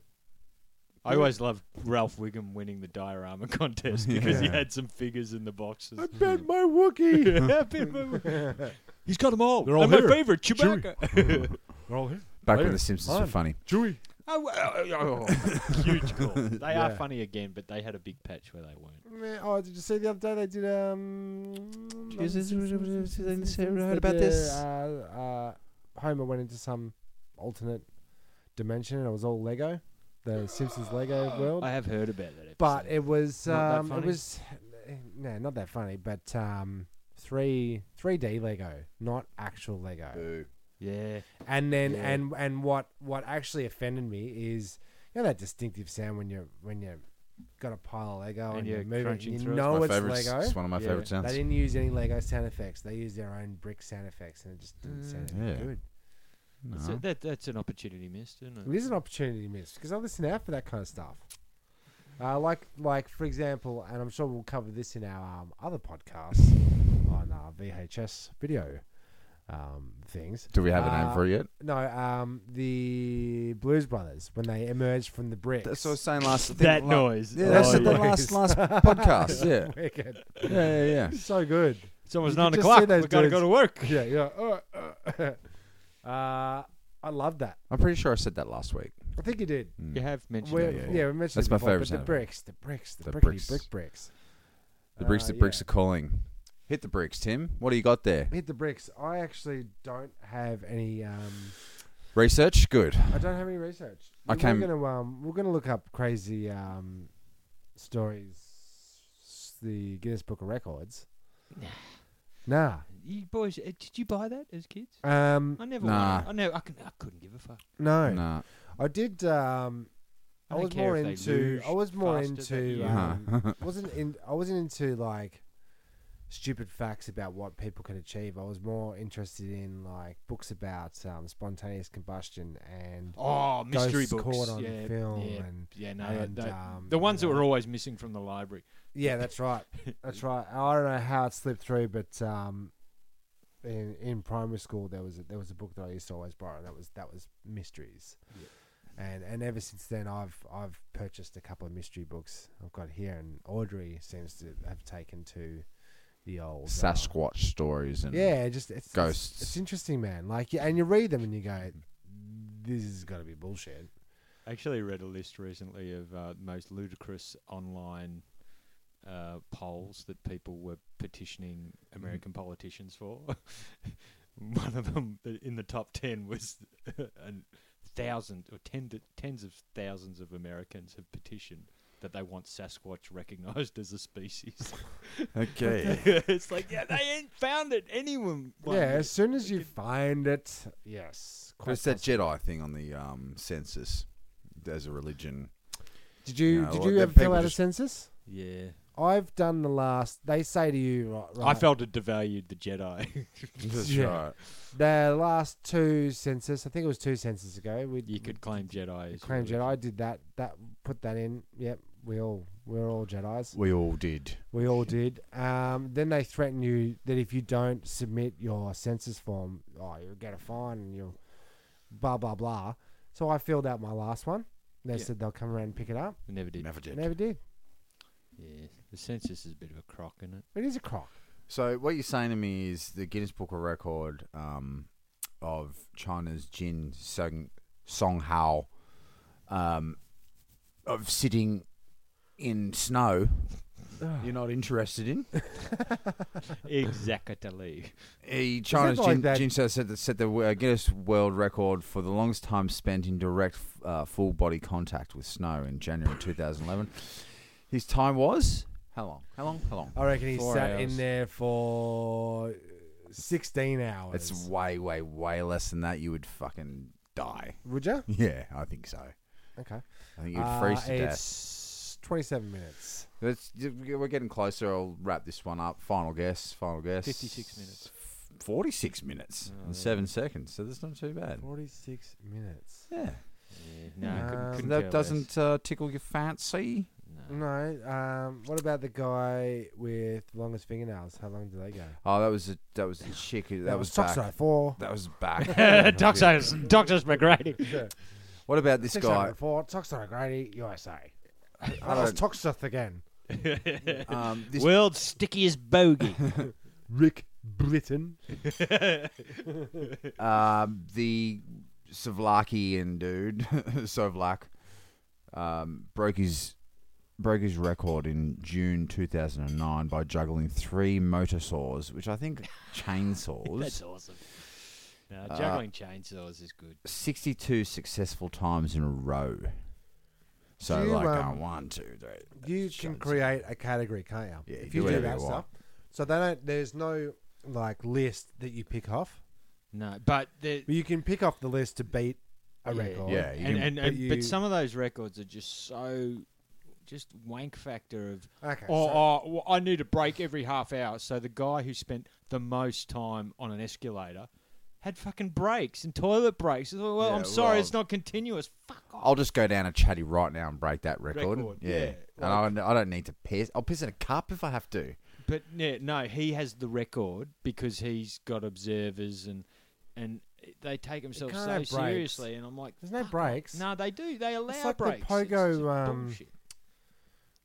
Speaker 4: I always loved Ralph Wiggum winning the diorama contest because he
Speaker 3: Yeah.
Speaker 4: had some figures in the boxes.
Speaker 3: I bet my Wookiee.
Speaker 4: Yeah, big movie. He's got them all.
Speaker 3: They're all
Speaker 4: and
Speaker 3: here.
Speaker 4: my favorite, Chewbacca.
Speaker 3: Roll him,
Speaker 5: back when
Speaker 3: Later.
Speaker 5: the Simpsons were
Speaker 3: Fine.
Speaker 5: funny.
Speaker 3: Chewie.
Speaker 4: Oh, well, oh, oh, huge call. They are
Speaker 3: Yeah.
Speaker 4: funny again, but they had a big patch where they weren't.
Speaker 3: Man, oh, did you see the other day they did um?
Speaker 5: Jesus,
Speaker 3: they
Speaker 5: heard about
Speaker 3: did,
Speaker 5: this?
Speaker 3: Uh, uh, Homer went into some alternate dimension, and it was all Lego, the Simpsons Lego world.
Speaker 4: I have heard about that. Episode.
Speaker 3: but it was
Speaker 4: Not that
Speaker 3: um, it
Speaker 4: funny?
Speaker 3: was no, not that funny, but um, three three D Lego, not actual Lego.
Speaker 4: yeah,
Speaker 3: And then
Speaker 4: Yeah.
Speaker 3: and and what what actually offended me is you know that distinctive sound when you're when you got a pile of Lego and,
Speaker 4: And
Speaker 3: you're
Speaker 4: you're
Speaker 3: moving, it,
Speaker 4: crunching
Speaker 3: you
Speaker 4: through it.
Speaker 3: know
Speaker 5: my
Speaker 3: Oh, it's
Speaker 5: favorite,
Speaker 3: Lego.
Speaker 5: It's one of my
Speaker 4: Yeah.
Speaker 5: favorite sounds.
Speaker 3: They didn't use any Lego sound effects. They used their own brick sound effects, and it just didn't sound any
Speaker 5: Mm. Yeah.
Speaker 3: good.
Speaker 4: That's, a, that, that's an opportunity missed, isn't it?
Speaker 3: It is an opportunity missed because I listen out for that kind of stuff. Uh, like, like for example, and I'm sure we'll cover this in our um, other podcasts on uh, our VHS video um, things.
Speaker 5: Do we have a name
Speaker 3: Uh,
Speaker 5: for it yet?
Speaker 3: No, um, the Blues Brothers when they emerged from the bricks.
Speaker 5: That's what I was saying last. I think
Speaker 4: That
Speaker 5: la-
Speaker 4: noise.
Speaker 5: Yeah, that's
Speaker 4: Oh,
Speaker 5: the
Speaker 4: yeah.
Speaker 5: last last podcast. Yeah,
Speaker 3: Wicked.
Speaker 5: yeah, yeah. yeah.
Speaker 3: so good.
Speaker 4: It's almost
Speaker 3: You could
Speaker 4: nine
Speaker 3: just see
Speaker 4: o'clock. We
Speaker 3: those
Speaker 4: have got to
Speaker 3: dudes.
Speaker 4: go to work.
Speaker 3: Yeah, yeah. Uh, uh, uh, I love that.
Speaker 5: I'm pretty sure I said that last week.
Speaker 3: I think you did.
Speaker 5: Mm.
Speaker 4: You have mentioned
Speaker 3: We're-
Speaker 4: that.
Speaker 5: yeah,
Speaker 3: yeah,
Speaker 5: yeah.
Speaker 3: we mentioned
Speaker 5: That's
Speaker 3: it
Speaker 5: my
Speaker 3: before,
Speaker 5: favourite
Speaker 3: But the
Speaker 5: sound.
Speaker 3: bricks, the bricks, the,
Speaker 5: The
Speaker 3: brickety
Speaker 5: bricks.
Speaker 3: brick bricks.
Speaker 5: The bricks,
Speaker 3: Uh,
Speaker 5: the bricks
Speaker 3: yeah.
Speaker 5: are calling. Hit the bricks, Tim. What do you got there?
Speaker 3: Hit the bricks. I actually don't have any. Um,
Speaker 5: Research, good.
Speaker 3: I don't have any research.
Speaker 5: I
Speaker 3: we're
Speaker 5: came-
Speaker 3: gonna um, we're gonna look up crazy um, stories. The Guinness Book of Records. Nah.
Speaker 4: You boys, uh, did you buy that as kids?
Speaker 3: Nah. Um,
Speaker 4: I never.
Speaker 5: Nah.
Speaker 4: wanted- I never. I, can, I couldn't give a fuck.
Speaker 3: no.
Speaker 5: Nah.
Speaker 3: I did. Um, I,
Speaker 4: I don't
Speaker 3: was
Speaker 4: care
Speaker 3: more
Speaker 4: if they
Speaker 3: into.
Speaker 4: luge
Speaker 3: I was more
Speaker 4: faster than
Speaker 3: into.
Speaker 4: you.
Speaker 5: Huh.
Speaker 3: Um, wasn't in. I wasn't into like stupid facts about what people can achieve. I was more interested in like books about um, spontaneous combustion and
Speaker 4: Oh, mystery
Speaker 3: ghosts
Speaker 4: books.
Speaker 3: caught on
Speaker 4: yeah,
Speaker 3: film
Speaker 4: yeah,
Speaker 3: and
Speaker 4: yeah, no,
Speaker 3: and,
Speaker 4: that-
Speaker 3: um,
Speaker 4: the ones
Speaker 3: you
Speaker 4: that
Speaker 3: know.
Speaker 4: were always missing from the library.
Speaker 3: Yeah, that's right. That's right. I don't know how it slipped through, but um, in in primary school there was a, there was a book that I used to always borrow. And that was that was mysteries, and and ever since then I've I've purchased a couple of mystery books. I've got here, and Audrey seems to have taken to the old uh,
Speaker 5: Sasquatch stories and
Speaker 3: yeah, just it's, it's-
Speaker 5: Ghosts.
Speaker 3: It's, interesting, man. Like, yeah, and you read them and you go, "This has got to be bullshit."
Speaker 4: I actually read a list recently of uh, most ludicrous online uh, polls that people were petitioning
Speaker 3: Mm-hmm.
Speaker 4: American politicians for. One of them uh, in the top 10 was an thousand or ten to, tens of thousands of Americans have petitioned that they want Sasquatch recognized as a species.
Speaker 5: Okay.
Speaker 4: it's like, yeah, they ain't found it. Anyone.
Speaker 3: yeah, as soon as you find it, yes.
Speaker 5: But
Speaker 3: quite
Speaker 5: it's that
Speaker 3: possible.
Speaker 5: Jedi thing on the um, census as a religion.
Speaker 3: Did you
Speaker 5: No,
Speaker 3: did
Speaker 5: well,
Speaker 3: you
Speaker 5: the
Speaker 3: ever fill
Speaker 5: people
Speaker 3: out
Speaker 5: just-
Speaker 3: a census?
Speaker 4: Yeah.
Speaker 3: I've done the last. They say to you, right?
Speaker 4: I
Speaker 3: right,
Speaker 4: felt it devalued the Jedi.
Speaker 5: That's
Speaker 3: Yeah.
Speaker 5: right.
Speaker 3: the last two census. I think it was two census ago. We
Speaker 4: you could claim Jedi. as a
Speaker 3: claim
Speaker 4: religion.
Speaker 3: Jedi. I did that. That put that in. Yep, we all we're all Jedi's.
Speaker 5: We all did.
Speaker 3: We all did. Um, then they threaten you that if you don't submit your census form, oh, you'll get a fine and you'll blah blah blah. So I filled out my last one. They
Speaker 4: Yeah.
Speaker 3: said they'll come around and pick it up.
Speaker 4: We never did.
Speaker 5: Never did.
Speaker 3: Never did.
Speaker 4: Yeah, the census is a bit of a crock, isn't it?
Speaker 3: It is a crock.
Speaker 5: So what you're saying to me is the Guinness Book of Record um, of China's Jin Song Songhao um, of sitting in snow. You're not interested in.
Speaker 4: Exactly.
Speaker 5: A China's
Speaker 3: like
Speaker 5: Jin,
Speaker 3: that-
Speaker 5: Jin Song set the, set the uh, Guinness World Record for the longest time spent in direct uh, full body contact with snow in January 2011. His time was how long? How long? How long?
Speaker 4: Oh,
Speaker 3: I reckon he
Speaker 4: Four
Speaker 3: sat in
Speaker 4: hours.
Speaker 3: there for sixteen hours.
Speaker 5: It's way, way, way less than that. You would fucking die.
Speaker 3: Would you?
Speaker 5: Yeah, I think so.
Speaker 3: Okay.
Speaker 5: I think you'd freeze
Speaker 3: Uh,
Speaker 5: to death.
Speaker 3: it's twenty-seven minutes.
Speaker 5: Let's, we're getting closer. I'll wrap this one up. Final guess. Final guess.
Speaker 4: 56 minutes.
Speaker 5: Forty-six minutes
Speaker 4: Oh,
Speaker 5: and
Speaker 4: yeah.
Speaker 5: seven seconds. So that's not too bad.
Speaker 3: Forty-six minutes.
Speaker 5: Yeah,
Speaker 4: Yeah, no, I couldn't,
Speaker 3: Um,
Speaker 5: So
Speaker 4: couldn't
Speaker 5: that
Speaker 4: care
Speaker 5: doesn't uh, tickle your fancy.
Speaker 4: less. No.
Speaker 3: No. Um, what about the guy with longest fingernails? How long do they go?
Speaker 5: Oh, that was a that was a chick. That,
Speaker 3: That
Speaker 5: was,
Speaker 3: was
Speaker 5: back.
Speaker 3: Toxo four.
Speaker 5: That was back.
Speaker 4: Doctors, Doctors McGrady.
Speaker 5: What about this guy?
Speaker 3: Toxo oh four. Toxo Grady, USA.
Speaker 5: I
Speaker 3: That was
Speaker 5: don't-
Speaker 3: Toxo again.
Speaker 5: Um, this
Speaker 4: World's stickiest bogey.
Speaker 3: Rick Britton.
Speaker 5: um, the Savlakian dude, Sovlak, um, broke his broke his record in June 2009 by juggling three motor saws, which I think
Speaker 4: That's
Speaker 5: chainsaws,
Speaker 4: awesome. No,
Speaker 5: Uh,
Speaker 4: juggling chainsaws is good.
Speaker 5: 62 successful times in a row. So
Speaker 3: Do you,
Speaker 5: like
Speaker 3: um,
Speaker 5: uh, one, two, three.
Speaker 3: You
Speaker 5: Shows
Speaker 3: can
Speaker 5: it.
Speaker 3: create a category, can't you?
Speaker 5: Yeah, you
Speaker 3: if
Speaker 5: do
Speaker 3: you do
Speaker 5: whatever
Speaker 3: that
Speaker 5: you want.
Speaker 3: stuff. So they don't. There's no like list that you pick off,
Speaker 4: No, but the
Speaker 3: but you can pick off the list to beat a
Speaker 4: Yeah.
Speaker 3: record.
Speaker 5: Yeah, you can-
Speaker 4: and, and,
Speaker 3: but
Speaker 4: and but
Speaker 3: you-
Speaker 4: some of those records are just so just wank factor of
Speaker 3: Okay.
Speaker 4: oh,
Speaker 3: so-
Speaker 4: oh, well, I need a break every half hour. So the guy who spent the most time on an escalator had fucking breaks and toilet breaks. It's like, Well,
Speaker 5: Yeah,
Speaker 4: I'm sorry,
Speaker 5: well-
Speaker 4: it's not continuous. Fuck off.
Speaker 5: I'll just go down a chatty right now and break that record.
Speaker 4: Record,
Speaker 5: yeah.
Speaker 4: yeah,
Speaker 5: and I don't, I don't need to piss. I'll piss in a cup if I have to.
Speaker 4: But yeah, no, he has the record because he's got observers and and they take themselves
Speaker 3: can't
Speaker 4: so
Speaker 3: have breaks.
Speaker 4: seriously. And I'm like,
Speaker 3: There's no
Speaker 4: "Fuck off."
Speaker 3: breaks.
Speaker 4: No, they do. They allow
Speaker 3: like the
Speaker 4: breaks. It's
Speaker 3: pogo,
Speaker 4: just
Speaker 3: um,
Speaker 4: bullshit.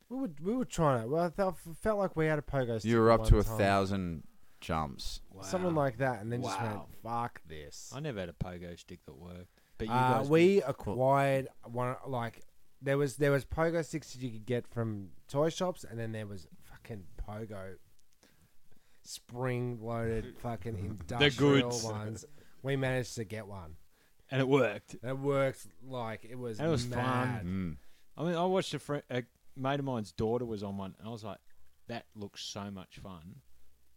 Speaker 3: we were we were trying to. Well, I felt, felt like we had a pogo. stick
Speaker 5: You were up
Speaker 3: one
Speaker 5: to a
Speaker 3: time.
Speaker 5: thousand jumps.
Speaker 3: Something like that, and then just went,
Speaker 4: Wow.
Speaker 3: "Fuck this."
Speaker 4: I never had a pogo stick that worked. But you
Speaker 3: Uh,
Speaker 4: guys
Speaker 3: we acquired one like there was there was pogo sticks that you could get from toy shops, and then there was fucking pogo spring loaded fucking industrial
Speaker 4: goods.
Speaker 3: ones. We managed to get one.
Speaker 4: and it worked.
Speaker 3: It worked like it was.
Speaker 4: That was
Speaker 3: mad.
Speaker 4: fun.
Speaker 5: Mm.
Speaker 4: I mean, I watched a friend, a mate of mine's daughter was on one, and I was like, "That looks so much fun,"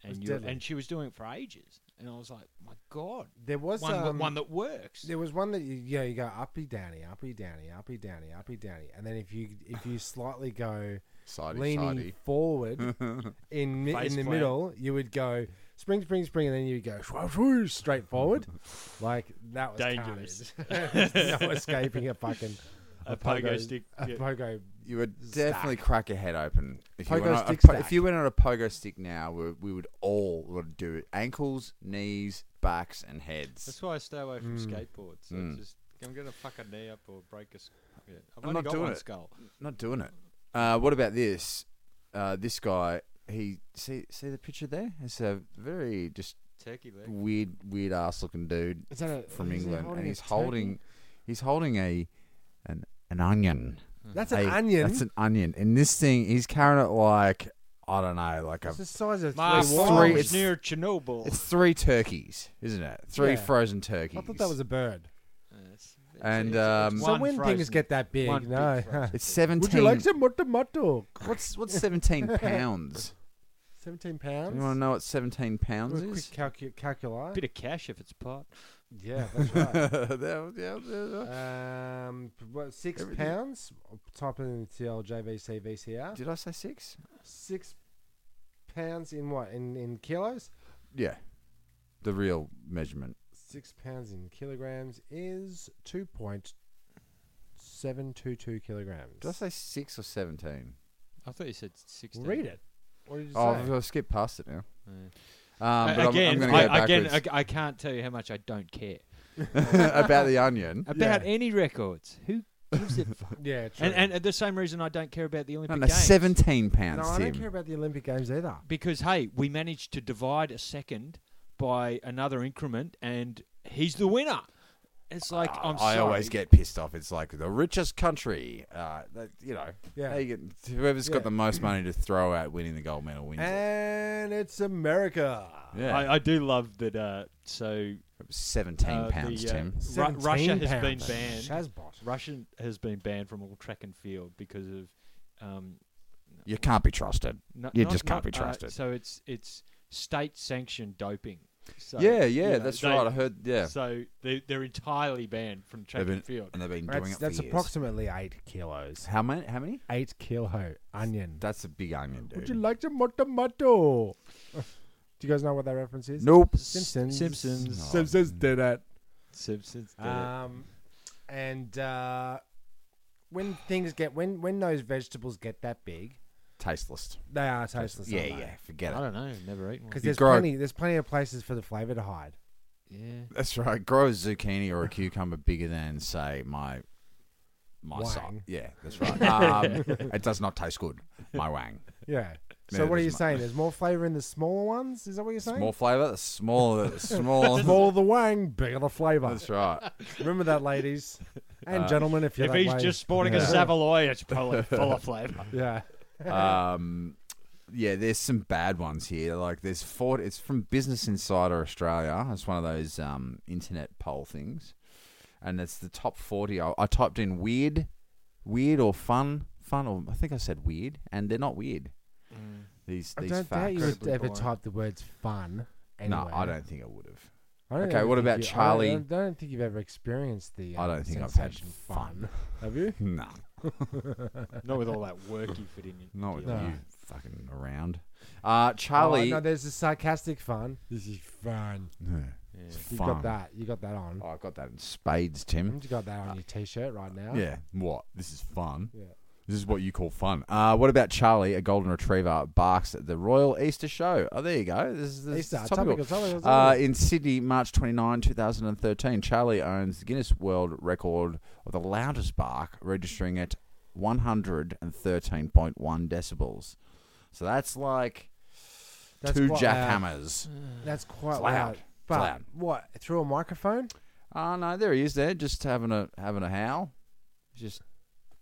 Speaker 3: was
Speaker 4: and you,
Speaker 3: deadly.
Speaker 4: and she was doing it for ages, and I was like, "My God,
Speaker 3: There was
Speaker 4: one
Speaker 3: um,
Speaker 4: one that works."
Speaker 3: There was one that you, you know you go uppy downy, uppy downy, uppy downy, uppy downy, and then if you if you slightly go
Speaker 5: Sidey,
Speaker 3: leaning
Speaker 5: sidey.
Speaker 3: forward in mi-
Speaker 4: Face
Speaker 3: in the
Speaker 4: plant.
Speaker 3: middle, you would go spring, spring, spring, and then you would go shwoo, shwoo, straight forward, like that was
Speaker 4: Dangerous.
Speaker 3: carnage. no escaping a fucking
Speaker 4: A pogo stick,
Speaker 3: a
Speaker 4: yeah.
Speaker 3: pogo.
Speaker 5: You would definitely crack your head open if you,
Speaker 3: Pogo
Speaker 5: went on, a
Speaker 3: stick
Speaker 5: po-
Speaker 3: stack.
Speaker 5: if you went on a pogo stick now. We, we would all would do it: ankles, knees, backs, and heads.
Speaker 4: That's why I stay away from
Speaker 3: Mm.
Speaker 4: skateboards. So it's just I'm gonna fuck a knee up or break a. s- Yeah. I've
Speaker 5: Mm. I'm
Speaker 4: only
Speaker 5: not
Speaker 4: got
Speaker 5: doing
Speaker 4: one
Speaker 5: it.
Speaker 4: skull.
Speaker 5: Not doing it. Uh, what about this? Uh, this guy. He see see the picture there. It's a very just
Speaker 4: Turkey leg.
Speaker 5: weird weird ass looking dude
Speaker 3: Is that a,
Speaker 5: from
Speaker 3: is he
Speaker 5: England,
Speaker 3: holding
Speaker 5: and
Speaker 3: a
Speaker 5: he's
Speaker 3: turkey?
Speaker 5: holding he's holding a an an onion.
Speaker 3: That's an
Speaker 5: A-
Speaker 3: onion.
Speaker 5: Hmm. That's an onion. And this thing, he's carrying it like I don't know, like a
Speaker 3: it's the size of
Speaker 4: My
Speaker 3: three
Speaker 5: Three
Speaker 4: farm
Speaker 5: warriors.
Speaker 3: walnuts.
Speaker 4: is near Chernobyl.
Speaker 5: It's three turkeys, isn't it? Three
Speaker 3: Yeah.
Speaker 5: frozen turkeys.
Speaker 3: I thought that was a bird.
Speaker 4: Uh, it's- it's-
Speaker 5: And,
Speaker 4: it's- it's
Speaker 5: um,
Speaker 3: So
Speaker 4: one
Speaker 3: when things
Speaker 4: frozen-
Speaker 3: get that big,
Speaker 4: one big
Speaker 3: no.
Speaker 4: frozen.
Speaker 5: It's seventeen.
Speaker 3: Would you like some more tomato?
Speaker 5: What's what's seventeen pounds?
Speaker 3: Seventeen pounds.
Speaker 5: You want to know what seventeen
Speaker 3: Do a
Speaker 5: pounds
Speaker 3: quick
Speaker 5: is?
Speaker 3: calcu- calculi.
Speaker 4: bit of cash if it's pot.
Speaker 3: yeah, that's right.
Speaker 5: That- yeah, yeah, yeah.
Speaker 3: Um, p- what, six
Speaker 5: Everything.
Speaker 3: pounds? I'll Type in the LJVC VCR.
Speaker 5: Did I say six?
Speaker 3: Six pounds in what? In in kilos?
Speaker 5: Yeah, the real measurement.
Speaker 3: Six pounds in kilograms is two point seven two two kilograms.
Speaker 5: Did I say six or seventeen?
Speaker 4: I thought you said sixteen.
Speaker 3: read it. What did you
Speaker 5: Oh,
Speaker 3: say?
Speaker 5: I've got to skip past it now.
Speaker 4: Yeah.
Speaker 5: Um, but
Speaker 4: again,
Speaker 5: I'm, I'm
Speaker 4: I,
Speaker 5: going to go
Speaker 4: again,
Speaker 5: backwards.
Speaker 4: I, I can't tell you how much I don't care
Speaker 5: about the onion.
Speaker 4: about
Speaker 3: Yeah.
Speaker 4: any records. Who gives a fuck?
Speaker 3: yeah, true.
Speaker 4: and, and the same reason I don't care about the Olympic
Speaker 5: No, no,
Speaker 4: Games.
Speaker 5: seventeen
Speaker 3: no,
Speaker 5: pounds,
Speaker 3: I
Speaker 5: Tim.
Speaker 3: don't care about the Olympic Games either.
Speaker 4: Because hey, we managed to divide a second by another increment, and he's the winner. It's like I'm.
Speaker 5: I
Speaker 4: sorry.
Speaker 5: always get pissed off. It's like the richest country, uh, that, you know.
Speaker 3: Yeah.
Speaker 5: they get, whoever's got
Speaker 3: Yeah.
Speaker 5: the most money to throw out winning the gold medal wins. it.
Speaker 3: And it's America.
Speaker 5: yeah,
Speaker 4: Eh. I, I do love that. Uh, so
Speaker 5: It was seventeen
Speaker 4: uh,
Speaker 5: pounds,
Speaker 4: the, uh,
Speaker 5: Tim.
Speaker 4: Ru- Russia
Speaker 3: 17
Speaker 4: has been
Speaker 3: pounds.
Speaker 4: banned.
Speaker 3: Shazbot.
Speaker 4: Russian has been banned from all track and field because of um,
Speaker 5: You can't be trusted.
Speaker 4: No-
Speaker 5: You
Speaker 4: not-
Speaker 5: just can't
Speaker 4: not-
Speaker 5: be
Speaker 4: uh,
Speaker 5: trusted.
Speaker 4: so it's it's state sanctioned doping. So,
Speaker 5: yeah,
Speaker 4: you
Speaker 5: yeah,
Speaker 4: know,
Speaker 5: that's
Speaker 4: they-
Speaker 5: right. I heard. Yeah,
Speaker 4: So they they're entirely banned from track
Speaker 5: they've been
Speaker 4: and field.
Speaker 5: and they've been doing
Speaker 3: That's,
Speaker 5: it.
Speaker 3: that's
Speaker 5: for years.
Speaker 3: approximately eight kilos.
Speaker 5: How many? How many?
Speaker 3: Eight kilo onion.
Speaker 5: That's a big onion, dude.
Speaker 3: Would you like some more tomato? Do you guys know what that reference is?
Speaker 5: nope.
Speaker 3: Simpsons.
Speaker 4: Simpsons.
Speaker 5: Oh.
Speaker 3: Simpsons did it.
Speaker 4: Simpsons.
Speaker 3: Um, and Um, uh, when things get when when those vegetables get that big,
Speaker 5: Tasteless.
Speaker 3: they are tasteless.
Speaker 5: yeah,
Speaker 3: aren't they?
Speaker 5: yeah. Forget
Speaker 4: I
Speaker 5: it.
Speaker 4: don't know. Never eaten one.
Speaker 3: Because there's
Speaker 5: grow-
Speaker 3: plenty, there's plenty of places for the flavour to hide.
Speaker 4: Yeah.
Speaker 5: That's right. Grow a zucchini or a cucumber bigger than, say, my my
Speaker 3: Wang.
Speaker 5: son. Yeah, that's right. Um, it does not taste good. My wang.
Speaker 3: Yeah. So
Speaker 5: Yeah,
Speaker 3: what are
Speaker 5: there's
Speaker 3: you
Speaker 5: mu-
Speaker 3: saying? There's more flavour in the smaller ones. Is that what you're saying?
Speaker 5: Small flavour. The smaller, the smaller.
Speaker 3: Smaller the wang, bigger the flavour.
Speaker 5: That's Uh, right.
Speaker 3: Remember that, ladies and gentlemen. If you're
Speaker 4: If
Speaker 3: that
Speaker 4: he's
Speaker 3: way.
Speaker 4: just sporting
Speaker 3: Yeah.
Speaker 4: a Savoy, it's probably full of flavour.
Speaker 3: yeah,
Speaker 5: Um, yeah, there's some bad ones here. Like there's four. It's from Business Insider Australia. It's one of those um, internet poll things, and it's the top forty. I, I typed in weird, weird or fun, fun or I think I said weird, and they're not weird. These
Speaker 3: I
Speaker 5: these
Speaker 3: don't doubt
Speaker 5: facts.
Speaker 3: you would
Speaker 4: Incredibly
Speaker 3: ever
Speaker 4: boring.
Speaker 3: type the words fun.
Speaker 5: no,
Speaker 3: anywhere.
Speaker 5: I don't think I would have.
Speaker 3: I don't
Speaker 5: Okay,
Speaker 3: ever
Speaker 5: what
Speaker 3: think
Speaker 5: about
Speaker 3: you- I
Speaker 5: Charlie?
Speaker 3: don't, I don't think you've ever experienced the.
Speaker 5: I
Speaker 3: um,
Speaker 5: don't think I've had
Speaker 3: sensation of
Speaker 5: fun.
Speaker 3: Have you?
Speaker 5: no,
Speaker 4: Not with all that work you fit in. your-
Speaker 5: not with
Speaker 3: No.
Speaker 5: you fucking around. Uh, Charlie.
Speaker 3: Oh, no, there's the sarcastic fun. This is fun.
Speaker 4: Yeah.
Speaker 3: You
Speaker 5: Fun.
Speaker 3: got that. Mm, You got that on.
Speaker 5: Oh, I got that in spades, Tim.
Speaker 3: You got that on your t-shirt right now.
Speaker 5: uh, Yeah. What? This is fun.
Speaker 3: Yeah.
Speaker 5: This is what you call fun. Uh, what about Charlie, a golden retriever, barks at the Royal Easter Show? Oh, there you go. This is, this
Speaker 3: Easter,
Speaker 5: is
Speaker 3: topical,
Speaker 5: topical.
Speaker 3: topical,
Speaker 5: Uh,
Speaker 3: topical.
Speaker 5: in Sydney, March 29, 2013, Charlie owns the Guinness World Record of the loudest bark, registering at 113.1 decibels. So that's like
Speaker 3: That's
Speaker 5: two
Speaker 4: uh,
Speaker 3: quite loud.
Speaker 5: jackhammers.
Speaker 3: That's quite
Speaker 5: It's
Speaker 3: loud.
Speaker 5: loud.
Speaker 3: But
Speaker 5: loud.
Speaker 3: what? Through a microphone?
Speaker 5: Ah, no, there he is there, just having a having a howl. Just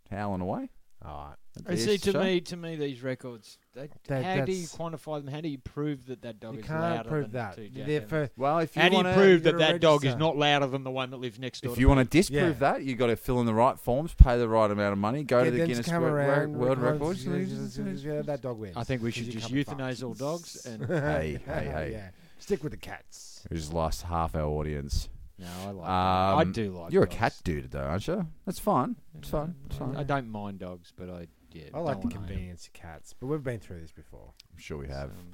Speaker 5: howling away.
Speaker 3: All right.
Speaker 5: at the
Speaker 4: I Oh, see.
Speaker 5: Easter
Speaker 4: To
Speaker 5: show.
Speaker 4: me, to me, these records. They,
Speaker 3: That-
Speaker 4: how do you
Speaker 3: that's-
Speaker 4: quantify them? How do you prove that that dog
Speaker 3: you
Speaker 4: is
Speaker 3: can't
Speaker 4: louder
Speaker 3: prove
Speaker 4: than
Speaker 3: that.
Speaker 4: two
Speaker 3: They're
Speaker 4: jackhammers?
Speaker 3: for-
Speaker 5: Well, if you
Speaker 4: How do you
Speaker 5: wanna-
Speaker 4: prove
Speaker 3: you
Speaker 4: that
Speaker 3: gotta
Speaker 4: that dog is
Speaker 3: register.
Speaker 4: not louder than the one that lives next door?
Speaker 5: If
Speaker 4: to
Speaker 5: you
Speaker 4: me?
Speaker 5: want to disprove
Speaker 3: Yeah.
Speaker 5: that, you got to fill in the right forms, pay the right amount of money, go
Speaker 3: Get
Speaker 5: to the
Speaker 3: them
Speaker 5: Guinness
Speaker 3: come
Speaker 5: World,
Speaker 3: around,
Speaker 5: World
Speaker 3: records,
Speaker 5: Records.
Speaker 3: yeah, that dog wins.
Speaker 4: I think we should
Speaker 3: You
Speaker 4: just
Speaker 3: can't be fucked.
Speaker 4: euthanize all dogs. And
Speaker 5: hey, hey, hey.
Speaker 3: yeah. Stick with the cats.
Speaker 5: We just lost half our audience.
Speaker 4: no, I like.
Speaker 5: Um,
Speaker 4: I do like.
Speaker 5: You're a
Speaker 4: dogs.
Speaker 5: cat dude, though, aren't you? That's fine. It's fine. It's fine.
Speaker 4: I don't mind dogs, but I yeah.
Speaker 3: I like the
Speaker 4: don't wanna own 'em.
Speaker 3: convenience of cats, but we've been through this before.
Speaker 5: I'm sure we have.
Speaker 4: Um,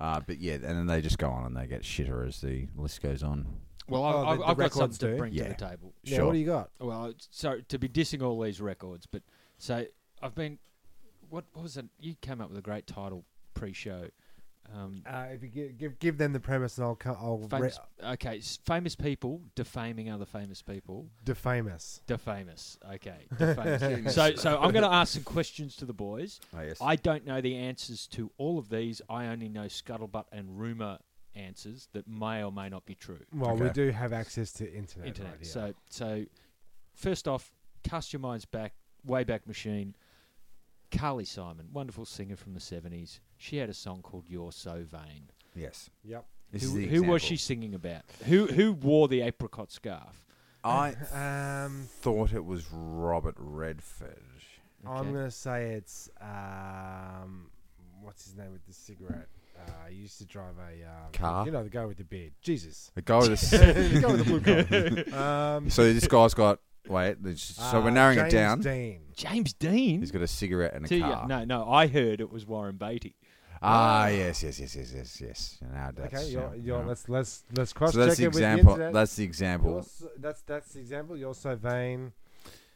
Speaker 5: Uh, but yeah, and then they just go on and they get shitter as the list goes on.
Speaker 4: well,
Speaker 3: Oh,
Speaker 4: I- I've,
Speaker 3: the- the
Speaker 4: I've got
Speaker 3: records
Speaker 4: something
Speaker 3: do?
Speaker 4: to bring
Speaker 5: Yeah.
Speaker 4: to the table.
Speaker 3: Yeah,
Speaker 5: Sure.
Speaker 3: what do you got?
Speaker 4: Well, it's- so to be dissing all these records, but so I've been. What, what was it? You came up with a great title pre-show. Um,
Speaker 3: Uh, if you give, give give them the premise, and I'll co- I'll re-
Speaker 4: famous, okay, s- famous people defaming other famous people.
Speaker 3: defame us.
Speaker 4: Defamous. Okay. Defamous. so, so I'm going to ask some questions to the boys.
Speaker 5: Oh, yes.
Speaker 4: I don't know the answers to all of these. I only know scuttlebutt and rumor answers that may or may not be true.
Speaker 3: Well, we
Speaker 5: Okay.
Speaker 3: do have access to internet.
Speaker 4: Internet.
Speaker 3: right here.
Speaker 4: so, so first off, cast your minds back, way back machine. Carly Simon, wonderful singer from the 70s. She had a song called You're So Vain.
Speaker 5: yes.
Speaker 3: yep.
Speaker 5: This is
Speaker 4: Who,
Speaker 5: the
Speaker 4: who was
Speaker 5: example.
Speaker 4: she singing about? Who who wore the apricot scarf?
Speaker 5: I
Speaker 3: Um,
Speaker 5: thought it was Robert Redford.
Speaker 3: I'm
Speaker 4: Okay.
Speaker 3: gonna say it's um, what's his name with the cigarette? Uh, he used to drive a um,
Speaker 5: Car?
Speaker 3: You know the guy with the beard. Jesus.
Speaker 5: The guy with the
Speaker 3: the guy with the blue collar. Um,
Speaker 5: So this guy's got wait. there's- So
Speaker 3: uh,
Speaker 5: we're narrowing
Speaker 3: James
Speaker 5: it down.
Speaker 3: Dean.
Speaker 4: James Dean.
Speaker 5: He's got a cigarette and a
Speaker 4: Too
Speaker 5: car.
Speaker 4: young. No, no, I heard it was Warren Beatty.
Speaker 5: Ah, yes, yes, yes, yes, yes, yes. Now that's
Speaker 3: okay, you're,
Speaker 5: yeah,
Speaker 3: you're,
Speaker 5: yeah.
Speaker 3: let's let's let's cross
Speaker 5: so
Speaker 3: check
Speaker 5: that's the
Speaker 3: it with the
Speaker 5: example.
Speaker 3: internet.
Speaker 5: that's the
Speaker 3: You're
Speaker 5: example.
Speaker 3: so- that's that's the example. You're so vain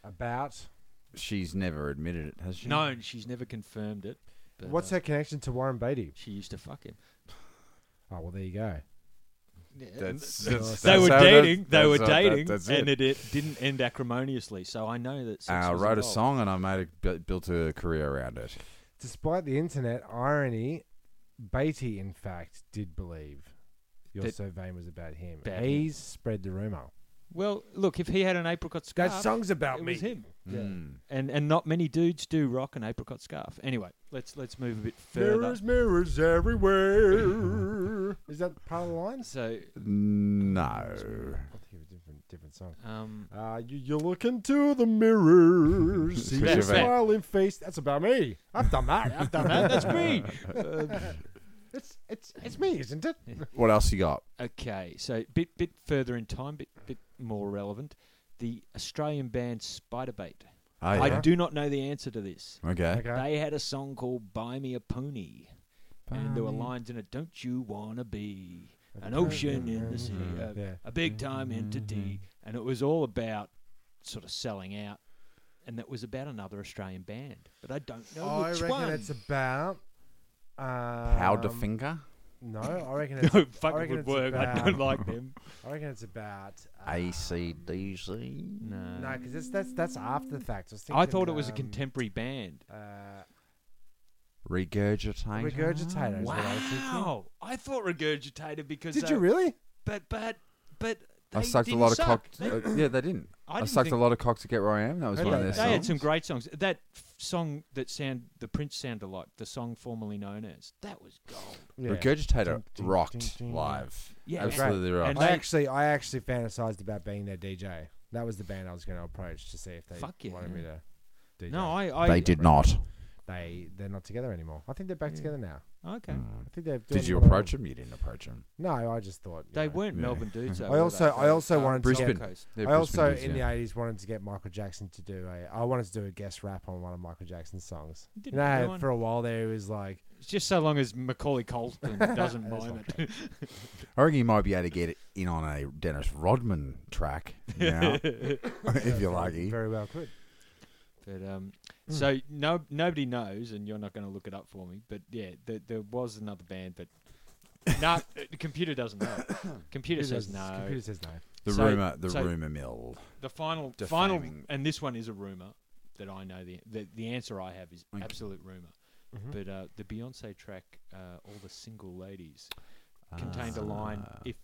Speaker 3: about.
Speaker 5: She's never admitted it, has she?
Speaker 4: No, and she's never confirmed it. but,
Speaker 3: What's
Speaker 4: uh,
Speaker 3: her connection to Warren Beatty?
Speaker 4: She used to fuck him.
Speaker 3: Oh well, there you go.
Speaker 5: That's,
Speaker 3: that's-
Speaker 4: they were
Speaker 5: how that-
Speaker 4: dating. they
Speaker 5: that's
Speaker 4: were
Speaker 5: how that-
Speaker 4: dating,
Speaker 5: that's
Speaker 4: and
Speaker 5: it. Uh,
Speaker 4: it, it didn't end acrimoniously. So I know that. sex
Speaker 5: I
Speaker 4: was
Speaker 5: wrote a
Speaker 4: involved.
Speaker 5: song and I made a bu- built a career around it.
Speaker 3: Despite the internet irony, Beatty in fact did believe your
Speaker 4: That-
Speaker 3: so vain was about him.
Speaker 4: About him.
Speaker 3: He's spread the rumor.
Speaker 4: Well, look, if he had an apricot
Speaker 3: That
Speaker 4: scarf,
Speaker 3: song's about
Speaker 4: Ah, it
Speaker 3: me.
Speaker 4: was him.
Speaker 5: Mm.
Speaker 4: And and not many dudes do rock an apricot scarf. Anyway, let's let's move a bit further.
Speaker 3: Mirrors, mirrors everywhere. Is that part of the lines?
Speaker 4: So,
Speaker 5: No.
Speaker 3: I think it was a different, different song.
Speaker 4: um,
Speaker 3: Uh, you, you look into the mirror, see
Speaker 5: That's
Speaker 3: your
Speaker 5: it.
Speaker 3: smiling face. That's about me. I've done that. I've done
Speaker 4: that,
Speaker 3: that.
Speaker 4: that's me.
Speaker 3: It's it's it's me, isn't it?
Speaker 5: What else you got?
Speaker 4: Okay, so bit bit further in time, bit bit more relevant. The Australian band Spiderbait.
Speaker 5: Oh,
Speaker 4: I
Speaker 5: yeah.
Speaker 4: do not know the answer to this.
Speaker 5: Okay.
Speaker 3: Okay.
Speaker 4: They had a song called "Buy Me a Pony," and there were lines in it: "Don't you wanna be an ocean in the sea, a,
Speaker 3: Mm-hmm. Yeah. Mm-hmm.
Speaker 4: a big time entity?" And it was all about sort of selling out and that was about another Australian band, but I don't know
Speaker 3: I
Speaker 4: which
Speaker 3: reckon
Speaker 4: one.
Speaker 3: it's about. Um,
Speaker 5: Powderfinger,
Speaker 3: No, I reckon it's.
Speaker 4: no,
Speaker 3: I
Speaker 4: fucking
Speaker 3: reckon
Speaker 4: would
Speaker 3: it's
Speaker 4: work. I
Speaker 3: about-
Speaker 4: don't like them.
Speaker 3: I reckon it's about. Um,
Speaker 5: ACDC.
Speaker 4: No,
Speaker 3: No, because that's that's that's after the fact. I, was
Speaker 4: I
Speaker 3: thinking,
Speaker 4: thought it was a
Speaker 3: um,
Speaker 4: contemporary band.
Speaker 3: Uh,
Speaker 5: Regurgitator.
Speaker 3: regurgitator. Is what I was thinking.
Speaker 4: Wow, I thought regurgitated because
Speaker 3: Did
Speaker 4: they-
Speaker 3: you really?
Speaker 4: But but but they
Speaker 5: I sucked a
Speaker 4: didn't
Speaker 5: lot of
Speaker 4: suck.
Speaker 5: cock.
Speaker 4: They,
Speaker 5: uh, yeah, they didn't. I,
Speaker 4: I didn't
Speaker 5: sucked a
Speaker 4: think-
Speaker 5: lot of cock to get where I am. That was
Speaker 3: They
Speaker 5: one of their
Speaker 3: did.
Speaker 4: they had some
Speaker 5: songs.
Speaker 4: great songs. That f- song that sound the Prince sound alike, the song formerly known as that was gold.
Speaker 3: Yeah.
Speaker 5: Regurgitator
Speaker 3: Ding, ding,
Speaker 5: rocked
Speaker 3: ding, ding.
Speaker 5: live.
Speaker 4: Yeah,
Speaker 5: absolutely
Speaker 4: and-
Speaker 5: rocked.
Speaker 4: and
Speaker 3: I
Speaker 4: they-
Speaker 3: actually, I actually fantasized about being their DJ. That was the band I was going to approach to see if they
Speaker 4: Fuck yeah.
Speaker 3: wanted me to. DJ.
Speaker 4: No, I, I
Speaker 5: they did not.
Speaker 3: they they're not together anymore. I think they're back
Speaker 4: Yeah.
Speaker 3: together now.
Speaker 4: Okay,
Speaker 5: Mm,
Speaker 3: I think they've.
Speaker 5: Did
Speaker 3: doing
Speaker 5: you
Speaker 3: another
Speaker 5: approach
Speaker 3: one.
Speaker 5: him? You didn't approach him.
Speaker 3: No, I just thought you
Speaker 4: they
Speaker 3: know.
Speaker 4: weren't
Speaker 5: Yeah.
Speaker 4: Melbourne dudes.
Speaker 5: I
Speaker 4: though, were
Speaker 3: also-
Speaker 4: they?
Speaker 3: I
Speaker 4: They
Speaker 3: also
Speaker 4: were, uh,
Speaker 3: wanted to
Speaker 4: Gold
Speaker 5: get-
Speaker 4: Coast.
Speaker 5: Yeah,
Speaker 3: I
Speaker 5: Brisbane
Speaker 3: also
Speaker 5: dudes,
Speaker 3: in
Speaker 5: yeah.
Speaker 3: the 80s wanted to get Michael Jackson to do a I wanted to do a guest rap on one of Michael Jackson's songs.
Speaker 4: He
Speaker 3: You
Speaker 4: didn't
Speaker 3: know,
Speaker 4: do
Speaker 3: how
Speaker 4: one.
Speaker 3: for a while there he was like
Speaker 4: It's just so long as Macaulay Colton doesn't
Speaker 3: That's
Speaker 4: mind it.
Speaker 5: I reckon you might be able to get it in on a Dennis Rodman track now, if you're lucky.
Speaker 3: very well could.
Speaker 4: But um,
Speaker 5: Mm.
Speaker 4: so no, nobody knows, and you're not going to look it up for me. But yeah, there, there was another band, but no, the computer doesn't know. Computer says
Speaker 3: Computer
Speaker 4: no.
Speaker 3: Computer says no.
Speaker 5: The
Speaker 4: So-
Speaker 5: rumor, the
Speaker 4: so-
Speaker 5: rumor mill.
Speaker 4: The final, final,
Speaker 5: Defaming.
Speaker 4: and this one is a rumor that I know. The the, the answer I have is
Speaker 5: Okay.
Speaker 4: absolute rumor.
Speaker 5: Hmm.
Speaker 3: Mhm.
Speaker 4: But uh, the Beyonce track, uh, "All the Single Ladies," contained a line:
Speaker 5: Ah.
Speaker 4: "If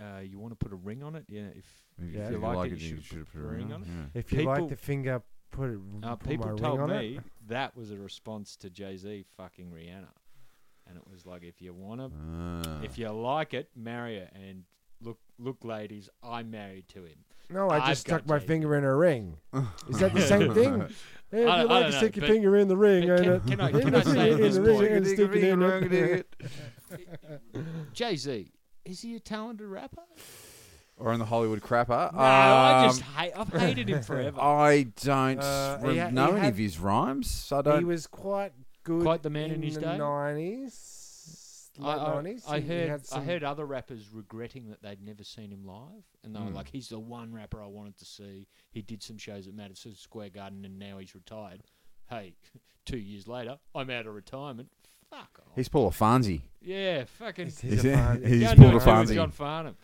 Speaker 4: uh, you want to put a ring on it, yeah, if
Speaker 5: If
Speaker 3: Yeah.
Speaker 5: you like it, you
Speaker 4: should
Speaker 5: should
Speaker 4: put
Speaker 5: put a ring on it.
Speaker 3: If you like
Speaker 4: People-
Speaker 3: the finger put it
Speaker 4: Uh,
Speaker 3: put my
Speaker 4: people
Speaker 3: ring
Speaker 4: told
Speaker 3: on it.
Speaker 4: me that was a response to Jay Z fucking Rihanna, and it was like, if you want to,
Speaker 5: Ah.
Speaker 4: if you like it, marry her. And look, look, ladies, I'm married to him.
Speaker 3: No, I
Speaker 4: I've
Speaker 3: just
Speaker 4: got
Speaker 3: stuck my
Speaker 4: Jay-Z.
Speaker 3: finger in a ring. Is that the same thing? Yeah,
Speaker 4: I
Speaker 3: if you
Speaker 4: don't- I
Speaker 3: like
Speaker 4: don't
Speaker 3: to
Speaker 4: know,
Speaker 3: stick your
Speaker 4: but-
Speaker 3: finger in the ring,
Speaker 4: but
Speaker 3: and
Speaker 4: can-
Speaker 3: it-
Speaker 4: can I-
Speaker 3: yeah,
Speaker 4: can I
Speaker 3: stick
Speaker 4: say
Speaker 3: it in
Speaker 4: this
Speaker 3: the ring
Speaker 4: point?
Speaker 3: and stick it in it.
Speaker 4: Jay Z, is he a talented rapper?
Speaker 5: Or in the Hollywood crapper.
Speaker 4: No, I
Speaker 5: Um, Oh,
Speaker 4: just hate. I've hated him forever.
Speaker 5: I don't
Speaker 3: Uh,
Speaker 5: re-
Speaker 3: he ha-
Speaker 5: know
Speaker 3: he
Speaker 5: any
Speaker 3: had-
Speaker 5: of his rhymes. So I
Speaker 3: He
Speaker 5: don't.
Speaker 3: was quite good.
Speaker 4: Quite the man in his
Speaker 3: the
Speaker 4: day.
Speaker 3: Nineties,
Speaker 4: I,
Speaker 3: late
Speaker 4: I,
Speaker 3: nineties.
Speaker 4: I heard
Speaker 3: Had some,
Speaker 4: I heard other rappers regretting that they'd never seen him live, and they were
Speaker 5: Mm.
Speaker 4: like, "He's the one rapper I wanted to see. He did some shows at Madison Square Garden, and now he's retired." Hey, two years later, I'm out of retirement. Fuck off.
Speaker 5: He's Paul Fonzie.
Speaker 4: yeah, fucking.
Speaker 3: He's, he's a fan.
Speaker 5: he's
Speaker 4: Go
Speaker 5: Paul
Speaker 4: and do it too with
Speaker 5: Fonzie.
Speaker 4: John Farnham.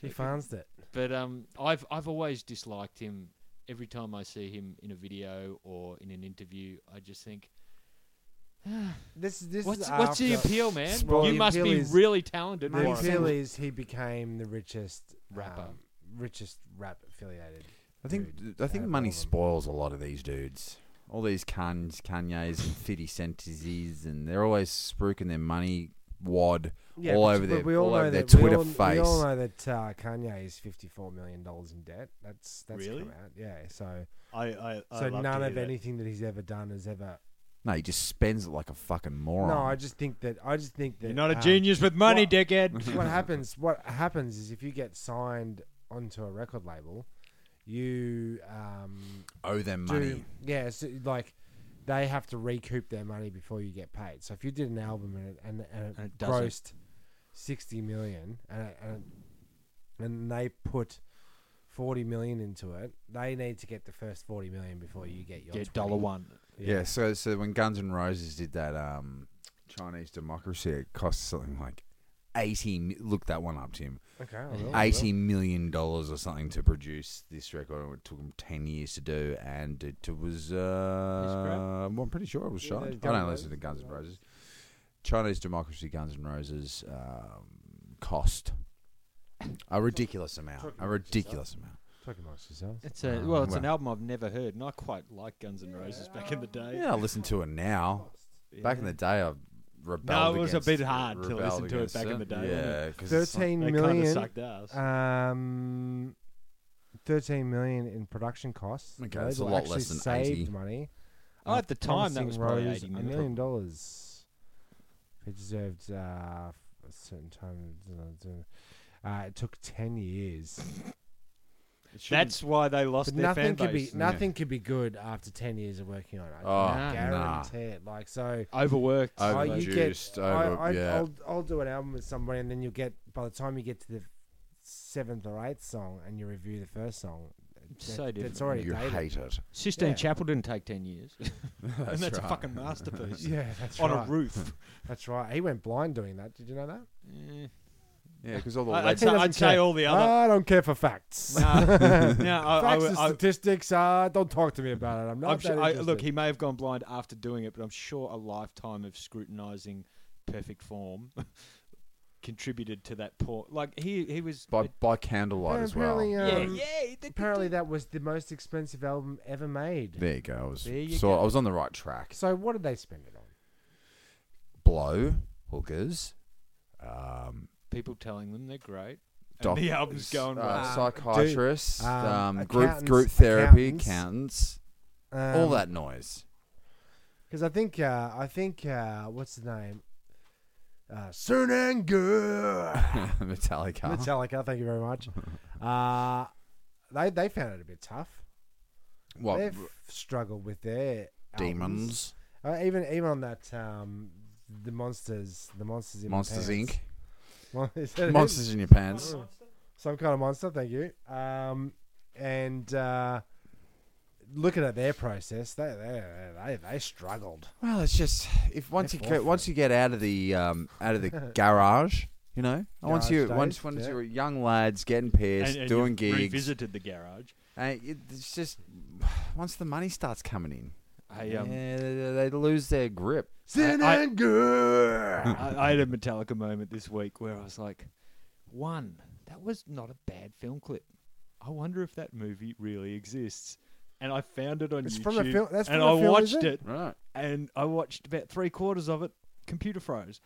Speaker 3: He finds it.
Speaker 4: But um, I've I've always disliked him. Every time I see him in a video or in an interview, I just think,
Speaker 3: This this
Speaker 4: "What's
Speaker 3: is
Speaker 4: what's the
Speaker 3: after-
Speaker 4: appeal, man?
Speaker 3: Well,
Speaker 4: you
Speaker 3: the
Speaker 4: must
Speaker 3: appeal
Speaker 4: be
Speaker 3: is-
Speaker 4: really talented."
Speaker 3: The
Speaker 4: for it."
Speaker 3: appeal is he became the richest
Speaker 4: Rapper.
Speaker 3: um, richest rap affiliated.
Speaker 5: I think
Speaker 3: Dude,
Speaker 5: I
Speaker 3: I
Speaker 5: think
Speaker 3: have
Speaker 5: money
Speaker 3: all of 'em.
Speaker 5: spoils a lot of these dudes. All these cans, Kanyes, and Fifty Centesies, and they're always spruiking their money wad all
Speaker 3: but-
Speaker 5: over
Speaker 3: but
Speaker 5: their
Speaker 3: we
Speaker 5: all
Speaker 3: know
Speaker 5: over their
Speaker 3: that- we
Speaker 5: Twitter
Speaker 3: all-
Speaker 5: face.
Speaker 3: We all know that uh, Kanye is fifty-four million dollars in debt. That's that's
Speaker 4: Really?
Speaker 3: come out. Yeah. So
Speaker 6: I, I, I
Speaker 3: so
Speaker 6: love to
Speaker 3: none
Speaker 6: hear
Speaker 3: of
Speaker 6: that.
Speaker 3: anything that he's ever done has ever.
Speaker 5: no, he just spends it like a fucking moron.
Speaker 3: No, I just think that I just think that
Speaker 4: You're not a
Speaker 3: um,
Speaker 4: genius with money,
Speaker 3: what-
Speaker 4: dickhead.
Speaker 3: what happens what happens is if you get signed onto a record label you um
Speaker 5: owe them
Speaker 3: do-
Speaker 5: money.
Speaker 3: yeah so, like they have to recoup their money before you get paid so if you did an album and it, and, and it,
Speaker 4: And it doesn't.
Speaker 3: grossed 60 million and, it- and, it- and they put 40 million into it they need to get the first 40 million before you get your 20.
Speaker 4: Get dollar one.
Speaker 5: Yeah. so so when Guns N' Roses did that um, Chinese Democracy, it cost something like eighty. mi- Look that one up, Tim.
Speaker 3: okay I will, I will.
Speaker 5: Eighty million dollars or something to produce this record. It took them ten years to do, and it was. Uh, well, I'm pretty sure it was
Speaker 3: Yeah,
Speaker 5: shot.
Speaker 3: they're
Speaker 5: I
Speaker 3: Guns N'
Speaker 5: don't listen to
Speaker 3: Roses,
Speaker 5: Guns N'
Speaker 3: right.
Speaker 5: Roses. Chinese Democracy, Guns N' Roses um, cost a ridiculous amount.
Speaker 3: Talking
Speaker 5: A
Speaker 3: about
Speaker 5: ridiculous amount.
Speaker 3: talking amongst yourselves
Speaker 4: It's a
Speaker 5: Uh,
Speaker 4: well, it's an
Speaker 5: well.
Speaker 4: album I've never heard, and I quite like Guns N' Roses back in the day.
Speaker 5: Yeah, I listen to it now. Back in the day, I rebelled.
Speaker 4: No, it was a
Speaker 5: against
Speaker 4: bit hard to
Speaker 5: rebelled
Speaker 4: listen to it
Speaker 5: against
Speaker 4: back in the day, wasn't
Speaker 5: Yeah, because
Speaker 4: they
Speaker 3: 13
Speaker 4: kind of
Speaker 3: million Uh,
Speaker 4: sucked ass.
Speaker 3: Um, thirteen million in production costs.
Speaker 5: Okay,
Speaker 3: The
Speaker 5: that's a
Speaker 3: label
Speaker 5: lot
Speaker 3: actually
Speaker 5: less than
Speaker 3: saved
Speaker 5: 80.
Speaker 3: money.
Speaker 4: Oh,
Speaker 3: Uh,
Speaker 4: at the time, that
Speaker 3: promising
Speaker 4: was probably
Speaker 3: Rose
Speaker 4: 80
Speaker 3: a
Speaker 4: million.
Speaker 3: million dollars. It deserved uh, f- a certain time. Uh, it took ten years.
Speaker 4: That's why they lost
Speaker 3: But
Speaker 4: their fan
Speaker 3: nothing could be
Speaker 4: base.
Speaker 3: nothing could be good after ten years of working on it.
Speaker 5: Oh,
Speaker 3: I
Speaker 4: nah.
Speaker 3: guarantee it. Like so,
Speaker 4: Overworked.
Speaker 3: Oh, you get-
Speaker 5: overjuiced. over,
Speaker 3: I, I,
Speaker 5: yeah.
Speaker 3: I'll I'll do an album with somebody, and then you'll get by the time you get to the seventh or eighth song, and you review the first song,
Speaker 4: So
Speaker 3: That-
Speaker 4: different.
Speaker 3: That's already
Speaker 5: You
Speaker 3: dated.
Speaker 5: hate it.
Speaker 4: Sistine
Speaker 3: Yeah.
Speaker 4: Chapel didn't take 10 years. and that's a
Speaker 5: right.
Speaker 4: fucking masterpiece.
Speaker 3: Yeah, that's
Speaker 4: on
Speaker 3: right.
Speaker 4: a roof.
Speaker 3: That's right. He went blind doing that. Did you know that?
Speaker 4: Yeah.
Speaker 5: Yeah, because all the
Speaker 4: I-
Speaker 5: lead.
Speaker 4: I'd, say,
Speaker 3: doesn't Ah.
Speaker 4: I'd say
Speaker 3: care.
Speaker 4: all the other.
Speaker 3: I don't care for facts.
Speaker 4: Nah, nah, I- I
Speaker 3: facts
Speaker 4: would-
Speaker 3: and
Speaker 4: I-
Speaker 3: statistics. Uh, don't talk to me about it. I'm not
Speaker 4: I'm
Speaker 3: that
Speaker 4: sure, I, look,
Speaker 3: interested.
Speaker 4: he may have gone blind after doing it, but I'm sure a lifetime of scrutinizing perfect form contributed to that poor. Like he, he was.
Speaker 5: by by candlelight
Speaker 3: Yeah,
Speaker 5: as well.
Speaker 3: apparently,
Speaker 4: yeah,
Speaker 3: um,
Speaker 4: yeah. he did-
Speaker 3: Apparently, that was the most expensive album ever made.
Speaker 5: There you go. I was
Speaker 4: There you
Speaker 5: so
Speaker 4: go.
Speaker 5: I was on the right track.
Speaker 3: So, what did they spend it on?
Speaker 5: Blow hookers. Um,
Speaker 4: people telling them they're great. And
Speaker 5: doc-
Speaker 4: the album's going
Speaker 5: uh,
Speaker 4: well.
Speaker 5: psychiatrists,
Speaker 3: dude, um,
Speaker 5: um, group
Speaker 3: accountants-
Speaker 5: group therapy, accountants,
Speaker 3: accountants.
Speaker 5: all
Speaker 3: Um,
Speaker 5: that noise.
Speaker 3: Because I think uh, I think uh, what's the name? Uh,
Speaker 5: Uh-huh.
Speaker 3: Cernanger.
Speaker 5: Metallica.
Speaker 3: Metallica. Thank you very much. Uh, they they found it a bit tough.
Speaker 5: what
Speaker 3: They've struggled with their albums.
Speaker 5: demons?
Speaker 3: Uh, even even on that um, the monsters, the monsters in
Speaker 5: Monsters
Speaker 3: Pants.
Speaker 5: Inc.
Speaker 3: Mon- is that it?
Speaker 5: Monsters in your pants.
Speaker 3: some kind of monster. Thank you. Um, and uh, looking at their process, they they they, they struggled.
Speaker 5: Well, it's just if once you
Speaker 3: They're
Speaker 5: get,
Speaker 3: awful.
Speaker 5: once you get out of the um, out of the garage, you know, once
Speaker 3: Garage
Speaker 5: you
Speaker 3: days,
Speaker 5: once once
Speaker 3: yeah.
Speaker 5: you're young lads getting pairs,
Speaker 4: And, and
Speaker 5: doing
Speaker 4: you've
Speaker 5: gigs,
Speaker 4: Revisited the garage.
Speaker 5: and it- it's just once the money starts coming in,
Speaker 4: I, um,
Speaker 5: yeah, they, they lose their grip.
Speaker 3: Sin
Speaker 4: I-
Speaker 3: and good.
Speaker 4: I, I had a Metallica moment this week where I was like, one, that was not a bad film clip. I wonder if that movie really exists. And I found it on
Speaker 3: It's
Speaker 4: YouTube.
Speaker 3: from a fil- that's
Speaker 4: and
Speaker 3: from a
Speaker 4: I
Speaker 3: film, is it?
Speaker 4: watched it?
Speaker 5: Right.
Speaker 4: and I watched about three quarters of it. Computer froze.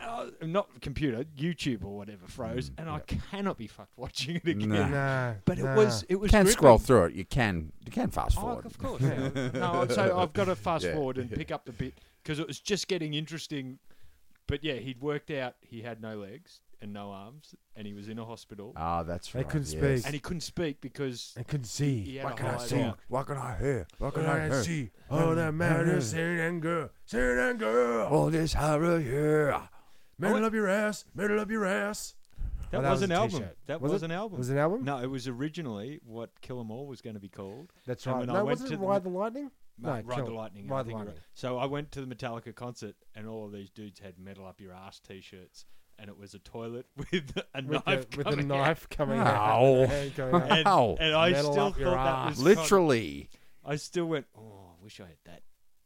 Speaker 4: And I was- not computer, YouTube or whatever froze, and I cannot be fucked watching it again.
Speaker 5: Mm. Nah.
Speaker 3: No,
Speaker 4: But
Speaker 3: no.
Speaker 4: it was it was
Speaker 5: You can
Speaker 4: gripping.
Speaker 5: scroll through it. You can you can fast
Speaker 4: Oh,
Speaker 5: forward.
Speaker 4: of course. Yeah. no, so I've got to fast
Speaker 5: Yeah.
Speaker 4: forward and pick up the bit because it was just getting interesting. But yeah, he'd worked out he had no legs and no arms, and he was in a hospital,
Speaker 5: Ah, that's
Speaker 3: They
Speaker 5: right.
Speaker 3: couldn't
Speaker 5: yes.
Speaker 3: speak.
Speaker 4: and he couldn't speak because
Speaker 3: I couldn't see.
Speaker 4: he had a
Speaker 5: Can I
Speaker 4: hide
Speaker 5: see?
Speaker 4: out.
Speaker 5: What can I hear? What can I hear?
Speaker 3: see all that matters, sin and good, sin and good.
Speaker 5: All this horror, yeah.
Speaker 3: Middle of your ass, middle of your ass.
Speaker 4: That,
Speaker 3: Oh, that
Speaker 4: was,
Speaker 3: was
Speaker 4: an
Speaker 3: a
Speaker 4: album.
Speaker 3: t-shirt.
Speaker 4: That
Speaker 3: Was
Speaker 4: was,
Speaker 3: it-
Speaker 4: an album.
Speaker 3: was it an album?
Speaker 4: No, it was originally what Kill 'Em All was going to be called.
Speaker 3: That's
Speaker 4: And
Speaker 3: right.
Speaker 4: when I
Speaker 3: No,
Speaker 4: went
Speaker 3: wasn't
Speaker 4: to
Speaker 3: it
Speaker 4: the-
Speaker 3: Ride the Lightning?
Speaker 4: Ma- Ride
Speaker 3: Kill-
Speaker 4: the Lightning. I
Speaker 3: Ride the
Speaker 4: think you're
Speaker 3: Lightning.
Speaker 4: right. So I went to the Metallica concert, and all of these dudes had metal up your ass t-shirts, and it was a toilet with a
Speaker 3: With,
Speaker 4: knife.
Speaker 3: the, with the
Speaker 4: coming out.
Speaker 3: knife coming
Speaker 5: Ow.
Speaker 3: out. and coming out.
Speaker 4: And,
Speaker 5: Ow.
Speaker 4: and I
Speaker 3: Metal
Speaker 4: still
Speaker 3: up your
Speaker 4: thought that
Speaker 3: ass.
Speaker 4: was kind
Speaker 5: Literally.
Speaker 4: of- I still went, oh, I wish I had that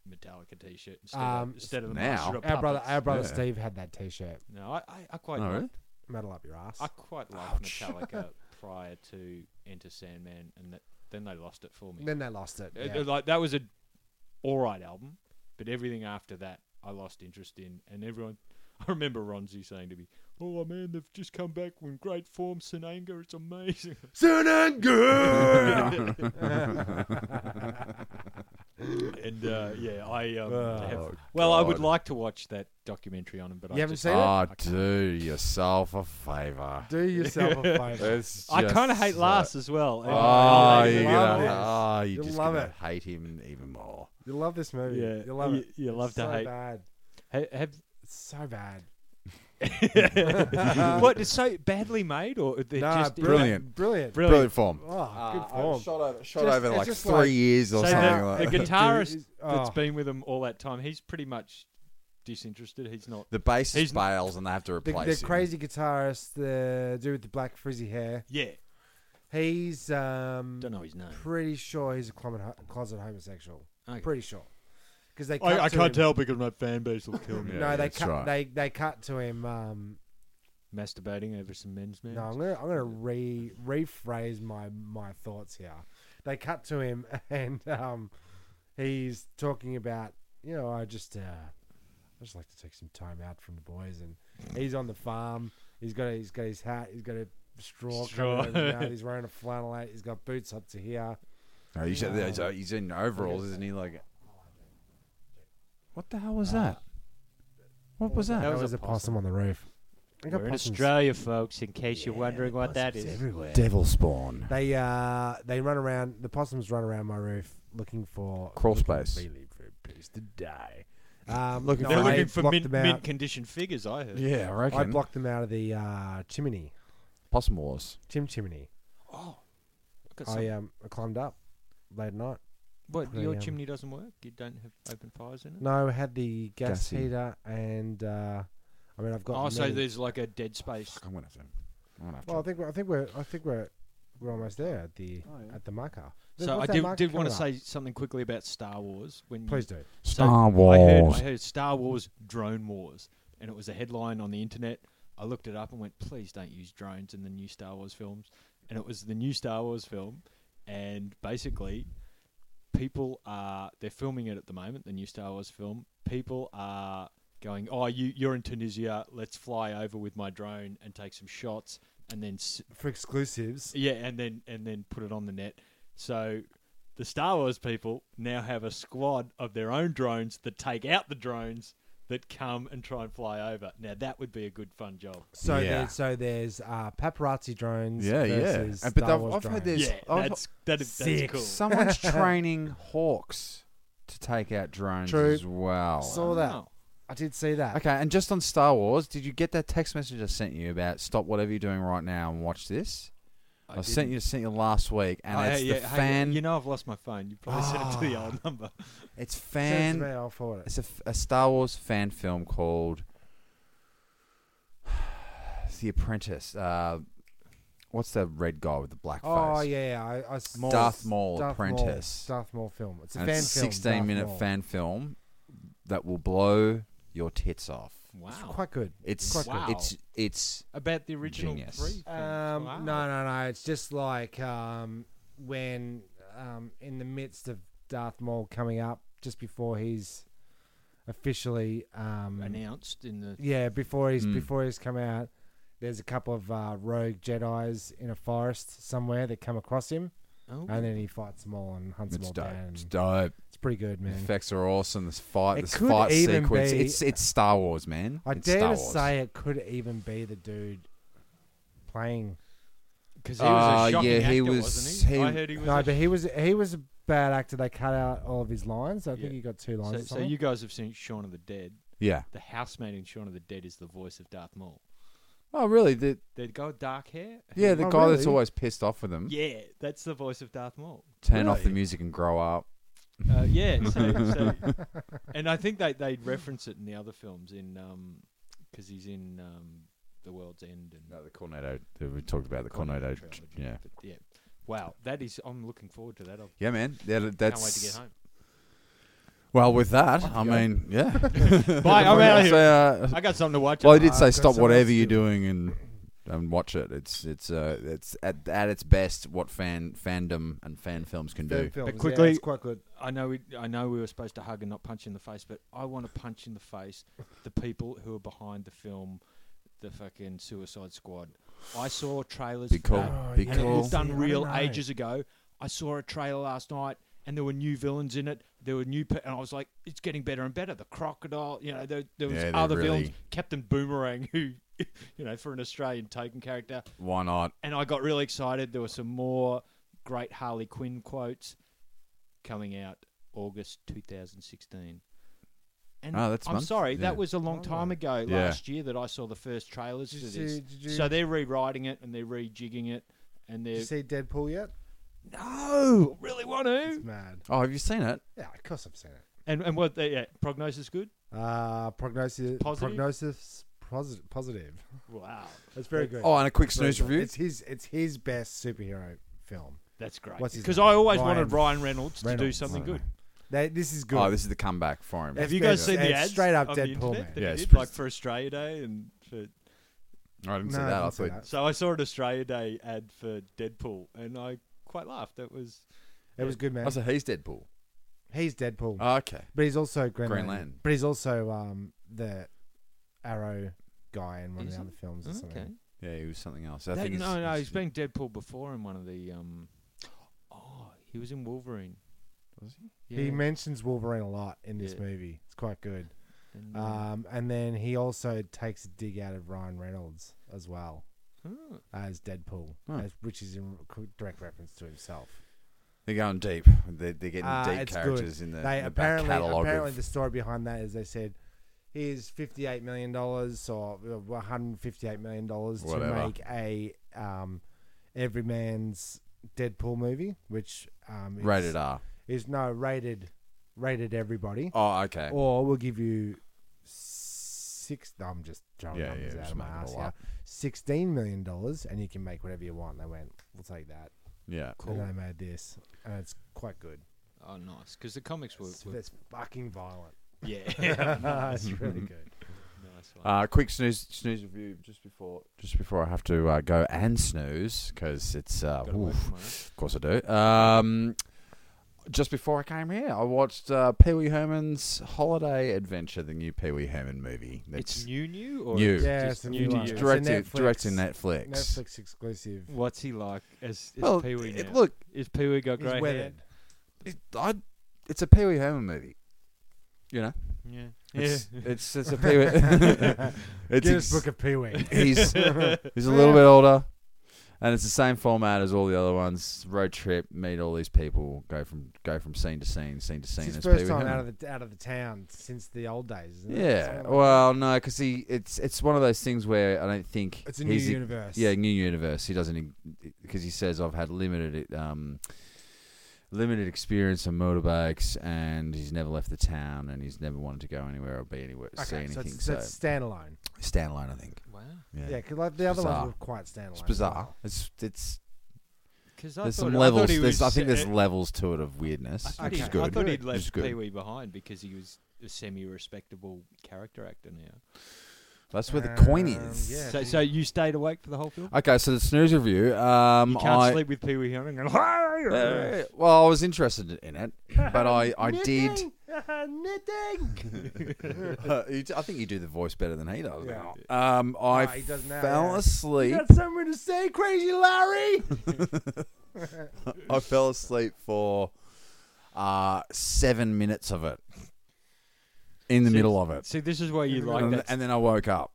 Speaker 4: Metallica t-shirt instead,
Speaker 3: Um,
Speaker 4: of, instead of the
Speaker 5: now-
Speaker 4: Master of
Speaker 3: Our brother,
Speaker 4: Puppets."
Speaker 3: our brother
Speaker 5: Yeah.
Speaker 3: Steve had that T-shirt.
Speaker 4: No, I, I, I quite
Speaker 5: Oh, really?
Speaker 4: liked,
Speaker 3: Metal up your ass.
Speaker 4: I quite liked Metallica prior to Enter Sandman, and that, then they lost it for me.
Speaker 3: then they lost it.
Speaker 4: Uh,
Speaker 3: yeah.
Speaker 4: Like that was a all right album, but everything after that I lost interest in, and everyone. I remember Ronzi saying to me, "Oh man, they've just come back in great form, Sinanger. It's amazing."
Speaker 3: Sin and good.
Speaker 4: and uh, yeah, I um,
Speaker 3: Oh,
Speaker 4: have, well, I would
Speaker 5: God.
Speaker 4: like to watch that documentary on him, but
Speaker 3: You
Speaker 4: I
Speaker 3: haven't
Speaker 4: just,
Speaker 3: seen it?
Speaker 5: Oh, do yourself a favor.
Speaker 3: Do yourself a favor.
Speaker 5: It's
Speaker 4: I
Speaker 5: just uh,
Speaker 4: kind of hate
Speaker 5: so-
Speaker 4: Lars as well. and
Speaker 5: Oh,
Speaker 4: I-
Speaker 5: you're
Speaker 3: love
Speaker 5: gonna,
Speaker 3: this.
Speaker 5: oh, you're
Speaker 3: You'll
Speaker 5: just
Speaker 3: love
Speaker 5: gonna
Speaker 3: it.
Speaker 5: hate him even more.
Speaker 3: You love this movie.
Speaker 4: Yeah,
Speaker 3: you love
Speaker 4: you-
Speaker 3: it.
Speaker 4: you love
Speaker 3: it's
Speaker 4: to
Speaker 3: so
Speaker 4: hate.
Speaker 3: Bad.
Speaker 4: ha- have,
Speaker 3: It's so bad.
Speaker 4: what? It's so badly made, or they're
Speaker 3: Uh, Nah,
Speaker 4: just
Speaker 5: Brilliant.
Speaker 3: Brilliant.
Speaker 4: brilliant. Uh,
Speaker 5: Brilliant form.
Speaker 3: Oh, good form.
Speaker 5: Uh, Shot over, shot
Speaker 3: Just-
Speaker 5: over
Speaker 3: it's
Speaker 5: like
Speaker 3: just
Speaker 5: three
Speaker 3: like-
Speaker 5: years or
Speaker 4: So
Speaker 5: something
Speaker 4: the,
Speaker 5: like
Speaker 4: the
Speaker 5: that.
Speaker 4: guitarist
Speaker 3: Dude,
Speaker 4: that's
Speaker 3: oh.
Speaker 4: been with him all that time, he's pretty much disinterested. He's not.
Speaker 5: The bassist
Speaker 4: He's-
Speaker 5: fails and they have to
Speaker 3: The,
Speaker 5: replace
Speaker 3: the
Speaker 5: him.
Speaker 3: crazy guitarist, the dude with the black frizzy hair.
Speaker 4: Yeah,
Speaker 3: He's um,
Speaker 4: don't know his name.
Speaker 3: pretty sure he's a closet, closet homosexual.
Speaker 4: Okay.
Speaker 3: Pretty sure. Because they cut to him-
Speaker 4: because my fan base will kill
Speaker 5: me. Yeah,
Speaker 3: no, they
Speaker 5: that's
Speaker 3: cut.
Speaker 5: right.
Speaker 3: They they cut to him. Um,
Speaker 4: Masturbating over some men's men.
Speaker 3: no, I'm gonna I'm gonna re rephrase my my thoughts here. They cut to him and um, he's talking about you know I just uh, I just like to take some time out from the boys and he's on the farm. He's got he's got his hat. He's got a straw.
Speaker 4: Straw.
Speaker 3: straw. he's wearing a flannel. hat, He's got boots up to here.
Speaker 5: No, he's, he's, uh, he's in overalls, isn't he? Like, what the hell was that? What was that?
Speaker 3: That
Speaker 4: was
Speaker 3: was
Speaker 4: a
Speaker 3: a possum on the roof. I got
Speaker 4: We're in
Speaker 3: possums.
Speaker 4: Australia, folks. In case you're wondering what that is.
Speaker 5: Devil spawn.
Speaker 3: They uh they run around the possums run around my roof looking for
Speaker 5: Crawl
Speaker 3: looking
Speaker 5: space.
Speaker 3: really for a place to die. Um,
Speaker 5: Looking
Speaker 3: no,
Speaker 4: They're
Speaker 5: for-
Speaker 3: I
Speaker 4: looking for
Speaker 3: blocked
Speaker 4: mint,
Speaker 3: them out.
Speaker 4: mint condition figures. I heard.
Speaker 5: Yeah, I reckon.
Speaker 3: I blocked them out of the uh, chimney,
Speaker 5: Possum Wars.
Speaker 4: Oh,
Speaker 3: Tim chimney.
Speaker 4: work or something?
Speaker 3: I um I climbed up late at night.
Speaker 4: What,
Speaker 3: I,
Speaker 4: your
Speaker 3: um,
Speaker 4: chimney doesn't work? You don't have open fires in it?
Speaker 3: No, I had the gas
Speaker 5: Gassy.
Speaker 3: heater and uh, I mean I've got.
Speaker 4: oh, so
Speaker 3: many-
Speaker 4: there's like a dead space.
Speaker 5: I'm gonna have to. I'm gonna have to.
Speaker 3: Well, I think we're, I think we're I think we're we're almost there at the
Speaker 5: Oh, yeah.
Speaker 3: at the marker.
Speaker 4: So
Speaker 3: What's that
Speaker 4: I did,
Speaker 3: marker
Speaker 4: did want to
Speaker 3: coming up?
Speaker 4: say something quickly about Star Wars. When you-
Speaker 3: Please do.
Speaker 4: so
Speaker 5: Star
Speaker 4: I heard,
Speaker 5: Wars.
Speaker 4: I heard Star Wars drone wars, and it was a headline on the internet. I looked it up and went, please don't use drones in the new Star Wars films. And it was the new Star Wars film, and basically, people are they're filming it at the moment, the new Star Wars film. People are going, oh, you you're in Tunisia, let's fly over with my drone and take some shots, and then s-
Speaker 3: For exclusives,
Speaker 4: yeah, and then and then put it on the net. So the Star Wars people now have a squad of their own drones that take out the drones that come and try and fly over. Now that would be a good fun job.
Speaker 3: so
Speaker 5: Yeah.
Speaker 3: there, so there's uh, paparazzi drones.
Speaker 5: Yeah, yeah.
Speaker 3: versus
Speaker 5: And- but
Speaker 3: Star
Speaker 5: I've-
Speaker 3: Wars
Speaker 5: I've heard
Speaker 3: drones.
Speaker 5: there's-
Speaker 4: yeah,
Speaker 5: I was-
Speaker 4: that's that, that's
Speaker 5: Sick.
Speaker 4: cool.
Speaker 5: Someone's training hawks to take out drones
Speaker 3: True.
Speaker 5: as well.
Speaker 3: saw that.
Speaker 4: Wow.
Speaker 3: I did see that.
Speaker 5: okay, and just on Star Wars, did you get that text message I sent you about stop whatever you're doing right now and watch this? I, sent you sent you last week, and
Speaker 4: Oh,
Speaker 5: it's
Speaker 4: hey,
Speaker 5: the
Speaker 4: yeah, hey,
Speaker 5: fan.
Speaker 4: you know, I've lost my phone. You probably sent it to the old number.
Speaker 5: it's
Speaker 3: Send it to me,
Speaker 5: fan.
Speaker 3: I'll forward it.
Speaker 5: It's a, f- a Star Wars fan film called The Apprentice. Uh, what's the red guy with the black
Speaker 3: Oh
Speaker 5: face?
Speaker 3: yeah, yeah, I, I s-
Speaker 5: Maul. Darth Maul
Speaker 3: Darth
Speaker 5: Apprentice.
Speaker 3: Maul, Darth Maul film. It's a
Speaker 5: And
Speaker 3: fan
Speaker 5: it's a
Speaker 3: film.
Speaker 5: 16
Speaker 3: Darth
Speaker 5: minute
Speaker 3: Maul.
Speaker 5: fan film that will blow your tits off.
Speaker 4: Wow.
Speaker 3: It's quite good.
Speaker 5: It's
Speaker 3: Quite
Speaker 4: Wow.
Speaker 5: it's it's
Speaker 4: About the original
Speaker 5: Genius.
Speaker 4: three. films.
Speaker 3: Um,
Speaker 4: Wow.
Speaker 3: No, no, no. It's just like um, when um, in the midst of Darth Maul coming up, just before he's officially um,
Speaker 4: announced in the
Speaker 3: yeah, before he's
Speaker 5: Mm.
Speaker 3: before he's come out. There's a couple of uh, rogue Jedi's in a forest somewhere that come across him,
Speaker 4: oh,
Speaker 3: and then he fights them all and hunts them
Speaker 5: it's
Speaker 3: all
Speaker 5: dope.
Speaker 3: down.
Speaker 5: It's
Speaker 3: and
Speaker 5: dope.
Speaker 3: It's pretty good,
Speaker 5: The
Speaker 3: man.
Speaker 5: effects are awesome. This
Speaker 3: It
Speaker 5: fight, this
Speaker 3: could
Speaker 5: fight
Speaker 3: even
Speaker 5: sequence.
Speaker 3: be-
Speaker 5: It's it's Star Wars, man.
Speaker 3: I
Speaker 5: it's
Speaker 3: dare
Speaker 5: Star
Speaker 3: to
Speaker 5: Wars.
Speaker 3: say it could even be the dude playing.
Speaker 4: because he was
Speaker 5: Uh,
Speaker 4: a shocking
Speaker 5: yeah, he
Speaker 4: actor,
Speaker 5: was-
Speaker 4: wasn't he?
Speaker 5: he-
Speaker 4: I heard he was.
Speaker 3: No,
Speaker 4: a
Speaker 3: but he was he was a bad actor. They cut out all of his lines. I
Speaker 4: Yeah.
Speaker 3: think he got two lines.
Speaker 4: So,
Speaker 3: or
Speaker 4: so
Speaker 3: something.
Speaker 4: you guys have seen Shaun of the Dead.
Speaker 5: Yeah.
Speaker 4: The housemate in Shaun of the Dead is the voice of Darth Maul.
Speaker 5: Oh, really? The
Speaker 4: The guy with dark hair.
Speaker 5: yeah, the
Speaker 3: Oh,
Speaker 5: guy that's
Speaker 3: really?
Speaker 5: always pissed off with them.
Speaker 4: Yeah, that's the voice of Darth Maul.
Speaker 5: Turn off the
Speaker 3: Really?
Speaker 5: music and grow up.
Speaker 4: Uh, yeah, so, so, and I think they they reference it in the other films in because he's in um, The World's End and
Speaker 5: No, the Cornado. We talked about the Cornado.
Speaker 4: Cornetto trilogy,
Speaker 5: Yeah.
Speaker 4: but yeah. Wow, that is. I'm looking forward to that. I
Speaker 5: Yeah, man. That, that's
Speaker 4: can't wait to get home.
Speaker 5: well. With that,
Speaker 3: go.
Speaker 5: I mean, yeah.
Speaker 4: Bye, I'm out of
Speaker 5: So,
Speaker 4: here.
Speaker 5: uh,
Speaker 4: I got something to watch.
Speaker 5: Well, I
Speaker 4: I'm
Speaker 5: did
Speaker 3: Uh,
Speaker 5: say
Speaker 3: I've got
Speaker 5: stop
Speaker 3: something
Speaker 5: whatever
Speaker 3: else
Speaker 5: you're
Speaker 3: to do."
Speaker 5: doing and and watch it. It's it's uh it's at at its best what fan fandom and fan films can do.
Speaker 3: Films,
Speaker 4: quickly-
Speaker 3: yeah, it's quite good.
Speaker 4: I know we I know we were supposed to hug and not punch in the face, but I want to punch in the face the people who are behind the film, the fucking Suicide Squad. I saw trailers.
Speaker 5: Big
Speaker 4: for
Speaker 5: call.
Speaker 4: that,
Speaker 3: Oh,
Speaker 5: Big
Speaker 3: yeah.
Speaker 4: and it
Speaker 5: call.
Speaker 4: was
Speaker 3: Cool.
Speaker 4: done
Speaker 3: Yeah, I
Speaker 4: real
Speaker 3: know.
Speaker 4: ages ago. I saw a trailer last night, and there were new villains in it. There were new, pe- and I was like, "It's getting better and better." The crocodile, you know, there, there was
Speaker 5: Yeah, they're
Speaker 4: other villains.
Speaker 5: really-
Speaker 4: Captain Boomerang, who, you know, for an Australian token character,
Speaker 5: Why not?
Speaker 4: and I got really excited. There were some more great Harley Quinn quotes coming out August 2016. And
Speaker 5: Oh, that's
Speaker 4: I'm
Speaker 5: months?
Speaker 4: sorry,
Speaker 5: Yeah.
Speaker 4: that was a long time ago
Speaker 5: Yeah.
Speaker 4: last year that I saw the first trailers
Speaker 3: Oh, Did
Speaker 4: for
Speaker 3: you
Speaker 4: this.
Speaker 3: see- did you-
Speaker 4: so they're rewriting it and they're rejigging it and
Speaker 3: Did
Speaker 4: they're
Speaker 3: you see Deadpool yet?
Speaker 4: no, really want to.
Speaker 3: It's mad.
Speaker 5: Oh, have you seen it?
Speaker 3: Yeah, of course I've seen it.
Speaker 4: And and what they yeah, prognosis good?
Speaker 3: Uh, prognosis,
Speaker 4: Positive?
Speaker 3: prognosis, posi- positive.
Speaker 4: Wow.
Speaker 3: It's very good.
Speaker 5: Oh, and a quick
Speaker 3: It's very
Speaker 5: snooze
Speaker 3: good.
Speaker 5: review.
Speaker 3: It's his. It's his best superhero film.
Speaker 4: That's great.
Speaker 3: What's his
Speaker 4: Because
Speaker 3: name?
Speaker 4: I always
Speaker 3: Ryan-
Speaker 4: wanted Ryan Reynolds, to do
Speaker 3: Reynolds.
Speaker 4: something good.
Speaker 3: They, this is good.
Speaker 5: Oh, this is the comeback for him.
Speaker 3: It's
Speaker 4: Have you guys
Speaker 3: been-
Speaker 4: seen the
Speaker 3: it's
Speaker 4: ads?
Speaker 3: straight up
Speaker 4: on the
Speaker 3: Deadpool,
Speaker 4: internet
Speaker 3: man.
Speaker 4: that
Speaker 5: Yeah,
Speaker 4: he
Speaker 5: it's
Speaker 4: did,
Speaker 5: pretty-
Speaker 4: like for Australia Day and for
Speaker 5: I didn't see
Speaker 3: No, I
Speaker 5: that. I
Speaker 3: didn't see
Speaker 5: thought-
Speaker 3: that.
Speaker 4: So I saw an Australia Day ad for Deadpool, and I quite laughed. That was
Speaker 3: it was good, man.
Speaker 5: Oh, so he's Deadpool.
Speaker 3: he's Deadpool,
Speaker 5: Oh, okay.
Speaker 3: but he's also Green,
Speaker 5: Green
Speaker 3: Lantern.
Speaker 5: Lantern.
Speaker 3: But he's also um, the Arrow guy in one of
Speaker 4: Is
Speaker 3: the
Speaker 4: he?
Speaker 3: other films or something.
Speaker 5: Yeah, he was something else. I
Speaker 4: That-
Speaker 5: think
Speaker 4: no,
Speaker 5: it's,
Speaker 4: no,
Speaker 5: it's-
Speaker 4: he's been Deadpool before in one of the. Um, oh, he was in Wolverine.
Speaker 5: Was he?
Speaker 4: Yeah.
Speaker 3: He mentions Wolverine a lot in this
Speaker 4: Yeah.
Speaker 3: movie. It's quite good.
Speaker 5: Mm.
Speaker 4: and,
Speaker 5: Ah.
Speaker 4: uh,
Speaker 3: Um, and then he also takes a dig out of Ryan Reynolds as well
Speaker 4: oh,
Speaker 3: as Deadpool,
Speaker 5: Huh.
Speaker 3: as, which is in qu- direct reference to himself.
Speaker 5: They're going deep. They're, they're getting
Speaker 3: Uh,
Speaker 5: deep
Speaker 3: it's
Speaker 5: characters
Speaker 3: good.
Speaker 5: in the,
Speaker 3: they
Speaker 5: in the back
Speaker 3: apparently
Speaker 5: catalogue.
Speaker 3: apparently
Speaker 5: of,
Speaker 3: the story behind that is they said here's 58 million dollars or uh, 158 million dollars to
Speaker 5: Whatever.
Speaker 3: make a um every man's Deadpool movie, which um, is,
Speaker 5: Rated R.
Speaker 3: is no rated, rated everybody,
Speaker 5: Oh, okay.
Speaker 3: or we'll give you six. no, I'm just throwing
Speaker 5: Yeah,
Speaker 3: numbers
Speaker 5: yeah,
Speaker 3: out
Speaker 5: just
Speaker 3: of my
Speaker 5: make it
Speaker 3: ass
Speaker 5: all
Speaker 3: here.
Speaker 5: up.
Speaker 3: Sixteen million dollars, and you can make whatever you want. And they went, we'll take that.
Speaker 5: yeah.
Speaker 3: And they made this, and it's quite good.
Speaker 4: Oh, nice. Because the comics were,
Speaker 3: It's,
Speaker 4: were
Speaker 3: it's fucking violent.
Speaker 4: yeah,
Speaker 3: it's really good.
Speaker 4: nice one.
Speaker 5: Uh, quick snooze snooze review just before just before I have to uh, go and snooze because it's uh,
Speaker 4: Gotta work
Speaker 5: oof,
Speaker 4: tomorrow.
Speaker 5: of course I do. Um, just before I came here, I watched uh, Pee Wee Herman's Holiday Adventure, the new Pee Wee Herman movie.
Speaker 4: It's new, new, or
Speaker 5: New.
Speaker 4: it's
Speaker 3: Yeah,
Speaker 4: just
Speaker 3: it's a
Speaker 4: new,
Speaker 3: new
Speaker 4: to
Speaker 3: one. It's
Speaker 4: you?
Speaker 3: a
Speaker 5: directed
Speaker 3: Netflix-
Speaker 5: directing Netflix.
Speaker 3: Netflix exclusive.
Speaker 4: What's he like as, as
Speaker 5: Well,
Speaker 4: Pee Wee
Speaker 5: it-
Speaker 4: now?
Speaker 5: look,
Speaker 4: is Pee Wee got
Speaker 3: He's
Speaker 4: grey hair?
Speaker 3: weathered.
Speaker 5: it, I, it's a Pee Wee Herman movie. You know,
Speaker 4: Yeah, yeah.
Speaker 5: it's it's, it's a Pee Wee. it's
Speaker 3: Guinness
Speaker 5: ex-
Speaker 3: Book of Pee Wee.
Speaker 5: he's he's a little bit older, and it's the same format as all the other ones. Road trip, meet all these people, go from go from scene to scene, scene to scene.
Speaker 3: It's his
Speaker 5: It's
Speaker 3: first
Speaker 5: Pee Wee
Speaker 3: time
Speaker 5: Herman.
Speaker 3: out of the out of the town since the old days. Isn't it?
Speaker 5: yeah,
Speaker 3: Something like
Speaker 5: well, no, because he it's it's one of those things where I don't think
Speaker 3: that. it's a new
Speaker 5: he's-
Speaker 3: universe.
Speaker 5: Yeah, new universe. He doesn't because he says I've had limited um limited experience on motorbikes, and he's never left the town, and he's never wanted to go anywhere or be anywhere, see
Speaker 3: Okay, so
Speaker 5: anything.
Speaker 3: it's,
Speaker 5: So,
Speaker 3: so it's standalone.
Speaker 5: standalone, I think.
Speaker 4: Wow.
Speaker 3: Yeah, because like the other
Speaker 5: Bizarre.
Speaker 3: ones were quite standalone.
Speaker 5: It's
Speaker 3: as
Speaker 5: bizarre.
Speaker 3: well.
Speaker 5: It's it's there's
Speaker 4: Because thought,
Speaker 5: some
Speaker 4: I,
Speaker 5: levels.
Speaker 4: thought he
Speaker 5: there's,
Speaker 4: was,
Speaker 5: I think there's
Speaker 4: uh,
Speaker 5: levels to it of weirdness,
Speaker 4: I,
Speaker 5: which
Speaker 4: okay.
Speaker 5: is
Speaker 4: I
Speaker 5: good.
Speaker 4: thought he'd
Speaker 5: Which is
Speaker 4: left
Speaker 5: good.
Speaker 4: Pee Wee behind because he was a semi-respectable character actor now.
Speaker 5: That's where the coin
Speaker 3: Um,
Speaker 5: is.
Speaker 3: yeah.
Speaker 4: So, so you stayed awake for the whole film?
Speaker 5: Okay, so the snooze review. Um,
Speaker 4: you can't
Speaker 5: I,
Speaker 4: sleep with Pee Wee Herman. going,
Speaker 5: Uh, well, I was interested in it, but I, I did.
Speaker 3: Knitting.
Speaker 5: Uh, you d- I think you do the voice better than he does.
Speaker 3: Yeah.
Speaker 5: Now. Um, I
Speaker 3: he does now,
Speaker 5: fell
Speaker 3: yeah.
Speaker 5: asleep.
Speaker 3: Got something to say, Crazy Larry?
Speaker 5: I fell asleep for uh, seven minutes of it. In the
Speaker 4: See-
Speaker 5: middle of it,
Speaker 4: See, this is why you like
Speaker 5: and,
Speaker 4: that.
Speaker 5: and then I woke up,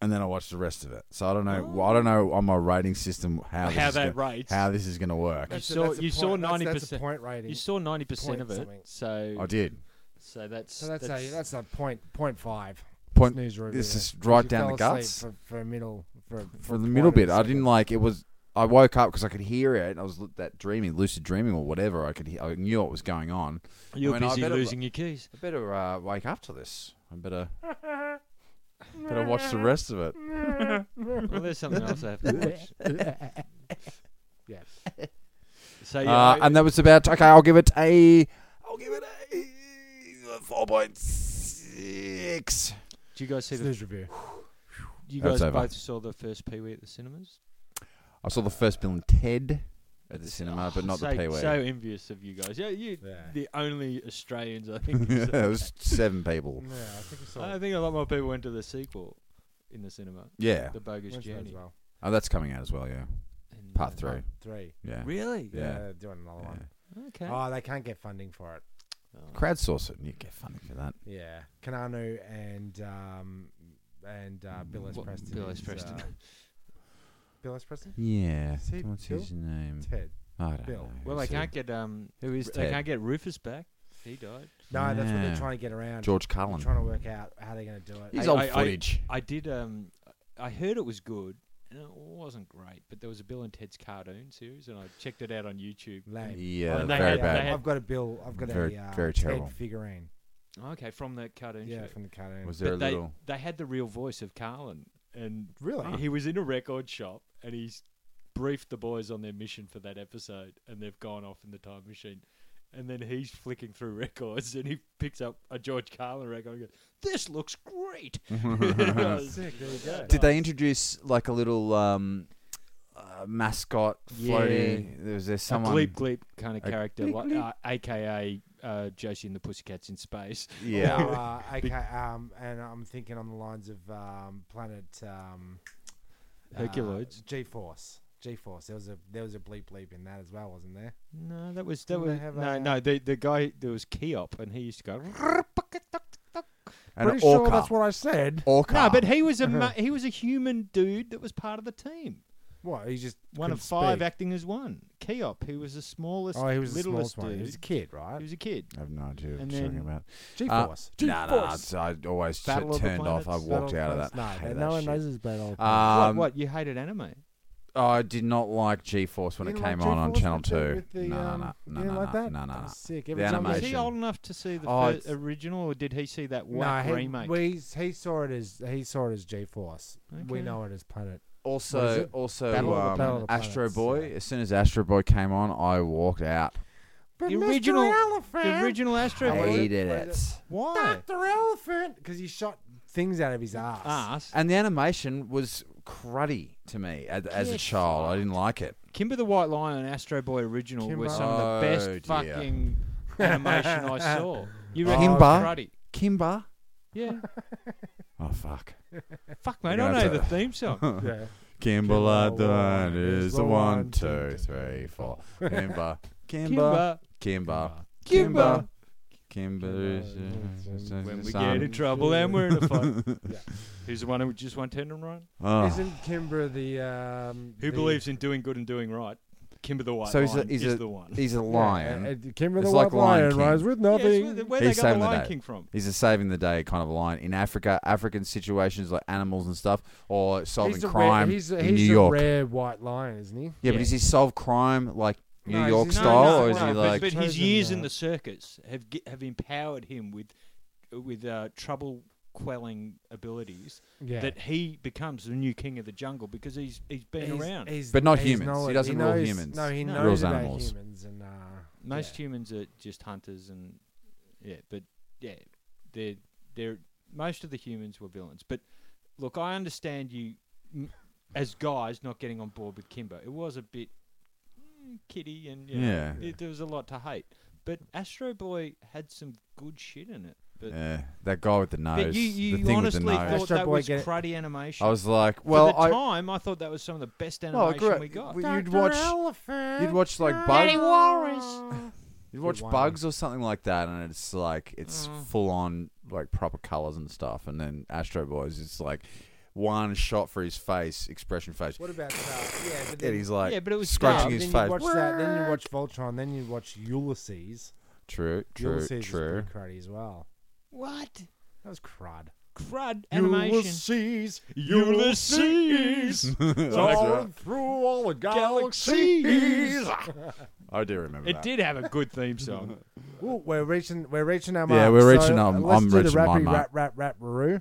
Speaker 5: and then I watched the rest of it. So I don't know.
Speaker 3: Oh.
Speaker 5: I don't know on my rating system how this
Speaker 4: How
Speaker 5: is
Speaker 4: that
Speaker 5: gonna,
Speaker 4: rates.
Speaker 5: how this is going to work.
Speaker 4: You saw- you saw
Speaker 3: point. That's- That's a
Speaker 4: 90%.
Speaker 3: point rating.
Speaker 4: you saw ninety percent
Speaker 3: Point
Speaker 4: of it,
Speaker 3: something.
Speaker 4: so
Speaker 5: I did.
Speaker 4: so that's
Speaker 3: so that's, a that's a point point five.
Speaker 5: Point.
Speaker 3: Snooze review.
Speaker 5: This is
Speaker 3: Because
Speaker 5: right
Speaker 3: you
Speaker 5: down the
Speaker 3: fell asleep
Speaker 5: guts.
Speaker 3: for, for a middle for, for,
Speaker 5: for
Speaker 3: a
Speaker 5: the
Speaker 3: point
Speaker 5: middle
Speaker 3: of a
Speaker 5: bit. I
Speaker 3: second.
Speaker 5: didn't like it was. I woke up because I could hear it. I was l- that dreaming, lucid dreaming, or whatever. I could. Hear, I knew what was going on.
Speaker 4: you're
Speaker 5: I mean, I
Speaker 4: busy
Speaker 5: better-
Speaker 4: losing your keys.
Speaker 5: I better uh, wake up to this. I better. better watch the rest of it.
Speaker 4: Well, there's something else I have to watch.
Speaker 3: Yes.
Speaker 4: So
Speaker 5: Uh,
Speaker 4: yeah,
Speaker 5: and that was about. Okay, I'll give it a. I'll give it a four point six.
Speaker 4: do you guys see the?
Speaker 3: Snooze review.
Speaker 4: You
Speaker 5: That's
Speaker 4: guys
Speaker 5: over.
Speaker 4: both saw the first Pee Wee at the cinemas.
Speaker 5: I saw the first film Ted at the cinema, but not
Speaker 4: so,
Speaker 5: the Pee Wee.
Speaker 4: So envious of you guys. Yeah, you
Speaker 3: Yeah.
Speaker 4: the only Australians I think. who saw
Speaker 5: it was seven people.
Speaker 3: Yeah, I think we saw.
Speaker 4: I
Speaker 3: it.
Speaker 4: think a lot more people went to the sequel in the cinema,
Speaker 5: Yeah,
Speaker 4: The Bogus
Speaker 3: Went to that as
Speaker 4: Journey.
Speaker 3: well.
Speaker 5: oh, that's coming out as well. Yeah,
Speaker 4: And,
Speaker 5: part
Speaker 4: uh,
Speaker 5: three.
Speaker 3: Three.
Speaker 5: Yeah,
Speaker 4: Really?
Speaker 5: Uh-huh. Yeah.
Speaker 3: they're doing another
Speaker 5: yeah.
Speaker 3: one.
Speaker 4: Okay.
Speaker 3: Oh, they can't get funding for it.
Speaker 4: Oh.
Speaker 5: Crowdsource it, and you get funding for that.
Speaker 3: Yeah, Kananu and um and
Speaker 5: Mm.
Speaker 3: uh, Bill S.
Speaker 4: What-
Speaker 3: Preston.
Speaker 4: Bill S.
Speaker 3: is,
Speaker 4: Preston.
Speaker 3: uh, Bill S. Preston.
Speaker 5: Yeah.
Speaker 3: Is he
Speaker 5: What's
Speaker 3: Bill?
Speaker 5: his name?
Speaker 3: Ted.
Speaker 5: I Mm. don't
Speaker 3: Bill.
Speaker 5: know.
Speaker 4: well, they
Speaker 5: Is
Speaker 4: can't get um.
Speaker 5: Who is
Speaker 4: They
Speaker 5: Ted?
Speaker 4: can't get Rufus back. He died.
Speaker 3: No, that's what
Speaker 5: Yeah.
Speaker 3: they're trying to get around.
Speaker 5: it? George
Speaker 3: They're
Speaker 5: Cullen.
Speaker 3: trying to work out how they're going to do it.
Speaker 5: He's
Speaker 4: I-
Speaker 5: old
Speaker 4: I- I-
Speaker 5: footage.
Speaker 4: I did. Um, I heard it was good, and it wasn't great. But there was a Bill and Ted's cartoon series, and I checked it out on YouTube.
Speaker 3: Lame.
Speaker 5: yeah,
Speaker 4: And they
Speaker 5: very
Speaker 4: had-
Speaker 5: bad.
Speaker 4: they had-
Speaker 3: I've got a Bill. I've got
Speaker 5: Very-
Speaker 3: a uh,
Speaker 5: very
Speaker 3: Ted
Speaker 5: terrible.
Speaker 3: figurine.
Speaker 4: Okay, from the cartoon
Speaker 3: Yeah,
Speaker 4: show.
Speaker 3: from the cartoon.
Speaker 5: was
Speaker 4: But
Speaker 5: there a
Speaker 4: they
Speaker 5: little?
Speaker 4: they had the real voice of Carlin, and
Speaker 3: Really?
Speaker 4: he was in a record shop, and he's briefed the boys on their mission for that episode, and they've gone off in the time machine. And then he's flicking through records, and he picks up a George Carlin record and goes, "This looks great."
Speaker 3: Sick. There you go.
Speaker 5: Did they introduce like a little um, uh, mascot floaty? There Was there someone?
Speaker 4: a Gleep Gleep kind of
Speaker 5: A-
Speaker 4: character, like, uh, aka uh, Josie and the Pussycats in space.
Speaker 5: Yeah.
Speaker 3: Or, uh, okay. Um, and I'm thinking on the lines of um, planet um,
Speaker 4: Herculoids.
Speaker 3: G Force. G Force. There was a there was a bleep bleep in that as well, wasn't there?
Speaker 4: Uh, No, that was that
Speaker 3: Didn't they
Speaker 4: was
Speaker 3: have
Speaker 4: no
Speaker 3: a-
Speaker 4: no the the guy there was Keop, and he used to go.
Speaker 5: and an orca.
Speaker 3: Pretty sure that's what I said.
Speaker 5: orca.
Speaker 4: No, but he was
Speaker 3: Uh-huh.
Speaker 4: a ma- he was a human dude that was part of the team.
Speaker 3: What? He just
Speaker 4: One of
Speaker 3: couldn't
Speaker 4: five
Speaker 3: speak.
Speaker 4: acting as one. Keop, who was the smallest,
Speaker 3: Oh, he was the
Speaker 4: littlest
Speaker 3: smallest one.
Speaker 4: dude.
Speaker 3: He was a kid,
Speaker 4: He
Speaker 3: right?
Speaker 4: was a kid.
Speaker 5: I have no idea what you're
Speaker 4: And
Speaker 5: talking
Speaker 4: then-
Speaker 5: about.
Speaker 3: G
Speaker 5: Uh,
Speaker 3: Force.
Speaker 5: Nah, nah. it's- I always shit
Speaker 4: Battle of the
Speaker 5: turned off. I
Speaker 4: Planets.
Speaker 5: walked out of that.
Speaker 3: No,
Speaker 5: I hate
Speaker 3: no
Speaker 5: that
Speaker 3: one
Speaker 5: shit.
Speaker 3: knows his battle.
Speaker 5: Um,
Speaker 4: what, what? You hated anime?
Speaker 5: I did not like G Force when
Speaker 3: You
Speaker 5: it
Speaker 3: didn't
Speaker 5: came
Speaker 3: like
Speaker 5: on on
Speaker 3: G-Force
Speaker 5: Channel
Speaker 3: with the-
Speaker 5: Two.
Speaker 3: with the,
Speaker 5: no,
Speaker 3: um,
Speaker 5: no,
Speaker 3: you
Speaker 5: no,
Speaker 3: didn't
Speaker 5: no,
Speaker 3: like
Speaker 5: no,
Speaker 3: that?
Speaker 5: no, no, no.
Speaker 3: Sick.
Speaker 5: The
Speaker 3: Every time
Speaker 4: Is
Speaker 3: I-
Speaker 4: he
Speaker 5: animation.
Speaker 4: old enough to see the
Speaker 5: Oh,
Speaker 4: fir-
Speaker 5: it's-
Speaker 4: original, or did he see that
Speaker 3: No,
Speaker 4: whack
Speaker 3: he,
Speaker 4: remake?
Speaker 3: we, he saw it as he saw it as G Force. We
Speaker 4: Okay.
Speaker 3: know it as Planet. What is
Speaker 5: Also,
Speaker 3: it?
Speaker 5: also,
Speaker 3: Battle of the-
Speaker 5: um,
Speaker 3: Battle of the
Speaker 5: Astro
Speaker 3: Planets.
Speaker 5: Boy. As soon as Astro Boy came on, I walked out.
Speaker 3: But
Speaker 4: The original-
Speaker 3: Elephant,
Speaker 4: the original Astro Boy.
Speaker 5: Hated
Speaker 3: What
Speaker 5: it.
Speaker 3: is
Speaker 4: Why?
Speaker 3: Doctor Elephant, because he shot things out of his ass.
Speaker 4: Ass.
Speaker 5: And the animation was cruddy to me as, as a
Speaker 4: Yes.
Speaker 5: child. I didn't like it.
Speaker 4: Kimber the White Lion and Astro Boy original were
Speaker 3: Kimber.
Speaker 4: some of the best
Speaker 5: Oh, dear.
Speaker 4: fucking animation I saw. You reckon
Speaker 5: Kimber?
Speaker 4: karate?
Speaker 5: Kimba.
Speaker 4: Yeah.
Speaker 5: Oh fuck.
Speaker 4: Fuck,
Speaker 5: We're
Speaker 4: mate, I
Speaker 5: gonna
Speaker 4: know
Speaker 5: have
Speaker 4: the
Speaker 5: to-
Speaker 4: theme song.
Speaker 3: Yeah.
Speaker 5: Kimba
Speaker 3: Kimba
Speaker 5: Ladon
Speaker 3: one
Speaker 5: is the one, two, three, four. Kimba. Kimba.
Speaker 4: Kimber.
Speaker 5: Kimba.
Speaker 4: Kimber.
Speaker 5: Kimba.
Speaker 4: When we
Speaker 5: Son.
Speaker 4: get in trouble and we're in a fight. Who's the one who just won ten and run?
Speaker 5: Oh.
Speaker 3: Isn't Kimber the um?
Speaker 4: Who
Speaker 3: the-
Speaker 4: believes in doing good and doing right? Kimber the White
Speaker 5: So he's
Speaker 4: Lion
Speaker 5: a, he's
Speaker 4: is
Speaker 5: a
Speaker 4: the one.
Speaker 5: he's a
Speaker 3: Yeah,
Speaker 5: lion.
Speaker 3: uh, uh, Kimber the
Speaker 5: It's
Speaker 3: White
Speaker 5: like Lion
Speaker 3: Lion
Speaker 5: King.
Speaker 3: rides with
Speaker 4: Yeah, it's
Speaker 3: nothing.
Speaker 4: where- where
Speaker 5: He's
Speaker 4: they got
Speaker 5: saving
Speaker 4: the
Speaker 5: the
Speaker 4: Lion
Speaker 5: day.
Speaker 4: King from?
Speaker 5: He's a saving the day kind of lion in Africa, African situations like animals and stuff, or solving
Speaker 3: he's a
Speaker 5: crime
Speaker 3: rare, he's a,
Speaker 5: in
Speaker 3: he's
Speaker 5: New
Speaker 3: a
Speaker 5: York.
Speaker 3: rare white lion, isn't he?
Speaker 5: yeah,
Speaker 4: Yeah.
Speaker 5: but does he solve crime like New
Speaker 3: No, he's
Speaker 5: York
Speaker 3: a-
Speaker 4: No,
Speaker 5: style,
Speaker 4: no,
Speaker 5: or is
Speaker 4: no,
Speaker 5: he
Speaker 4: but-
Speaker 5: like?
Speaker 4: But, his
Speaker 3: Chosen
Speaker 4: years in
Speaker 3: that.
Speaker 4: the circus have ge- have empowered him with with uh, trouble quelling abilities
Speaker 3: Yeah.
Speaker 4: that he becomes the new king of the jungle because he's he's been
Speaker 3: He's-
Speaker 4: around.
Speaker 3: he's-
Speaker 5: But not
Speaker 3: he's
Speaker 5: humans. He
Speaker 3: knowledge-
Speaker 5: doesn't rule
Speaker 3: knows-
Speaker 5: humans.
Speaker 3: No, he
Speaker 4: No.
Speaker 3: knows
Speaker 5: Rules
Speaker 3: about
Speaker 5: animals.
Speaker 3: humans and uh,
Speaker 4: Most
Speaker 3: yeah.
Speaker 4: humans are just hunters and yeah, but yeah, they're they're most of the humans were villains. But look, I understand you m- as guys not getting on board with Kimber. It was a bit mm, kitty and you know,
Speaker 5: Yeah.
Speaker 4: it- there was a lot to hate. But Astro Boy had some good shit in it. But
Speaker 5: Yeah, that guy with the nose,
Speaker 4: But you, you,
Speaker 5: the
Speaker 4: you
Speaker 5: thing with the
Speaker 4: honestly
Speaker 5: nose.
Speaker 4: thought
Speaker 3: Astro
Speaker 4: that
Speaker 3: Boy
Speaker 4: was
Speaker 3: get it.
Speaker 4: cruddy animation.
Speaker 5: I was like, well,
Speaker 4: At the
Speaker 5: I
Speaker 4: time, I thought that was some of the best
Speaker 5: no, I
Speaker 4: animation
Speaker 5: grew up-
Speaker 4: we got.
Speaker 5: You'd watch,
Speaker 3: Elephant.
Speaker 5: you'd watch like Bugs,
Speaker 3: Walrus.
Speaker 5: you'd watch
Speaker 3: one.
Speaker 5: Bugs or something like that, and it's like it's
Speaker 4: Mm.
Speaker 5: full on like proper colors and stuff, and then Astro Boys, it's like one shot for his face, expression face,
Speaker 3: What about that? Yeah, but
Speaker 5: and
Speaker 3: then,
Speaker 5: he's like,
Speaker 4: yeah, but it was
Speaker 5: scratching
Speaker 4: dubbed.
Speaker 3: then
Speaker 5: his face.
Speaker 3: you watch that. Then you watch Voltron. Then you watch Ulysses.
Speaker 5: True, true,
Speaker 3: Ulysses
Speaker 5: true.
Speaker 3: is pretty cruddy as well.
Speaker 4: What?
Speaker 3: That was crud.
Speaker 4: Crud animation.
Speaker 3: Ulysses,
Speaker 4: Ulysses.
Speaker 5: That's right.
Speaker 3: through all the
Speaker 4: galaxies.
Speaker 5: I do remember
Speaker 4: It
Speaker 5: that.
Speaker 4: did have a good theme song.
Speaker 3: Ooh, we're reaching. We're reaching our mark.
Speaker 5: Yeah, we're reaching
Speaker 3: So,
Speaker 5: our-
Speaker 3: uh, Let's
Speaker 5: I'm
Speaker 3: do
Speaker 5: reaching
Speaker 3: the
Speaker 5: my
Speaker 3: rappy
Speaker 5: mark.
Speaker 3: rap rap rap roo.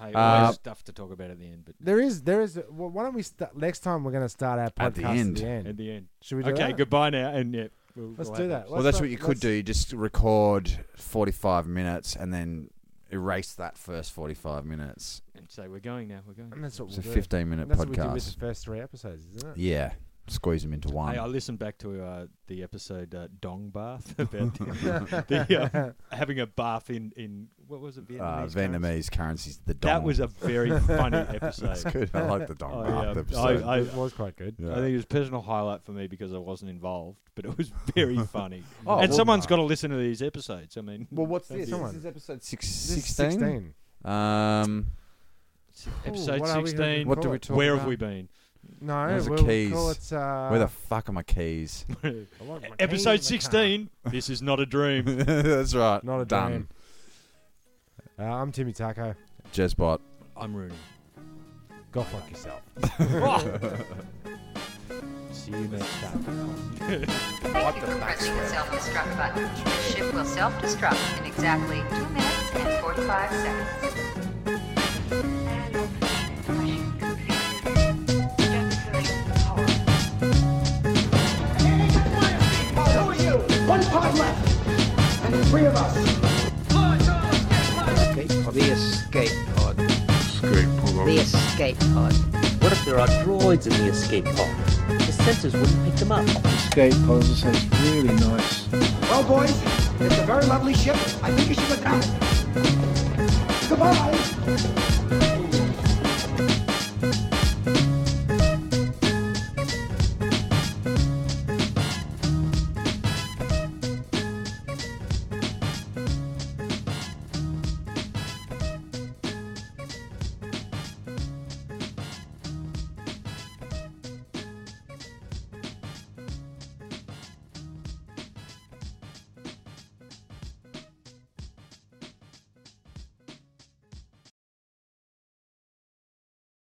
Speaker 4: hey,
Speaker 5: Uh,
Speaker 4: always stuff to talk about at the end, but
Speaker 3: There is, there is. Well, why don't we start next time? We're going to start our podcast
Speaker 5: At the end.
Speaker 4: at the end.
Speaker 3: Should we do
Speaker 4: Okay,
Speaker 3: that?
Speaker 4: goodbye now, and yeah, we'll,
Speaker 3: Let's
Speaker 4: we'll
Speaker 3: do
Speaker 4: have
Speaker 3: that.
Speaker 5: Well, that's what you could do. You just record 45 minutes and then erase that first 45 minutes.
Speaker 4: And say we're going now. We're going.
Speaker 3: And that's what
Speaker 5: It's a
Speaker 3: we'll do.
Speaker 5: 15 minute
Speaker 3: That's what we did with
Speaker 5: podcast.
Speaker 3: the first three episodes, isn't it?
Speaker 5: Yeah. Squeeze them into one.
Speaker 4: Hey, I listened back to uh, the episode uh, Dong Bath about the, the, uh, having a bath in, in what was it Vietnamese?
Speaker 5: uh,
Speaker 4: currency?
Speaker 5: Vietnamese currencies. The dong.
Speaker 4: That was a very funny episode.
Speaker 5: That's good. I like the dong
Speaker 4: I,
Speaker 5: bath
Speaker 4: um,
Speaker 5: episode.
Speaker 4: I-
Speaker 3: it was quite good.
Speaker 5: Yeah.
Speaker 4: I think it was a personal highlight for me because I wasn't involved, but it was very funny.
Speaker 5: Oh,
Speaker 4: and
Speaker 5: well-
Speaker 4: someone's got to listen to these episodes. I mean,
Speaker 5: well, what's this?
Speaker 3: Someone.
Speaker 5: This is episode six,
Speaker 3: This is
Speaker 5: 16?
Speaker 3: 16.
Speaker 5: Um,
Speaker 4: episode
Speaker 3: what are we gonna
Speaker 4: 16.
Speaker 3: do?
Speaker 5: what do
Speaker 3: Call
Speaker 5: we
Speaker 3: it.
Speaker 5: talk
Speaker 4: Where
Speaker 5: about?
Speaker 4: have we been?
Speaker 3: No,
Speaker 5: Where's the
Speaker 3: we'll
Speaker 5: keys?
Speaker 3: call it. Uh,
Speaker 5: Where the fuck are my keys?
Speaker 3: I want my keys in
Speaker 4: episode
Speaker 3: the
Speaker 4: 16. This is not a dream.
Speaker 5: That's right.
Speaker 3: car. Not a
Speaker 5: Done.
Speaker 3: damn. Uh, I'm Timmy Taco.
Speaker 5: Jezbot.
Speaker 4: I'm Rooney.
Speaker 3: Go fuck yourself.
Speaker 4: See you next time.
Speaker 6: Thank you for pressing the self-destruct button. The ship will self-destruct in exactly 2 minutes and 45 seconds.
Speaker 7: Who are you? One pod left. And there's three of us.
Speaker 2: Escape pod. The escape pod.
Speaker 1: Skateboard.
Speaker 2: The escape pod.
Speaker 8: What if there are droids in the escape pod? The sensors wouldn't pick them up.
Speaker 9: escape pods sounds really nice.
Speaker 7: Well, boys, it's a very lovely ship. I think you should go down. Goodbye.